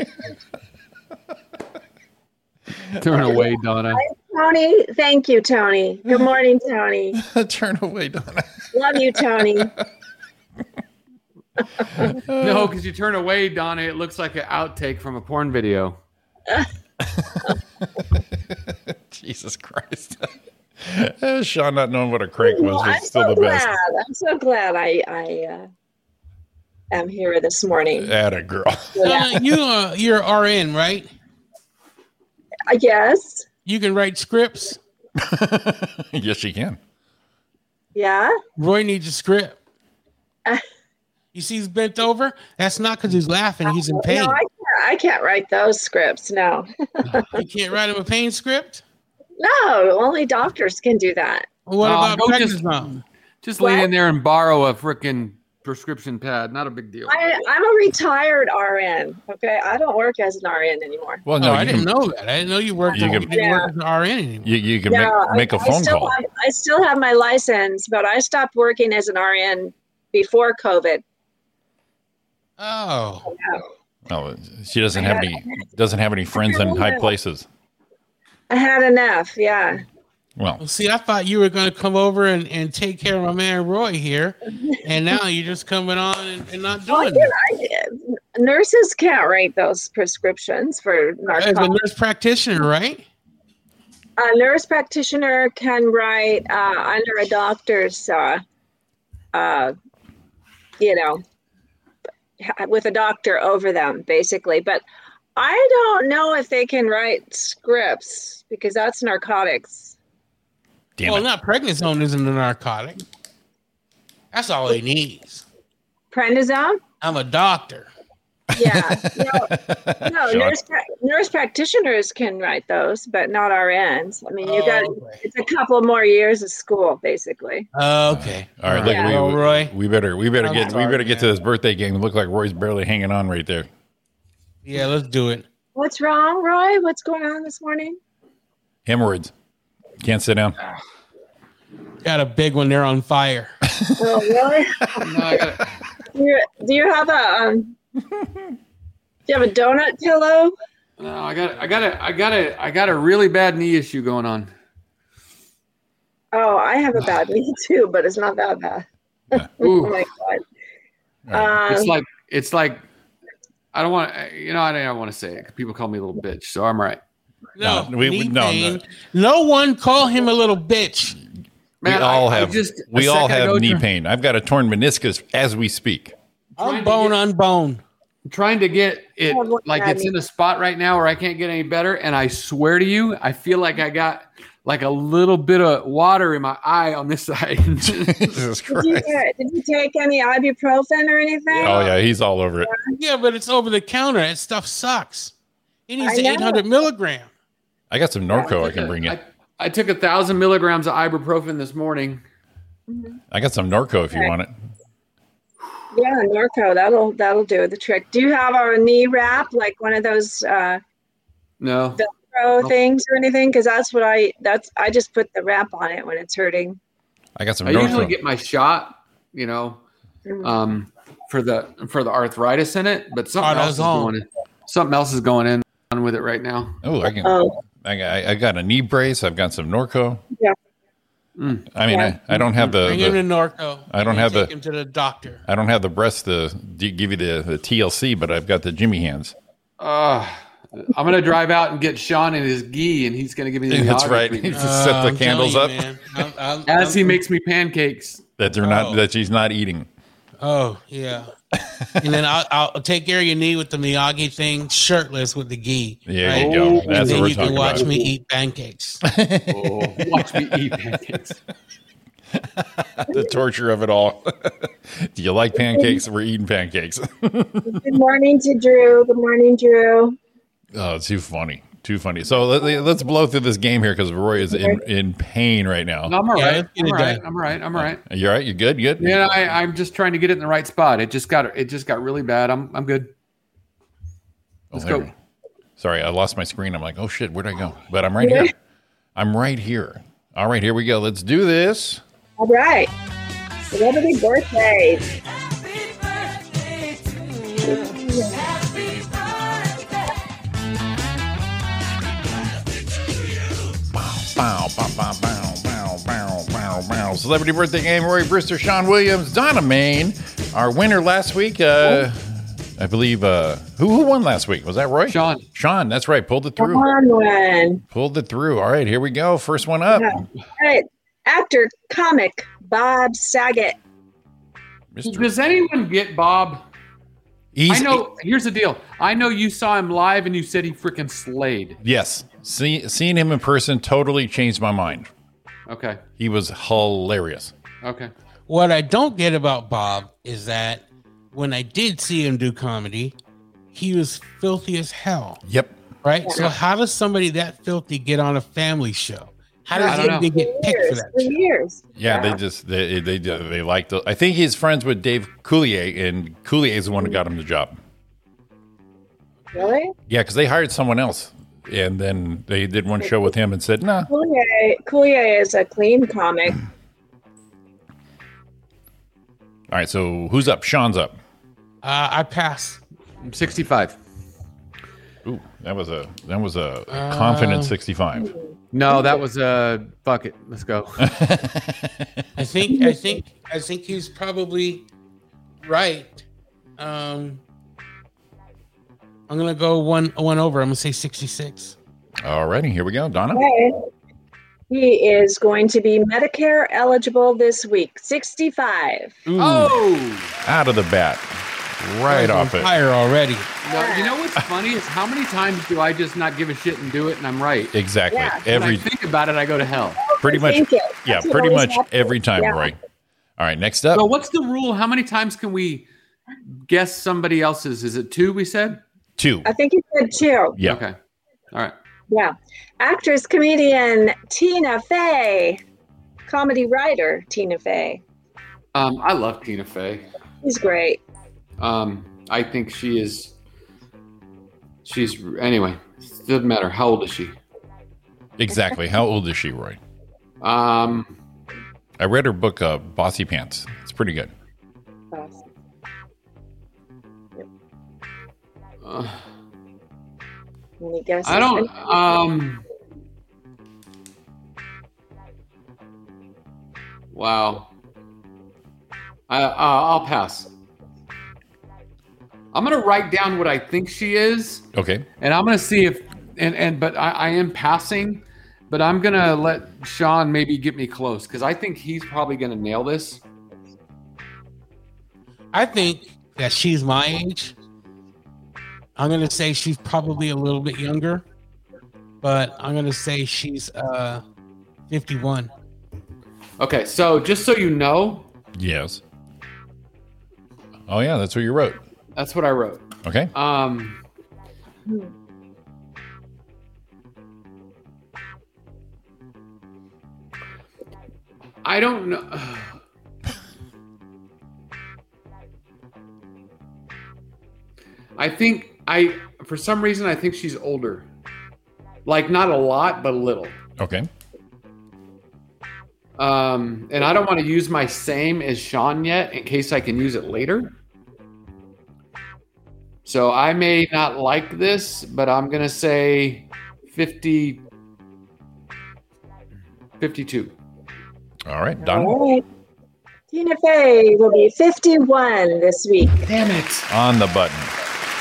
Speaker 14: Turn away, Donna.
Speaker 11: Tony, thank you, Tony. Good morning, Tony.
Speaker 6: Turn away, Donna.
Speaker 11: Love you, Tony.
Speaker 14: No, because you turn away, Donna. It looks like an outtake from a porn video.
Speaker 6: Jesus Christ. Uh, Sean not knowing what a crank was
Speaker 11: Well, I'm
Speaker 6: was still
Speaker 11: so
Speaker 6: the best.
Speaker 11: glad. I'm so glad I, I uh, am here this morning.
Speaker 6: At a girl.
Speaker 8: Donna, you uh, you're a RN, right?
Speaker 11: I guess.
Speaker 8: You can write scripts.
Speaker 6: yes, she can.
Speaker 11: Yeah.
Speaker 8: Roy needs a script. You see, he's bent over. That's not because he's laughing. He's in pain.
Speaker 11: No, I can't, I can't write those scripts. No.
Speaker 8: You can't write him a pain script.
Speaker 11: no, only doctors can do that.
Speaker 8: What
Speaker 14: Oh,
Speaker 8: about
Speaker 14: don't
Speaker 8: pregnant
Speaker 14: just-
Speaker 8: mom?
Speaker 14: Just lean in there and borrow a freaking prescription pad. Not a big deal.
Speaker 11: I, I'm a retired RN. Okay. I don't work as an RN anymore.
Speaker 6: Well, no,
Speaker 8: Oh, I
Speaker 6: you
Speaker 8: didn't
Speaker 6: can-
Speaker 8: know that. I didn't know you worked.
Speaker 6: You
Speaker 8: You,
Speaker 6: can-
Speaker 8: didn't work as an RN anymore.
Speaker 6: You, you can
Speaker 11: I-
Speaker 6: make, make a
Speaker 11: I
Speaker 6: phone
Speaker 11: still
Speaker 6: call.
Speaker 11: Have, I still have my license, but I stopped working as an RN before COVID.
Speaker 8: Oh,
Speaker 6: No, she doesn't have any doesn't have any friends in high places.
Speaker 11: I had enough. Yeah.
Speaker 6: Well,
Speaker 8: well, see, I thought you were going to come over and, and take care of my man Roy here, and now you're just coming on and, and not
Speaker 11: Well, I
Speaker 8: doing
Speaker 11: did,
Speaker 8: it.
Speaker 11: I did. Nurses can't write those prescriptions for
Speaker 8: As a
Speaker 11: narcotics.
Speaker 8: nurse practitioner, right?
Speaker 11: A nurse practitioner can write uh, under a doctor's, uh, uh, you know, with a doctor over them, basically. But I don't know if they can write scripts because that's narcotics.
Speaker 6: damn
Speaker 8: well,
Speaker 6: it.
Speaker 8: not prednisone isn't a narcotic. That's all he needs.
Speaker 11: Prednisone?
Speaker 8: I'm a doctor.
Speaker 11: Yeah. No, no
Speaker 6: Sean.
Speaker 11: nurse, pra- nurse practitioners can write those, but not RNs. I mean, you
Speaker 8: Oh,
Speaker 11: got
Speaker 8: okay.
Speaker 11: it's a couple more years of school, basically.
Speaker 8: Okay.
Speaker 6: All right, look,
Speaker 11: Yeah.
Speaker 6: we,
Speaker 8: Well, Roy.
Speaker 6: we better we better
Speaker 8: I'm
Speaker 6: get
Speaker 8: sorry,
Speaker 6: we better get to
Speaker 8: man.
Speaker 6: this birthday game. Look like Roy's barely hanging on right there.
Speaker 8: Yeah, let's do it.
Speaker 11: What's wrong, Roy? What's going on this morning?
Speaker 6: Hemorrhoids. Can't sit down.
Speaker 8: Got a big one. They're on fire.
Speaker 11: Oh, really?
Speaker 14: No, I got it.
Speaker 11: do, you, do you have a um? Do you have a donut pillow?
Speaker 14: No, I got I got a I got a I got a really bad knee issue going on.
Speaker 11: Oh, I have a bad knee too, but it's not that bad. oh
Speaker 14: Ooh,
Speaker 11: my god.
Speaker 6: All right.
Speaker 11: Um,
Speaker 14: it's like it's like
Speaker 7: I don't want to, you know, I don't want to say it. 'cause People call me a little bitch, so I'm all right.
Speaker 8: No,
Speaker 6: we- we- no,
Speaker 8: pain. No one call him a little bitch.
Speaker 6: we all have we all have knee pain. I've got a torn meniscus as we speak.
Speaker 8: I'm bone on bone.
Speaker 7: I'm trying to get it like
Speaker 6: at
Speaker 7: it's
Speaker 6: me.
Speaker 7: in a spot right now where I can't get any better. And I swear to you, I feel like I got like a little bit of water in my eye on this side. Jesus
Speaker 11: Did you, get- did you take any ibuprofen or anything?
Speaker 6: Oh yeah, he's all over it.
Speaker 8: Yeah, but it's over the counter. That stuff sucks. He needs the
Speaker 11: know.
Speaker 8: 800 milligram.
Speaker 6: I got some Norco I can bring in.
Speaker 7: I took a thousand milligrams of ibuprofen this morning.
Speaker 6: I got some Norco if you want it.
Speaker 11: Yeah, Norco, that'll that'll do the trick. Do you have a knee wrap, like one of those uh,
Speaker 7: No.
Speaker 11: Velcro
Speaker 6: Oh.
Speaker 11: things or anything? Because that's what I that's I just put the wrap on it when it's hurting.
Speaker 6: I got some
Speaker 7: I
Speaker 6: Norco.
Speaker 7: usually get my shot, you know, um, for the for the arthritis in it, but something else is
Speaker 6: Artazone.
Speaker 7: going in. Something else is going in on with it right now.
Speaker 6: Oh, I can.
Speaker 11: Um,
Speaker 6: I, got- I got a knee brace. I've got some Norco. Mm.
Speaker 11: Yeah.
Speaker 6: I mean, I, I don't have the.
Speaker 8: Bring
Speaker 6: the-
Speaker 8: him to Norco.
Speaker 6: I don't
Speaker 8: And
Speaker 6: have
Speaker 8: take
Speaker 6: the-
Speaker 8: him to the doctor.
Speaker 6: I don't have the breast to d- give you the, the TLC, but I've got the Jimmy hands.
Speaker 7: Uh, I'm gonna drive out and get Sean in his gi, and he's gonna give me the.
Speaker 6: That's
Speaker 7: Nazi
Speaker 6: right.
Speaker 7: treatment.
Speaker 6: Just set
Speaker 8: Um,
Speaker 6: the candles up
Speaker 7: As he makes me pancakes.
Speaker 6: that they're not that she's not eating.
Speaker 8: Oh yeah. and then I'll, I'll take care of your knee with the Miyagi thing, shirtless with the gi.
Speaker 6: There you go.
Speaker 8: Oh. And
Speaker 6: That's
Speaker 8: then
Speaker 6: what we're
Speaker 8: you can
Speaker 6: talking
Speaker 8: watch
Speaker 6: about.
Speaker 8: me eat pancakes.
Speaker 6: Oh.
Speaker 7: watch me eat pancakes.
Speaker 6: the torture of it all. Do you like pancakes? We're eating pancakes.
Speaker 11: Good morning to Drew. Good morning, Drew.
Speaker 6: Oh, too funny. Too funny. So let, let's blow through this game here because Roy is in, in pain right now.
Speaker 7: No, I'm all
Speaker 8: Yeah,
Speaker 7: right.
Speaker 8: let's get
Speaker 7: I'm
Speaker 8: it
Speaker 7: all right.
Speaker 8: done.
Speaker 7: I'm all right. I'm all right.
Speaker 6: You're right. You good? You Good.
Speaker 7: Yeah, I, I'm just trying to get it in the right spot. It just got it just got really bad. I'm I'm good.
Speaker 6: Oh,
Speaker 7: Let's
Speaker 6: there
Speaker 7: go.
Speaker 6: we go. Sorry, I lost my screen. I'm like, oh shit, where'd I go? But I'm right here. I'm right here. All right, here we go. Let's do this.
Speaker 11: All right. Celebrity birthday.
Speaker 6: Bow, bow, bow, bow, bow, bow, bow, bow. Celebrity birthday game. Roy Brewster, Sean Williams, Donna Main. Our winner last week,
Speaker 7: Oh.
Speaker 6: uh, I believe. Uh, who who won last week? Was that Roy? Sean. Sean. That's right. Pulled it
Speaker 11: Come
Speaker 6: through.
Speaker 11: on, one.
Speaker 6: Pulled it through. All right, here we go. First one up.
Speaker 11: Yeah. All right. Actor, comic, Bob Saget.
Speaker 7: Does anyone get Bob? I know. Here's the deal. I know you saw him live, and you said he freaking slayed.
Speaker 6: Yes. See, seeing him in person totally changed my mind.
Speaker 7: Okay.
Speaker 6: He was hilarious.
Speaker 7: Okay.
Speaker 8: What I don't get about Bob is that when I did see him do comedy, he was filthy as hell.
Speaker 6: Yep.
Speaker 8: Right? So how does somebody that filthy get on a family show? How does
Speaker 6: I don't
Speaker 8: anybody
Speaker 6: know.
Speaker 8: get picked for that?
Speaker 11: For years.
Speaker 6: Yeah, they just they they they liked. The, I think he's friends with Dave Coulier, and Coulier is the one who got him the job.
Speaker 11: Really?
Speaker 6: Yeah, because they hired someone else, and then they did one show with him and said, "Nah,
Speaker 11: Coulier, Coulier is a clean comic.
Speaker 6: all right." So who's up? Sean's up.
Speaker 8: Uh, I pass.
Speaker 7: I'm 65.
Speaker 6: Ooh, that was a that was a, a confident
Speaker 7: Uh,
Speaker 6: sixty-five.
Speaker 7: No, that was uh, fuck it. Let's go.
Speaker 8: I think I think I think he's probably right. Um I'm gonna go one one over. I'm gonna say sixty six.
Speaker 6: Alrighty, here we go, Donna.
Speaker 11: Okay. He is going to be Medicare eligible this week, 65.
Speaker 6: Ooh.
Speaker 7: Oh,
Speaker 6: Out of the bat, right off it.
Speaker 8: Higher already.
Speaker 7: no, you know what's funny is how many times do I just not give a shit and do it, and I'm right.
Speaker 6: Exactly.
Speaker 7: Yeah.
Speaker 6: Every
Speaker 7: when I think about it, I go to hell.
Speaker 6: pretty much.
Speaker 7: Thank you.
Speaker 6: Yeah,
Speaker 7: That's what
Speaker 6: pretty
Speaker 7: always
Speaker 6: much
Speaker 7: happens.
Speaker 6: every time,
Speaker 7: Yeah.
Speaker 6: Roy. All right, next up.
Speaker 7: So what's the rule? How many times can we guess somebody else's? Is it two? We said
Speaker 6: two.
Speaker 7: uh,
Speaker 11: I think he said two.
Speaker 6: Yeah.
Speaker 7: Okay. All right.
Speaker 11: Yeah. Actress, comedian Tina Fey. Comedy writer Tina Fey.
Speaker 7: Um, I love Tina Fey.
Speaker 11: He's great.
Speaker 7: Um, I think she is. She's anyway. it Doesn't matter. How old is she?
Speaker 6: Exactly. How old is she, Roy?
Speaker 7: Um,
Speaker 6: I read her book, uh, Bossy Pants. It's pretty good.
Speaker 7: uh,
Speaker 11: Any guesses?
Speaker 7: I don't. Um. Wow. I, uh, I'll pass. I'm gonna write down what I think she is,
Speaker 6: Okay.
Speaker 7: and I'm gonna see if and and but I, I am passing, but I'm gonna let Sean maybe get me close because I think he's probably gonna nail this.
Speaker 8: I think that she's my age. I'm gonna say she's probably a little bit younger, but I'm gonna say she's uh 51.
Speaker 7: Okay, so just so you know,
Speaker 6: Yes. Oh yeah, that's what you wrote.
Speaker 7: that's what I wrote.
Speaker 6: Okay.
Speaker 7: Um, I don't know. I think I, for some reason, I think she's older. Like not a lot, but a little.
Speaker 6: Okay.
Speaker 7: Um, and I don't want to use my same as Sean yet in case I can use it later. So I may not like this, but I'm going to say 50, 52.
Speaker 6: All right,
Speaker 11: All right. Tina Fey will be 51 this week.
Speaker 7: Damn it.
Speaker 6: On the button.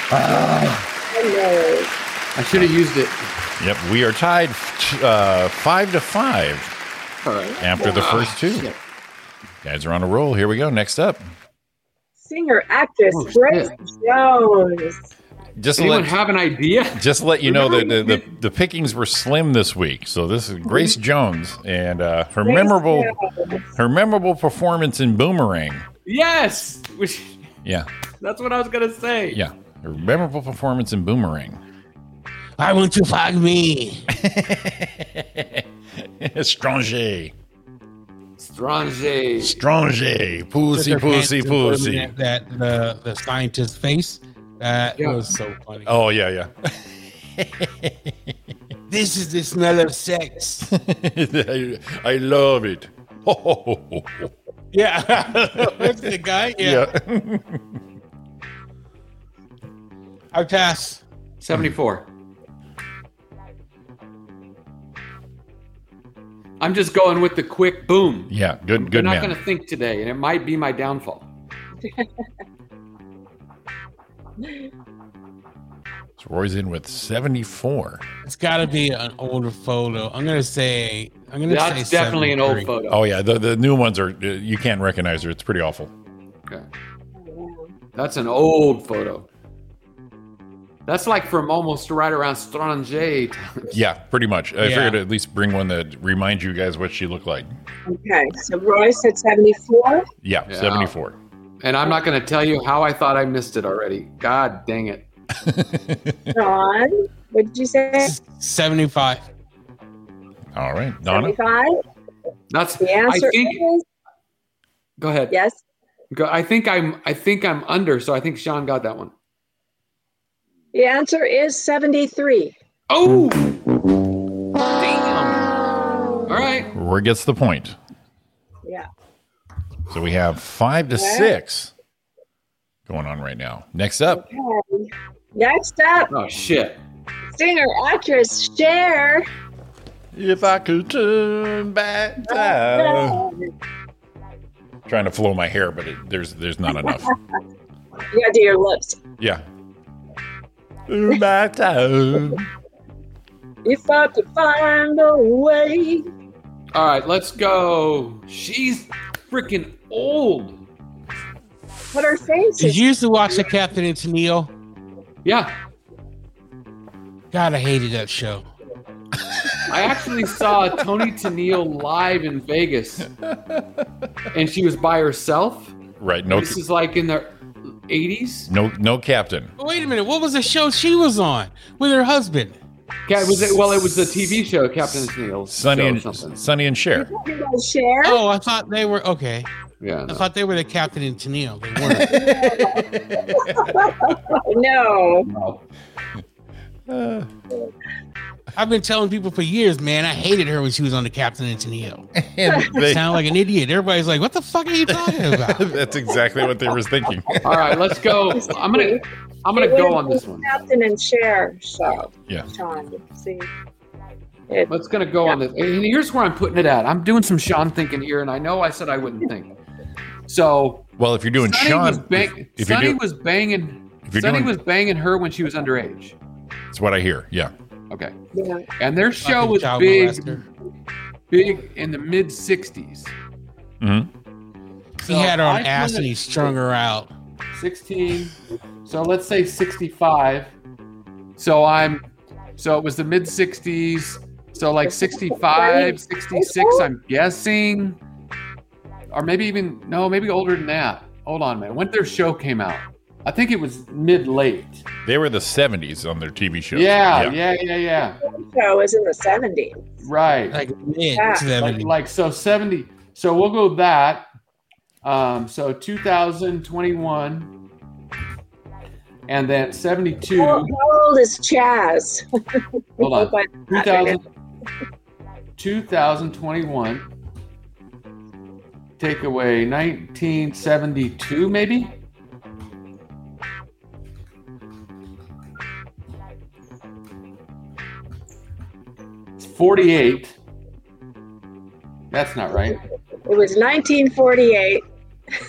Speaker 11: Hello.
Speaker 7: I should have used it.
Speaker 6: Yep. We are tied uh, five to five after the first two. Guys are on a roll. Here we go. Next up.
Speaker 11: Singer, actress,
Speaker 7: Oh,
Speaker 11: Grace Jones.
Speaker 6: Just to
Speaker 7: Anyone
Speaker 6: let-
Speaker 7: have an idea?
Speaker 6: Just to let you know that the, the, the pickings were slim this week. So this is Grace Jones and uh, her
Speaker 11: Grace
Speaker 6: memorable
Speaker 11: Jones.
Speaker 6: her memorable performance in Boomerang.
Speaker 7: Yes. Which,
Speaker 6: Yeah,
Speaker 7: that's what I was going to say.
Speaker 6: yeah, her memorable performance in Boomerang.
Speaker 8: I want to fuck me.
Speaker 6: Stranger,
Speaker 7: Strange.
Speaker 6: stranger, pussy,
Speaker 8: Put their hands
Speaker 6: pussy,
Speaker 8: in front of
Speaker 6: pussy.
Speaker 8: That, that the the scientist's face. That
Speaker 7: Yeah.
Speaker 8: was so funny.
Speaker 6: Oh yeah, yeah.
Speaker 8: This is the smell of sex.
Speaker 6: I, I love it.
Speaker 8: yeah, that's the guy. Yeah,
Speaker 6: yeah.
Speaker 8: I pass.
Speaker 7: 74. I'm just going with the quick boom.
Speaker 6: Yeah, good
Speaker 7: They're
Speaker 6: good
Speaker 7: not
Speaker 6: man.
Speaker 7: going to think today, and it might be my downfall.
Speaker 6: So Roy's in with 74.
Speaker 8: It's got to be an older photo. I'm gonna say. I'm gonna say
Speaker 7: That's definitely an old
Speaker 8: 73.
Speaker 7: photo.
Speaker 6: Oh yeah, the the new ones are uh, you can't recognize her. It's pretty awful.
Speaker 7: Okay. That's an old photo. That's like from almost right around Strange.
Speaker 6: Yeah, pretty much. I
Speaker 8: Yeah.
Speaker 6: figured I'd at least bring one that reminds you guys what she looked like.
Speaker 11: Okay, so Roy said 74.
Speaker 6: Yeah,
Speaker 7: Yeah.
Speaker 6: 74.
Speaker 7: And I'm not going to tell you how I thought I missed it already. God dang it.
Speaker 11: John, what did you say?
Speaker 8: Seventy-five.
Speaker 6: All right, Donna.
Speaker 11: 75.
Speaker 7: That's
Speaker 11: The
Speaker 7: I
Speaker 11: answer
Speaker 7: think
Speaker 11: is
Speaker 7: go ahead.
Speaker 11: yes.
Speaker 7: Go, I think I'm I think I'm under, so I think Sean got that one.
Speaker 11: The answer is 73.
Speaker 7: Oh. Damn. All right.
Speaker 6: Roy gets the point.
Speaker 11: Yeah.
Speaker 6: So we have 5 to 6 going on right now. Next up,
Speaker 11: Okay. Next up,
Speaker 7: Oh shit.
Speaker 11: singer, actress, Cher.
Speaker 6: if I could turn back
Speaker 7: Uh.
Speaker 6: time. Trying to flow my hair, but it, there's there's not enough.
Speaker 11: You gotta do your lips.
Speaker 6: Yeah. Turn back time.
Speaker 11: If I could find a way.
Speaker 7: All right, let's go. She's freaking old.
Speaker 11: But her face
Speaker 8: Did
Speaker 11: is
Speaker 8: you used to watch the Captain and Tennille?
Speaker 7: Yeah.
Speaker 8: God, I hated that show.
Speaker 7: I actually saw Tony Tennille live in Vegas, and she was by herself.
Speaker 6: Right, no
Speaker 7: This is like in the 80s.
Speaker 6: no no captain.
Speaker 8: But wait a minute, what was the show she was on with her husband?
Speaker 7: Yeah, it was well, it was the TV show Captain Tennille.
Speaker 6: Sunny
Speaker 7: show
Speaker 6: and
Speaker 7: or something.
Speaker 6: Sunny and Cher.
Speaker 11: talking about Cher.
Speaker 8: Oh, I thought they were okay.
Speaker 7: Yeah.
Speaker 8: I
Speaker 7: no.
Speaker 8: thought they were the Captain and Tennille. They weren't.
Speaker 11: Oh, No.
Speaker 6: Uh,
Speaker 8: I've been telling people for years, man, I hated her when she was on the Captain and Tennille.
Speaker 6: and they-
Speaker 8: Sound like an idiot. Everybody's like, "What the fuck are you talking about?"
Speaker 6: That's exactly what they were thinking.
Speaker 7: All right, let's go. I'm gonna I'm gonna
Speaker 11: It
Speaker 7: go
Speaker 11: would've
Speaker 7: on this
Speaker 11: been
Speaker 7: one.
Speaker 11: Captain and Cher show.
Speaker 6: Yeah.
Speaker 11: Sean, see. It,
Speaker 7: Let's gonna go on this. And here's where I'm putting it at. I'm doing some Sean thinking here, and I know I said I wouldn't think. So
Speaker 6: Well, if you're doing
Speaker 7: Sonny
Speaker 6: Sean,
Speaker 7: was, bang-
Speaker 6: if, if you're
Speaker 7: Sonny
Speaker 6: doing
Speaker 7: was banging.
Speaker 6: If you're
Speaker 7: Sonny
Speaker 6: doing-
Speaker 7: was banging her when she was underage.
Speaker 6: That's what I hear. Yeah.
Speaker 7: Okay. And their show
Speaker 6: Fucking
Speaker 7: was
Speaker 6: child
Speaker 7: big,
Speaker 6: molester.
Speaker 7: big in the mid '60s.
Speaker 6: Mm-hmm.
Speaker 8: He had her
Speaker 7: So I
Speaker 8: on ass
Speaker 7: kinda-
Speaker 8: and he strung her out.
Speaker 7: 16 so let's say 65 so i'm so it was the mid 60s so like 65 66 i'm guessing or maybe even no maybe older than that hold on man when their show came out i think it was mid late
Speaker 6: They were the 70s on their TV show.
Speaker 7: yeah yeah yeah yeah
Speaker 11: So it was in the 70s.
Speaker 7: Right.
Speaker 8: Like mid
Speaker 11: Yeah.
Speaker 8: 70.
Speaker 7: Like, like, so 70. So we'll go with that. Um, so 2021 and then 72.
Speaker 11: How, how old is Chaz?
Speaker 7: Hmm. Hold on.
Speaker 11: But-
Speaker 7: 2000, 2021. Take away 1972, maybe? It's 48. That's not right.
Speaker 11: It was 1948.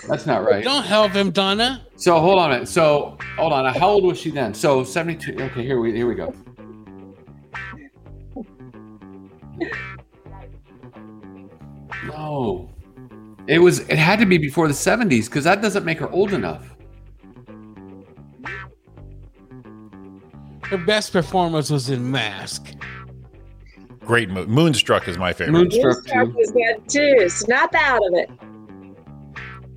Speaker 7: That's not right.
Speaker 8: Don't help him, Donna.
Speaker 7: So hold on a minute. So hold on. How old was she then? So 72. Okay, here we here we go. No. It was it had to be before the 70s because that doesn't make her old enough.
Speaker 8: Her best performance was in Mask.
Speaker 6: Great movie. Moonstruck is my favorite.
Speaker 11: Moonstruck was good too. Snap out of it.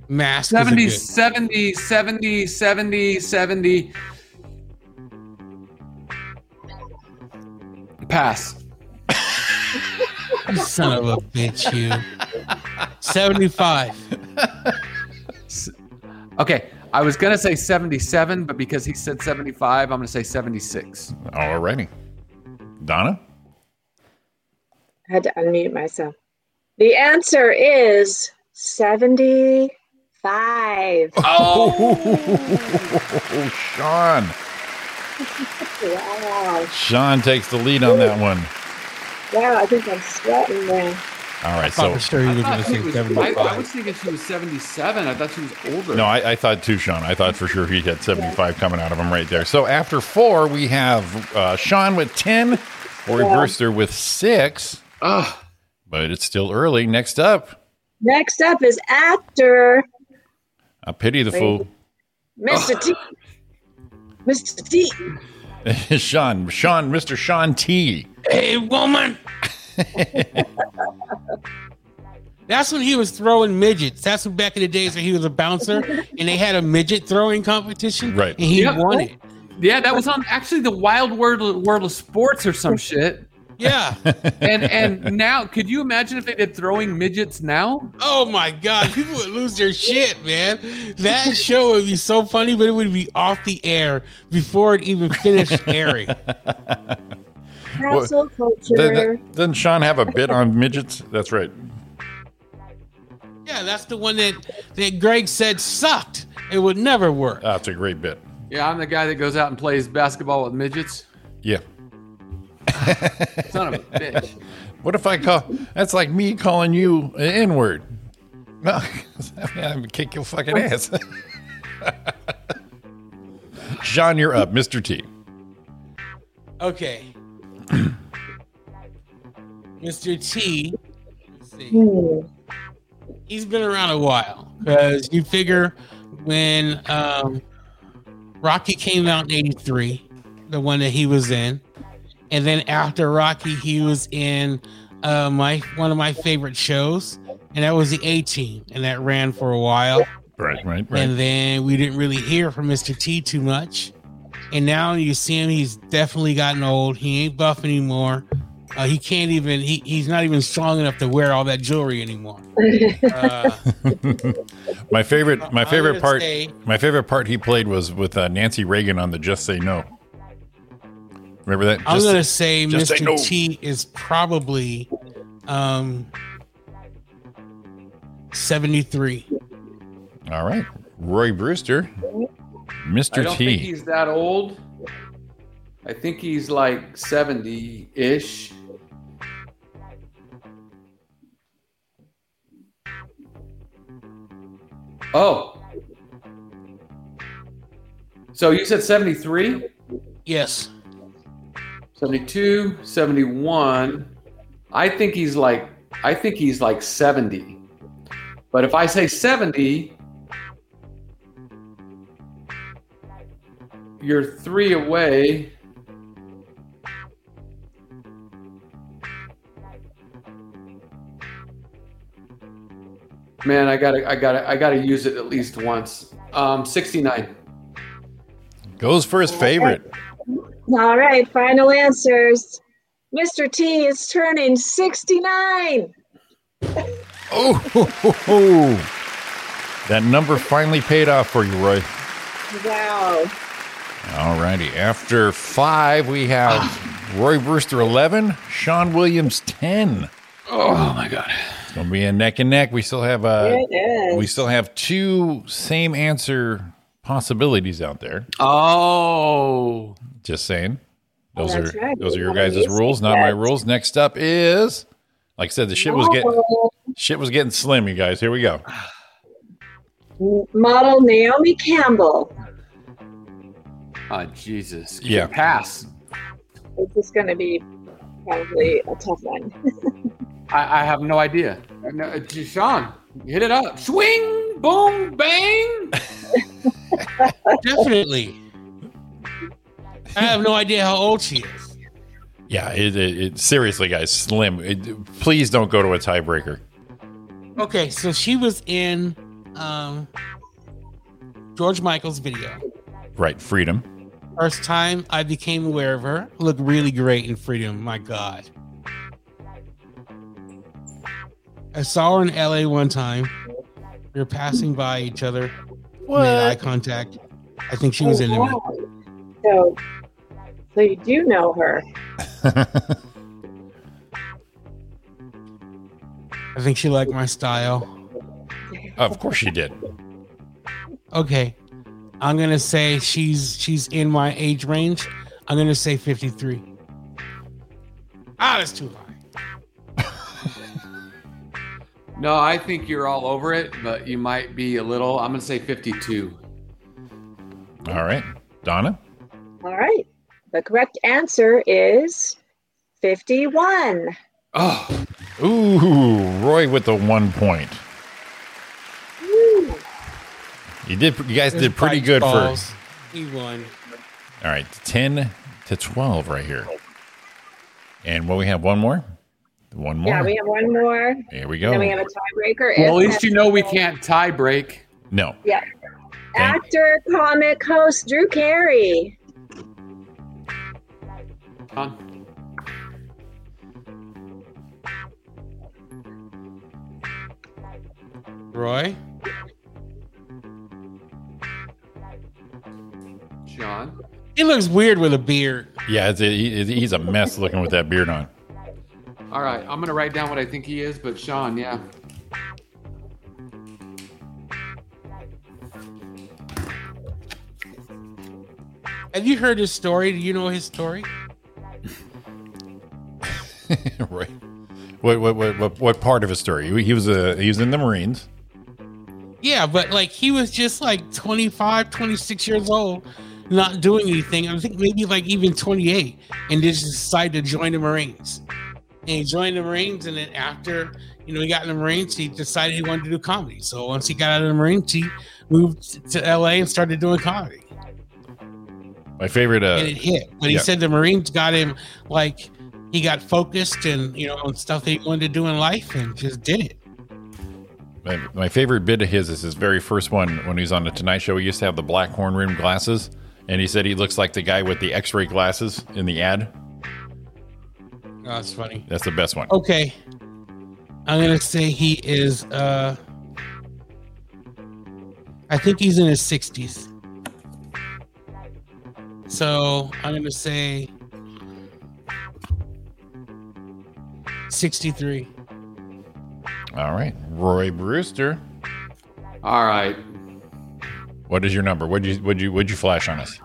Speaker 8: Mask.
Speaker 7: 70, 70, 70, 70, 70. Pass.
Speaker 8: You son of a bitch, you. 75.
Speaker 7: Okay, I was gonna say 77, but because he said 75, I'm gonna say 76.
Speaker 6: Alrighty. Donna?
Speaker 11: I had to unmute myself. The answer is 75.
Speaker 7: Ah.
Speaker 6: Oh, Sean.
Speaker 11: wow.
Speaker 6: Sean takes the lead on that one.
Speaker 11: Wow, I think I'm sweating now.
Speaker 6: All right.
Speaker 8: thought
Speaker 6: So
Speaker 8: for sure you were
Speaker 7: I,
Speaker 8: going to
Speaker 7: thought he
Speaker 8: say
Speaker 7: was, I, I
Speaker 8: 75.
Speaker 7: was thinking she was 77. I thought she was older.
Speaker 6: No, I, I thought too, Sean. I thought for sure he had 75 coming out of him right there. So after four, we have uh, Sean with 10, Ori
Speaker 11: Yeah.
Speaker 6: Brewster with six.
Speaker 7: Ugh.
Speaker 6: But it's still early. Next up,
Speaker 11: Next up is actor
Speaker 6: I pity the fool. Oh.
Speaker 11: Mr. T. Mr. T.
Speaker 6: Sean, Sean, Mr. Sean T.
Speaker 8: Hey, woman. That's when he was throwing midgets. That's when back in the days when he was a bouncer and they had a midget throwing competition.
Speaker 6: Right.
Speaker 8: And he
Speaker 7: Yeah.
Speaker 8: won it.
Speaker 7: Yeah, that was on actually the Wild World World of Sports or some shit.
Speaker 8: Yeah.
Speaker 7: And and now, could you imagine if they did throwing midgets now?
Speaker 8: Oh my God. People would lose their shit, man. That show would be so funny, but it would be off the air before it even finished airing.
Speaker 11: Council culture.
Speaker 6: Th- th- Doesn't Sean have a bit on midgets? That's right.
Speaker 8: Yeah, that's the one that, that Greg said sucked. It would never work.
Speaker 6: That's a great bit.
Speaker 7: Yeah, I'm the guy that goes out and plays basketball with midgets.
Speaker 6: Yeah.
Speaker 7: Son of a bitch.
Speaker 6: What if I call? That's like me calling you an N word. No, I mean, I'm gonna kick your fucking ass. Sean, you're up, Mr. T.
Speaker 8: Okay. Mr. T, let's see.
Speaker 11: Hmm.
Speaker 8: he's been around a while because you figure when um, Rocky came out in 83, the one that he was in, and then after Rocky, he was in uh, my one of my favorite shows, and that was the A Team, and that ran for a while.
Speaker 6: Right, right, right.
Speaker 8: And then we didn't really hear from Mr. T too much. And now you see him, he's definitely gotten old. He ain't buff anymore. Uh, he can't even, he, he's not even strong enough to wear all that jewelry anymore. Uh,
Speaker 6: my favorite, my
Speaker 8: I'm
Speaker 6: favorite
Speaker 8: gonna
Speaker 6: part,
Speaker 8: say-
Speaker 6: my favorite part he played was with uh, Nancy Reagan on the Just Say No. Remember that?
Speaker 8: I'm
Speaker 6: Just-
Speaker 8: going to say
Speaker 6: just
Speaker 8: Mr.
Speaker 6: say no.
Speaker 8: T is probably um, 73.
Speaker 6: All right, Roy Brewster,
Speaker 7: I
Speaker 6: Mr.
Speaker 7: don't think
Speaker 6: T.
Speaker 7: he's that old. I think he's like 70 ish. Oh. So you said 73?
Speaker 8: Yes.
Speaker 7: 72, 71. I think he's like I think he's like 70. But if I say 70, you're 3 away. Man, I got to I got to I got to use it at least once. Um 69.
Speaker 6: Goes for his favorite.
Speaker 11: All right, final answers. Mr. T is turning 69.
Speaker 6: Oh, ho, ho, ho. that number finally paid off for you, Roy.
Speaker 11: Wow.
Speaker 6: All righty. After five, we
Speaker 15: Ah.
Speaker 6: have Roy Brewster 11, Sean Williams 10.
Speaker 15: Oh my God.
Speaker 6: It's gonna be a neck and neck. We still have uh,
Speaker 11: It is.
Speaker 6: we still have two same answer possibilities out there.
Speaker 7: Oh.
Speaker 6: Just saying. Those
Speaker 7: That's
Speaker 6: are
Speaker 7: right.
Speaker 6: those are your
Speaker 7: You gotta
Speaker 6: guys'
Speaker 7: use
Speaker 6: rules,
Speaker 7: it,
Speaker 6: not my
Speaker 7: yes.
Speaker 6: rules. Next up is like I said, the shit was getting shit was getting slim, you guys. Here we go.
Speaker 11: Model Naomi Campbell.
Speaker 7: Oh Jesus.
Speaker 6: Yeah.
Speaker 7: Pass.
Speaker 11: This is going to be probably a tough one.
Speaker 7: I, I have no idea. I have No, uh, Sean, hit it up. Swing, boom, bang.
Speaker 8: Definitely. I have no idea how old she is.
Speaker 6: Yeah, it, it, it seriously, guys, slim. It, please don't go to a tiebreaker.
Speaker 8: Okay, so she was in um, George Michael's video.
Speaker 6: Right, freedom.
Speaker 8: First time I became aware of her. Looked really great in Freedom. My God. I saw her in LA one time. We were passing by each other.
Speaker 11: What? Oh,
Speaker 8: Made eye contact. I think she was in it.
Speaker 11: So, so you do know her.
Speaker 8: I think she liked my style.
Speaker 6: Of course she did.
Speaker 8: Okay. I'm gonna say she's she's in my age range. I'm gonna say 53. Ah, that's too high.
Speaker 7: No, I think you're all over it, but you might be a little. I'm gonna say 52.
Speaker 6: All right, Donna.
Speaker 11: All right. The correct answer is 51.
Speaker 7: Oh,
Speaker 6: ooh, Roy with the one point. You did. You guys did pretty good for.
Speaker 8: for he won.
Speaker 6: All right, ten to twelve right here. And what we have one more, one more.
Speaker 11: Yeah, we have one more.
Speaker 6: Here we go.
Speaker 11: Then we have a tiebreaker.
Speaker 7: Well, at
Speaker 11: If
Speaker 7: least you know we can't tie break.
Speaker 6: No.
Speaker 11: Yeah. Actor, comic host Drew Carey.
Speaker 7: Sean.
Speaker 8: Roy?
Speaker 7: Sean.
Speaker 8: He looks weird with a beard.
Speaker 6: Yeah, it's a, he- he's a mess looking with that beard on.
Speaker 7: All right, I'm gonna write down what I think he is, but Sean, yeah.
Speaker 8: Have you heard his story? Do you know his story?
Speaker 6: Roy, what, what what what what part of his story? He was a he was in the Marines.
Speaker 8: Yeah, but like he was just like 25, 26 years old, not doing anything. I think maybe like even 28, and just decided to join the Marines. And he joined the Marines, and then after you know he got in the Marines, he decided he wanted to do comedy. So once he got out of the Marines, he moved to LA and started doing comedy,
Speaker 6: My favorite. Uh,
Speaker 8: and it hit. But he
Speaker 6: yeah.
Speaker 8: said the Marines got him like he got focused and you know on stuff that he wanted to do in life, and just did it.
Speaker 6: My, my favorite bit of his is his very first one when he was on the Tonight Show. He used to have the black horn rimmed glasses, and he said he looks like the guy with the X ray glasses in the ad.
Speaker 8: Oh, that's funny.
Speaker 6: That's the best one.
Speaker 8: Okay. I'm gonna say he is uh I think he's in his sixties. So I'm gonna say sixty-three.
Speaker 6: All right, Roy Brewster.
Speaker 7: All right.
Speaker 6: What is your number? Would you would you would you flash on us?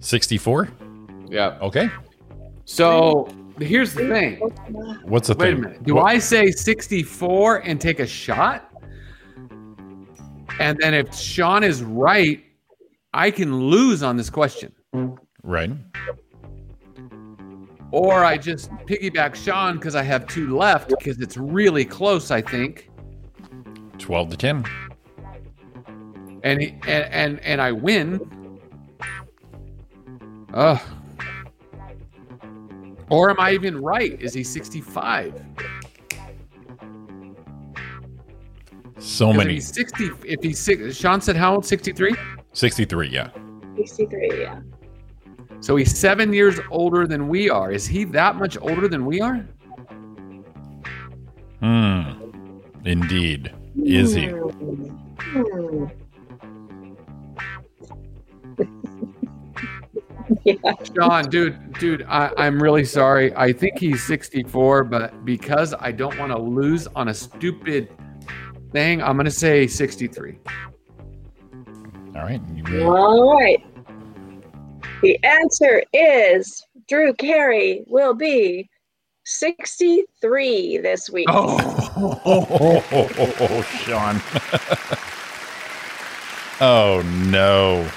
Speaker 6: Sixty four.
Speaker 7: Yeah.
Speaker 6: Okay.
Speaker 7: So here's the thing.
Speaker 6: What's the
Speaker 7: Wait a
Speaker 6: thing?
Speaker 7: minute. Do
Speaker 6: What-
Speaker 7: I say 64 and take a shot? And then if Sean is right, I can lose on this question.
Speaker 6: Right.
Speaker 7: Or I just piggyback Sean because I have two left because it's really close, I think.
Speaker 6: 12 to 10.
Speaker 7: And he, and, and and I win. Ugh. Or am I even right? Is he 65?
Speaker 6: So
Speaker 7: Because
Speaker 6: many.
Speaker 7: If he's 60, if he's six, Sean said how old? 63?
Speaker 6: 63, yeah.
Speaker 11: 63, yeah.
Speaker 7: So he's seven years older than we are. Is he that much older than we are?
Speaker 6: Hmm. Indeed. Is he?
Speaker 11: Hmm. yeah.
Speaker 7: Sean, dude, dude, I, I'm really sorry. I think he's 64, but because I don't want to lose on a stupid thing, I'm going to say 63.
Speaker 6: All right.
Speaker 11: All right. The answer is Drew Carey will be 63 this week.
Speaker 6: Oh, oh, oh, oh, oh, Sean. oh, no.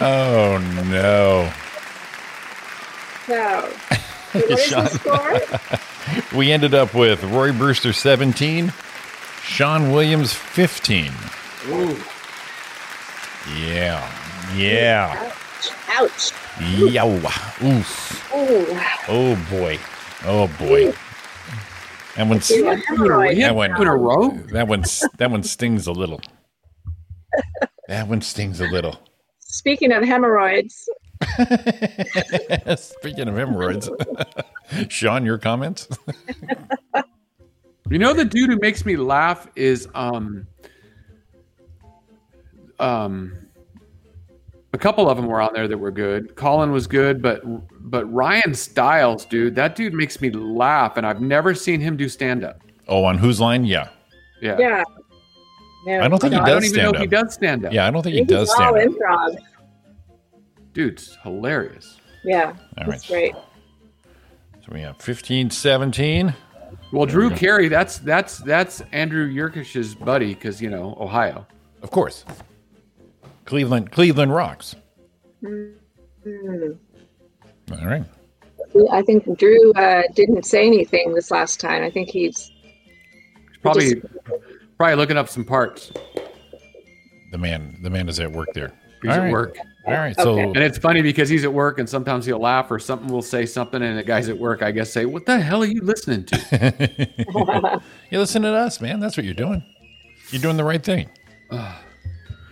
Speaker 6: Oh, no.
Speaker 11: So, what is the
Speaker 6: Sean.
Speaker 11: score?
Speaker 6: we ended up with Roy Brewster 17, Sean Williams 15.
Speaker 7: Ooh.
Speaker 6: Yeah. Yeah.
Speaker 11: Ouch.
Speaker 6: Yow. Oof.
Speaker 11: Ooh.
Speaker 6: Oh boy. Oh boy. That one's
Speaker 11: He had two in a- he had
Speaker 6: that one
Speaker 11: two in a row?
Speaker 6: That one's that one stings a little. That one stings a little.
Speaker 11: Speaking of hemorrhoids,
Speaker 6: Speaking of hemorrhoids, Sean, your comments?
Speaker 7: You know the dude who makes me laugh is um um a couple of them were on there that were good. Colin was good, but but Ryan Stiles, dude, that dude makes me laugh and I've never seen him do stand up.
Speaker 6: Oh, on whose line? Yeah.
Speaker 7: Yeah.
Speaker 11: yeah. No,
Speaker 6: I don't think he
Speaker 7: I
Speaker 6: does
Speaker 7: don't even know
Speaker 6: stand
Speaker 7: if he
Speaker 6: up.
Speaker 7: does stand up.
Speaker 6: Yeah, I don't think he does
Speaker 11: This is all
Speaker 6: stand up.
Speaker 11: improv.
Speaker 7: Dude's hilarious.
Speaker 11: Yeah,
Speaker 6: All
Speaker 11: that's
Speaker 6: right.
Speaker 11: great.
Speaker 6: So we have 15, 17.
Speaker 7: Well,
Speaker 6: There we
Speaker 7: Drew
Speaker 6: go.
Speaker 7: Carey, that's that's that's Andrew Yerkish's buddy cuz you know, Ohio.
Speaker 6: Of course. Cleveland Cleveland rocks.
Speaker 11: Hmm.
Speaker 6: All right.
Speaker 11: I think Drew uh, didn't say anything this last time. I think he's
Speaker 7: Probably probably looking up some parts.
Speaker 6: The man the man is at work there.
Speaker 7: He's
Speaker 6: All
Speaker 7: at
Speaker 6: right.
Speaker 7: work.
Speaker 6: All right. So
Speaker 7: and it's funny because he's at work and sometimes he'll laugh or something will say something and the guys at work I guess say, What the hell are you listening to?
Speaker 6: you listen to us, man. That's what you're doing. You're doing the right thing. All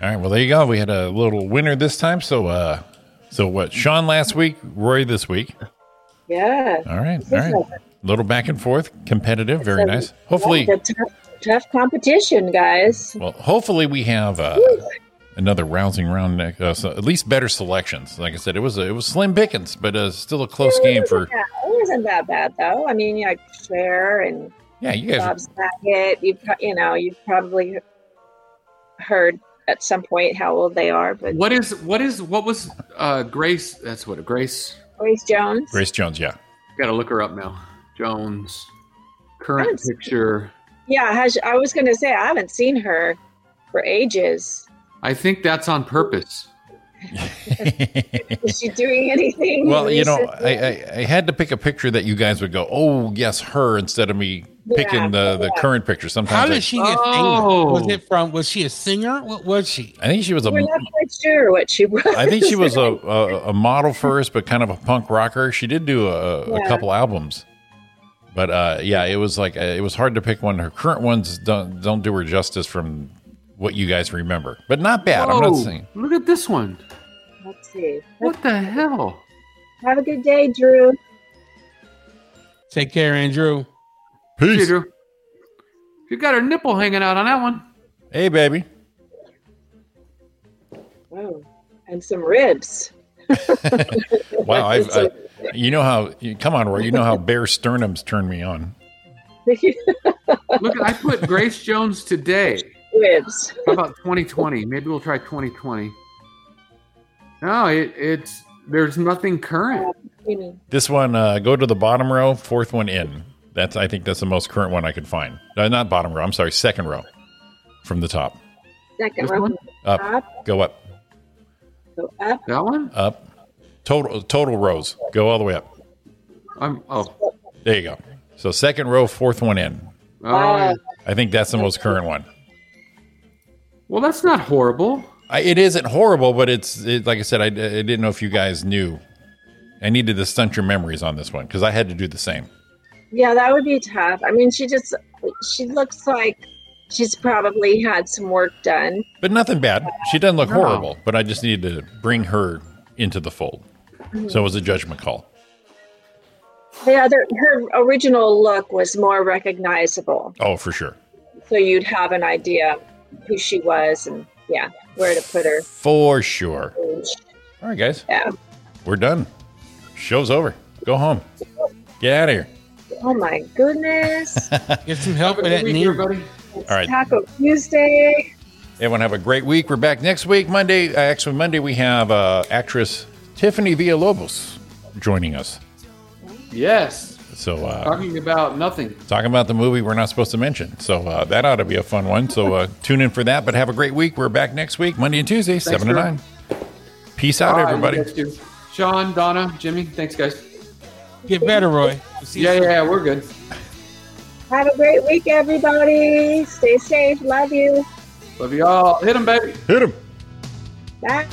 Speaker 6: right. Well, there you go. We had a little winner this time. So, uh, so what? Sean last week, Roy this week.
Speaker 11: yeah.
Speaker 6: All right.
Speaker 11: This
Speaker 6: All
Speaker 11: is
Speaker 6: right.
Speaker 11: a-
Speaker 6: little back and forth, competitive. Very nice. Hopefully,
Speaker 11: yeah, it's a tough, tough competition, guys.
Speaker 6: well, hopefully we have uh, another rousing round. next- Uh, so at least better selections. Like I said, it was it was slim pickings, but uh, still a close game for.
Speaker 11: Yeah, it wasn't that bad though. I mean, like Cher and
Speaker 6: Yeah, you guys-
Speaker 11: Bob Saget. You pro- you know you've probably heard at some point how old they are, but
Speaker 7: what is what is what was uh Grace that's what Grace
Speaker 11: Grace Jones.
Speaker 6: Grace Jones. Yeah.
Speaker 7: gotta look her up now. Jones.
Speaker 11: I
Speaker 7: Current
Speaker 11: don't see-
Speaker 7: picture.
Speaker 11: Yeah, has, I was going to say I haven't seen her for ages.
Speaker 7: I think that's on purpose.
Speaker 11: Is she doing anything?
Speaker 6: Well, you know,
Speaker 11: recently?
Speaker 6: I, I, I had to pick a picture that you guys would go, oh yes, her instead of me picking
Speaker 11: Yeah,
Speaker 6: the, the
Speaker 11: yeah.
Speaker 6: current picture. Sometimes
Speaker 8: How
Speaker 6: I-
Speaker 8: did she get
Speaker 7: Oh.
Speaker 8: famous? Was it from? Was she a singer? What was she?
Speaker 6: I think she was a.
Speaker 11: we're not quite sure what she was.
Speaker 6: um, I think she was uh, a, a, a model first, but kind of a punk rocker. She did do a, a
Speaker 11: Yeah.
Speaker 6: couple albums, but uh, yeah, it was like uh, it was hard to pick one. Her current ones don't don't do her justice from what you guys remember, but not bad. I'm not
Speaker 7: Whoa,
Speaker 6: saying
Speaker 7: Look at this one.
Speaker 11: Let's see.
Speaker 7: What the hell?
Speaker 11: Have a good day, Drew.
Speaker 8: Take care, Andrew.
Speaker 6: peace.
Speaker 7: Peter. You got her nipple hanging out on that one.
Speaker 6: Hey, baby.
Speaker 11: Oh, and some ribs.
Speaker 6: Wow, I've, I, you know how? you- Come on, Roy. You know how bare sternums turn me on.
Speaker 7: Look, I put Grace Jones today.
Speaker 11: ribs.
Speaker 7: How about 2020? Maybe we'll try 2020. No, it, it's there's nothing current.
Speaker 11: You mean,
Speaker 6: This one, uh, go to the bottom row, fourth one in. That's I think that's the most current one I could find. No, not bottom row. I'm sorry, second row from the top.
Speaker 11: Second row.
Speaker 6: Up,
Speaker 11: Up,
Speaker 6: go up,
Speaker 11: go up.
Speaker 14: That one?
Speaker 6: up. Total total rows. Go all the way up.
Speaker 14: I'm oh.
Speaker 6: There you go. So second row, fourth one in.
Speaker 14: Oh, yeah.
Speaker 6: I think that's the most current one.
Speaker 14: Well, that's not horrible.
Speaker 6: I, it isn't horrible, but it's it, like I said, I, I didn't know if you guys knew. I needed to stunt your memories on this one because I had to do the same.
Speaker 11: Yeah, that would be tough. I mean, she just she looks like she's probably had some work done.
Speaker 6: But nothing bad. She doesn't look
Speaker 11: No.
Speaker 6: horrible, but I just needed to bring her into the fold. So it was a judgment call.
Speaker 11: The other her original look was more recognizable,
Speaker 6: Oh, for sure.
Speaker 11: so you'd have an idea who she was and yeah, where to put her.
Speaker 6: For sure. All right, guys.
Speaker 11: Yeah.
Speaker 6: We're done. Show's over. Go home. Get out of here.
Speaker 11: Oh my goodness!
Speaker 8: Get some help with that knee.
Speaker 6: All right.
Speaker 11: Taco Tuesday.
Speaker 6: Everyone have a great week. We're back next week, Monday. Uh, actually, Monday we have uh, actress Tiffany Villalobos joining us.
Speaker 14: Yes.
Speaker 6: So uh,
Speaker 14: Talking about nothing.
Speaker 6: talking about the movie we're not supposed to mention. So uh, that ought to be a fun one. So uh, tune in for that. But have a great week. We're back next week, Monday and Tuesday,
Speaker 14: Thanks,
Speaker 6: seven to
Speaker 14: Drew.
Speaker 6: nine. Peace out,
Speaker 14: All right,
Speaker 6: everybody.
Speaker 14: you guys too. Sean, Donna, Jimmy, thanks, guys.
Speaker 8: Get better, Roy.
Speaker 14: Yeah, yeah, yeah, we're good.
Speaker 11: Have a great week, everybody. Stay safe. Love you.
Speaker 14: Love you all. Hit them, baby.
Speaker 6: Hit him.
Speaker 11: Bye.